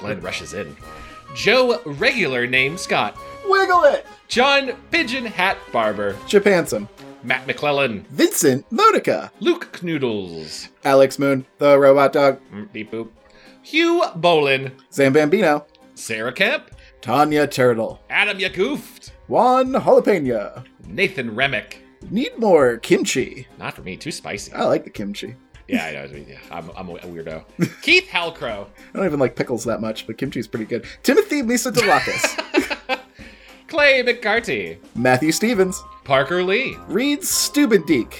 Speaker 1: Glenn rushes in. Joe Regular Name Scott.
Speaker 4: Wiggle It,
Speaker 1: John Pigeon Hat Barber.
Speaker 4: Japansum,
Speaker 1: Matt McClellan.
Speaker 4: Vincent Lodica,
Speaker 1: Luke Knoodles.
Speaker 4: Alex Moon, The Robot Dog,
Speaker 1: Mm, Beep boop. Hugh Bolin.
Speaker 4: Sam Bambino,
Speaker 1: Sarah Kemp.
Speaker 4: Tanya Turtle,
Speaker 1: Adam Yagoofed.
Speaker 4: Juan Jalapeno,
Speaker 1: Nathan Remick.
Speaker 4: Need More Kimchi.
Speaker 1: Not for me, too spicy.
Speaker 4: I like the kimchi.
Speaker 1: Yeah, I know. it's- yeah, I'm, I'm a weirdo. *laughs* Keith Halcrow.
Speaker 4: I don't even like pickles that much, but kimchi's pretty good. Timothy Lisa Delacus,
Speaker 1: Clay McCarty.
Speaker 4: Matthew Stevens,
Speaker 1: Parker Lee.
Speaker 4: Reed Stubendeek.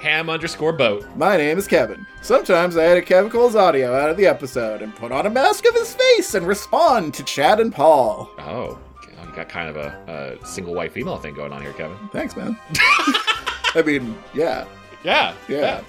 Speaker 1: Ham underscore boat.
Speaker 4: My name is Kevin. Sometimes I edit Kevin Cole's audio out of the episode and put on a mask of his face and respond to Chad and Paul.
Speaker 1: Oh, you got kind of a, a single white female thing going on here, Kevin.
Speaker 4: Thanks, man. I mean, yeah.
Speaker 1: Yeah.
Speaker 4: Yeah.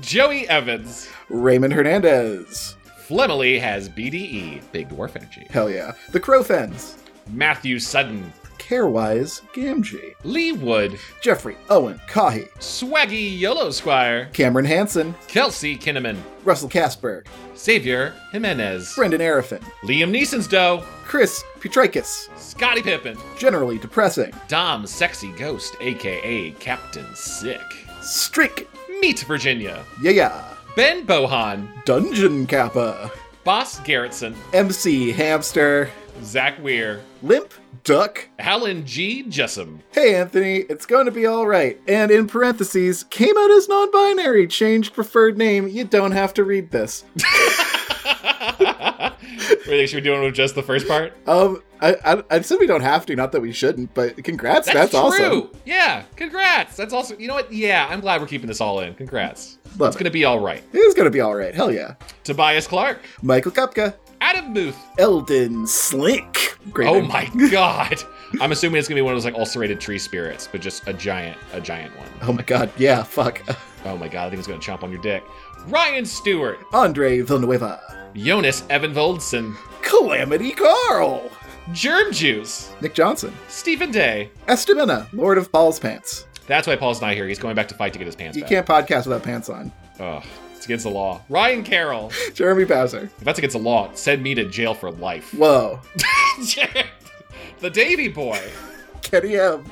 Speaker 1: Joey Evans.
Speaker 4: Raymond Hernandez.
Speaker 1: Flemily has BDE, big dwarf energy.
Speaker 4: Hell yeah. The Crowfens.
Speaker 1: Matthew Sutton.
Speaker 4: Carewise Gamgee.
Speaker 1: Lee Wood.
Speaker 4: Jeffrey Owen Kahi.
Speaker 1: Swaggy Yolo Squire.
Speaker 4: Cameron Hansen.
Speaker 1: Kelsey Kinneman.
Speaker 4: Russell Casberg.
Speaker 1: Xavier Jimenez.
Speaker 4: Brendan Arafin.
Speaker 1: Liam Neeson's Doe.
Speaker 4: Chris Petrikis.
Speaker 1: Scotty Pippen.
Speaker 4: Generally depressing.
Speaker 1: Dom Sexy Ghost, aka Captain Sick.
Speaker 4: Streak.
Speaker 1: Meet Virginia.
Speaker 4: Yeah, yeah.
Speaker 1: Ben Bohan.
Speaker 4: Dungeon Kappa,
Speaker 1: Boss Garretson,
Speaker 4: MC Hamster,
Speaker 1: Zach Weir,
Speaker 4: Limp Duck.
Speaker 1: Alan G. Jessam, *laughs*
Speaker 4: Hey Anthony, it's going to be all right. And in parentheses, came out as non-binary, changed preferred name. You don't have to read this.
Speaker 1: Really, should we do one with just the first part?
Speaker 4: Um, I, I, I said we don't have to, not that we shouldn't, but congrats, that's,
Speaker 1: That's, true.
Speaker 4: awesome.
Speaker 1: Yeah, congrats. That's also, you know what? Yeah, I'm glad we're keeping this all in. Congrats.
Speaker 4: Love
Speaker 1: It's going to be all right.
Speaker 4: It is going to be all right. Hell yeah.
Speaker 1: Tobias Clark,
Speaker 4: Michael Kapka,
Speaker 1: Adam Muth.
Speaker 4: Eldon Slink. Great.
Speaker 1: Oh
Speaker 4: name.
Speaker 1: my god. I'm assuming it's going to be one of those like ulcerated tree spirits, but just a giant, a giant one.
Speaker 4: Oh my god. Yeah. Fuck.
Speaker 1: Oh my god, I think it's going to chomp on your dick. Ryan Stewart,
Speaker 4: Andre Villanueva,
Speaker 1: Jonas Evanvoldsen,
Speaker 4: Calamity Carl,
Speaker 1: Germ Juice,
Speaker 4: Nick Johnson,
Speaker 1: Stephen Day.
Speaker 4: Estamina, Lord of Paul's Pants.
Speaker 1: That's why Paul's not here. He's going back to fight to get his pants
Speaker 4: You
Speaker 1: back.
Speaker 4: can't podcast without pants on.
Speaker 1: Ugh, it's against the law. Ryan Carroll.
Speaker 4: Jeremy Bowser.
Speaker 1: If that's against the law, send me to jail for
Speaker 4: *laughs*
Speaker 1: life. *laughs*
Speaker 4: Whoa.
Speaker 1: the Davy Boy.
Speaker 4: Kenny M.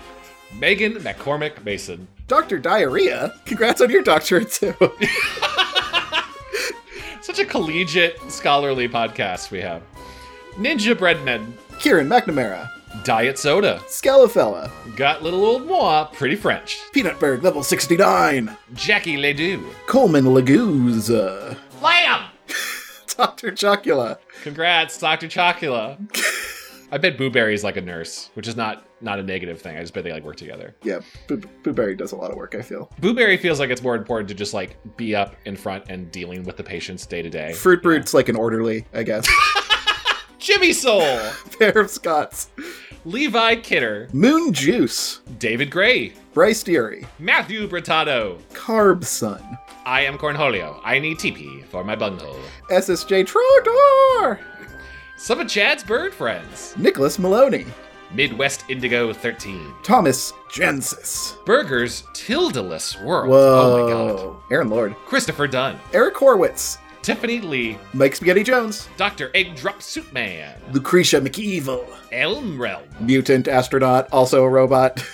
Speaker 1: Megan McCormick Mason.
Speaker 4: Dr. Diarrhea. Congrats on your doctorate, too. *laughs*
Speaker 1: Such a collegiate, scholarly podcast we have. Ninja Breadman.
Speaker 4: Kieran McNamara.
Speaker 1: Diet Soda.
Speaker 4: Scalafella.
Speaker 1: Got Little Old Moi. Pretty French.
Speaker 4: Peanutberg, level 69.
Speaker 1: Jackie Ledoux.
Speaker 4: Coleman *laughs* Lagooza.
Speaker 1: Lamb!
Speaker 4: Dr. Chocula.
Speaker 1: Congrats, Dr. Chocula. I bet Boo Berry's like a nurse, which is not not a negative thing. I just bet they like work together.
Speaker 4: Yeah, Boo Boo Berry does a lot of work, I feel.
Speaker 1: Boo Berry feels like it's more important to just like be up in front and dealing with the patients day to day.
Speaker 4: Fruit *laughs* Brute's like an orderly, I guess.
Speaker 1: Jimmy Soul,
Speaker 4: Pair of Scots.
Speaker 1: Levi Kidder,
Speaker 4: Moon Juice,
Speaker 1: David Gray,
Speaker 4: Bryce Deary,
Speaker 1: Matthew Brittato.
Speaker 4: Carb Sun,
Speaker 1: I am Cornholio. I need TP for my bundle.
Speaker 4: SSJ Trodor,
Speaker 1: Some of Chad's bird friends.
Speaker 4: Nicholas Maloney,
Speaker 1: Midwest Indigo 13.
Speaker 4: Thomas Jensis.
Speaker 1: Burgers Tildeless World. Oh my god.
Speaker 4: Whoa. Aaron Lord,
Speaker 1: Christopher Dunn.
Speaker 4: Eric Horwitz,
Speaker 1: Tiffany Lee.
Speaker 4: Mike Spaghetti Jones,
Speaker 1: Dr. Egg Drop Suit Man.
Speaker 4: Lucretia McEvil,
Speaker 1: Elm Realm.
Speaker 4: mutant astronaut, also a robot.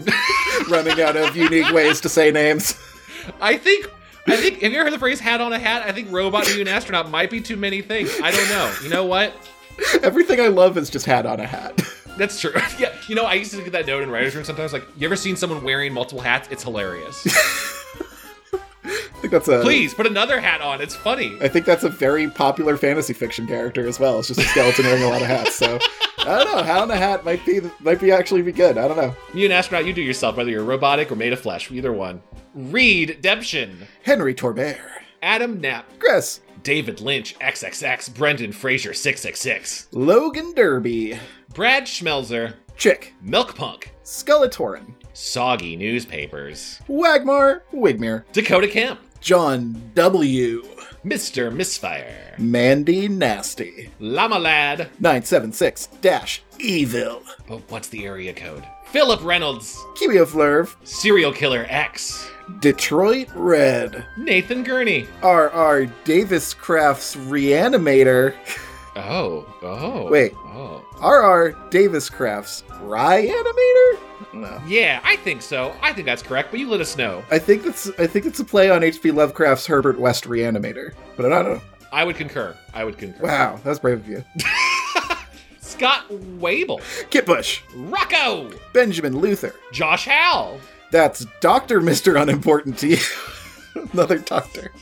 Speaker 4: *laughs* Running out of unique ways to say names. *laughs*
Speaker 1: I think. I think have you ever heard the phrase "hat on a hat"? I think robot and astronaut might be too many things. I don't know. You know what?
Speaker 4: Everything I love is just hat on a hat. *laughs*
Speaker 1: That's true. *laughs* yeah, you know, I used to get that note in writers' room sometimes. Like, you ever seen someone wearing multiple hats? It's hilarious.
Speaker 4: I think that's a
Speaker 1: Please put another hat on. It's funny.
Speaker 4: I think that's a very popular fantasy fiction character as well. It's just a skeleton wearing a lot of hats. So I don't know. Hat on a hat might be might be actually be good. I don't know.
Speaker 1: You an astronaut, you do yourself, whether you're robotic or made of flesh. Either one. Reed Demption,
Speaker 4: Henry Torbert,
Speaker 1: Adam Knapp,
Speaker 4: Chris,
Speaker 1: David Lynch, XXX, Brendan Fraser, 666,
Speaker 4: Logan Derby,
Speaker 1: Brad Schmelzer,
Speaker 4: Chick,
Speaker 1: Milk Punk,
Speaker 4: Skeletorin,
Speaker 1: Soggy Newspapers,
Speaker 4: Wagmar, Wigmere,
Speaker 1: Dakota Camp,
Speaker 4: John W,
Speaker 1: Mr. Misfire,
Speaker 4: Mandy Nasty,
Speaker 1: Llama Lad,
Speaker 4: nine seven six dash Evil,
Speaker 1: but what's the area code? Philip Reynolds,
Speaker 4: Kiwioflurve,
Speaker 1: Serial Killer X,
Speaker 4: Detroit Red,
Speaker 1: Nathan Gurney.
Speaker 4: R.R. Davis Craft's Reanimator.
Speaker 1: Oh, oh.
Speaker 4: Wait.
Speaker 1: Oh.
Speaker 4: R.R. Davis Craft's Rye Animator? No.
Speaker 1: Yeah, I think so. I think that's correct, but you let us know.
Speaker 4: I think that's I think it's a play on H.P. Lovecraft's Herbert West Reanimator. But I don't know.
Speaker 1: I would concur. I would concur.
Speaker 4: Wow, that's brave of you. *laughs*
Speaker 1: Scott Wable,
Speaker 4: Kit Bush,
Speaker 1: Rocco,
Speaker 4: Benjamin Luther.
Speaker 1: Josh Howell.
Speaker 4: That's Doctor Mister Unimportant to you. *laughs* Another doctor.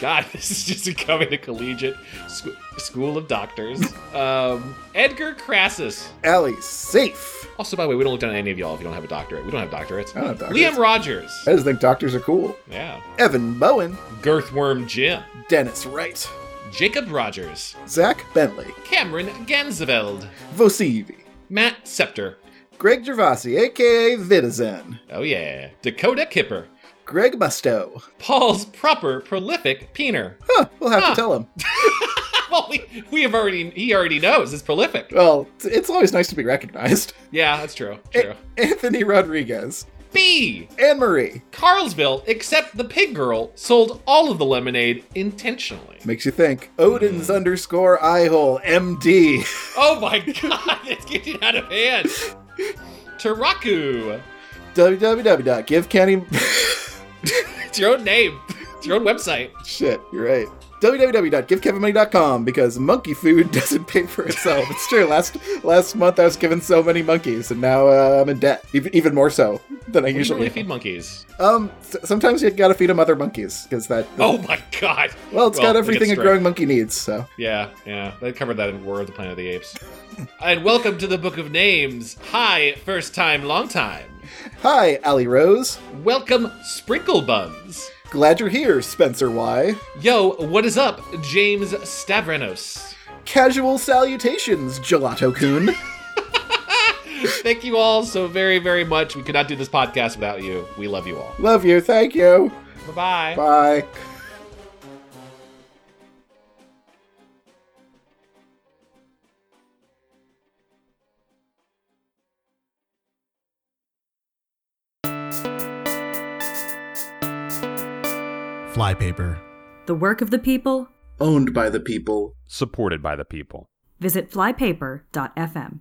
Speaker 1: God, *laughs* this is just becoming a collegiate sc- school of doctors. Um, Edgar Crassus.
Speaker 4: Allie Safe.
Speaker 1: Also, by the way, we don't look down on any of y'all if you don't have a doctorate. We don't have doctorates.
Speaker 4: I don't know doctors.
Speaker 1: Liam Rogers.
Speaker 4: I just think doctors are cool.
Speaker 1: Yeah.
Speaker 4: Evan Bowen,
Speaker 1: Girthworm Jim.
Speaker 4: Dennis Wright,
Speaker 1: Jacob Rogers.
Speaker 4: Zach Bentley,
Speaker 1: Cameron Ganzeveld.
Speaker 4: Vosivi,
Speaker 1: Matt Scepter.
Speaker 4: Greg Gervasi, aka Vitizen,
Speaker 1: Oh, yeah. Dakota Kipper.
Speaker 4: Greg Musto.
Speaker 1: Paul's proper prolific peener. *laughs*
Speaker 4: Huh, we'll have
Speaker 1: Huh.
Speaker 4: to tell him.
Speaker 1: well, we, we have already, he already knows it's prolific.
Speaker 4: Well, it's- it's always nice to be recognized.
Speaker 1: Yeah, that's true.
Speaker 4: A-
Speaker 1: True.
Speaker 4: Anthony Rodriguez,
Speaker 1: B.
Speaker 4: Anne Marie.
Speaker 1: Carlsville, except the pig girl, sold all of the lemonade intentionally.
Speaker 4: Makes you think. Odin's
Speaker 1: Hmm.
Speaker 4: underscore eyehole *laughs* MD.
Speaker 1: Oh my *laughs* god, it's getting out of hand. Taraku,
Speaker 4: www.givecounty.
Speaker 1: it's your own name, it's your own website.
Speaker 4: *laughs* Shit, you're right. www.givekevinmoney.com because monkey food *laughs* doesn't pay for itself. It's true. Last last month I was given so many monkeys, and now uh, I'm in debt. Even, even more so than I
Speaker 1: We
Speaker 4: usually.
Speaker 1: usually
Speaker 4: am.
Speaker 1: feed monkeys.
Speaker 4: Um, s- sometimes you gotta feed them other monkeys because that.
Speaker 1: Oh my god.
Speaker 4: well, it's
Speaker 1: well,
Speaker 4: got
Speaker 1: it
Speaker 4: everything a
Speaker 1: gets
Speaker 4: growing monkey needs. So
Speaker 1: Yeah, yeah, they covered that in War of the Planet of the Apes. and welcome to the Book of Names. Hi, first time, long time.
Speaker 4: hi, Allie Rose.
Speaker 1: Welcome, Sprinkle Buns.
Speaker 4: Glad you're here, Spencer Y.
Speaker 1: Yo, what is up, James Stavrenos?
Speaker 4: Casual salutations, Gelato Coon.
Speaker 1: Thank you all so very, very much. We could not do this podcast without you. We love you all.
Speaker 4: Love you. Thank you.
Speaker 1: Bye-bye.
Speaker 4: Bye.
Speaker 6: Flypaper.
Speaker 7: The work of the people?
Speaker 4: Owned by the people.
Speaker 2: Supported by the people.
Speaker 7: Visit flypaper.fm.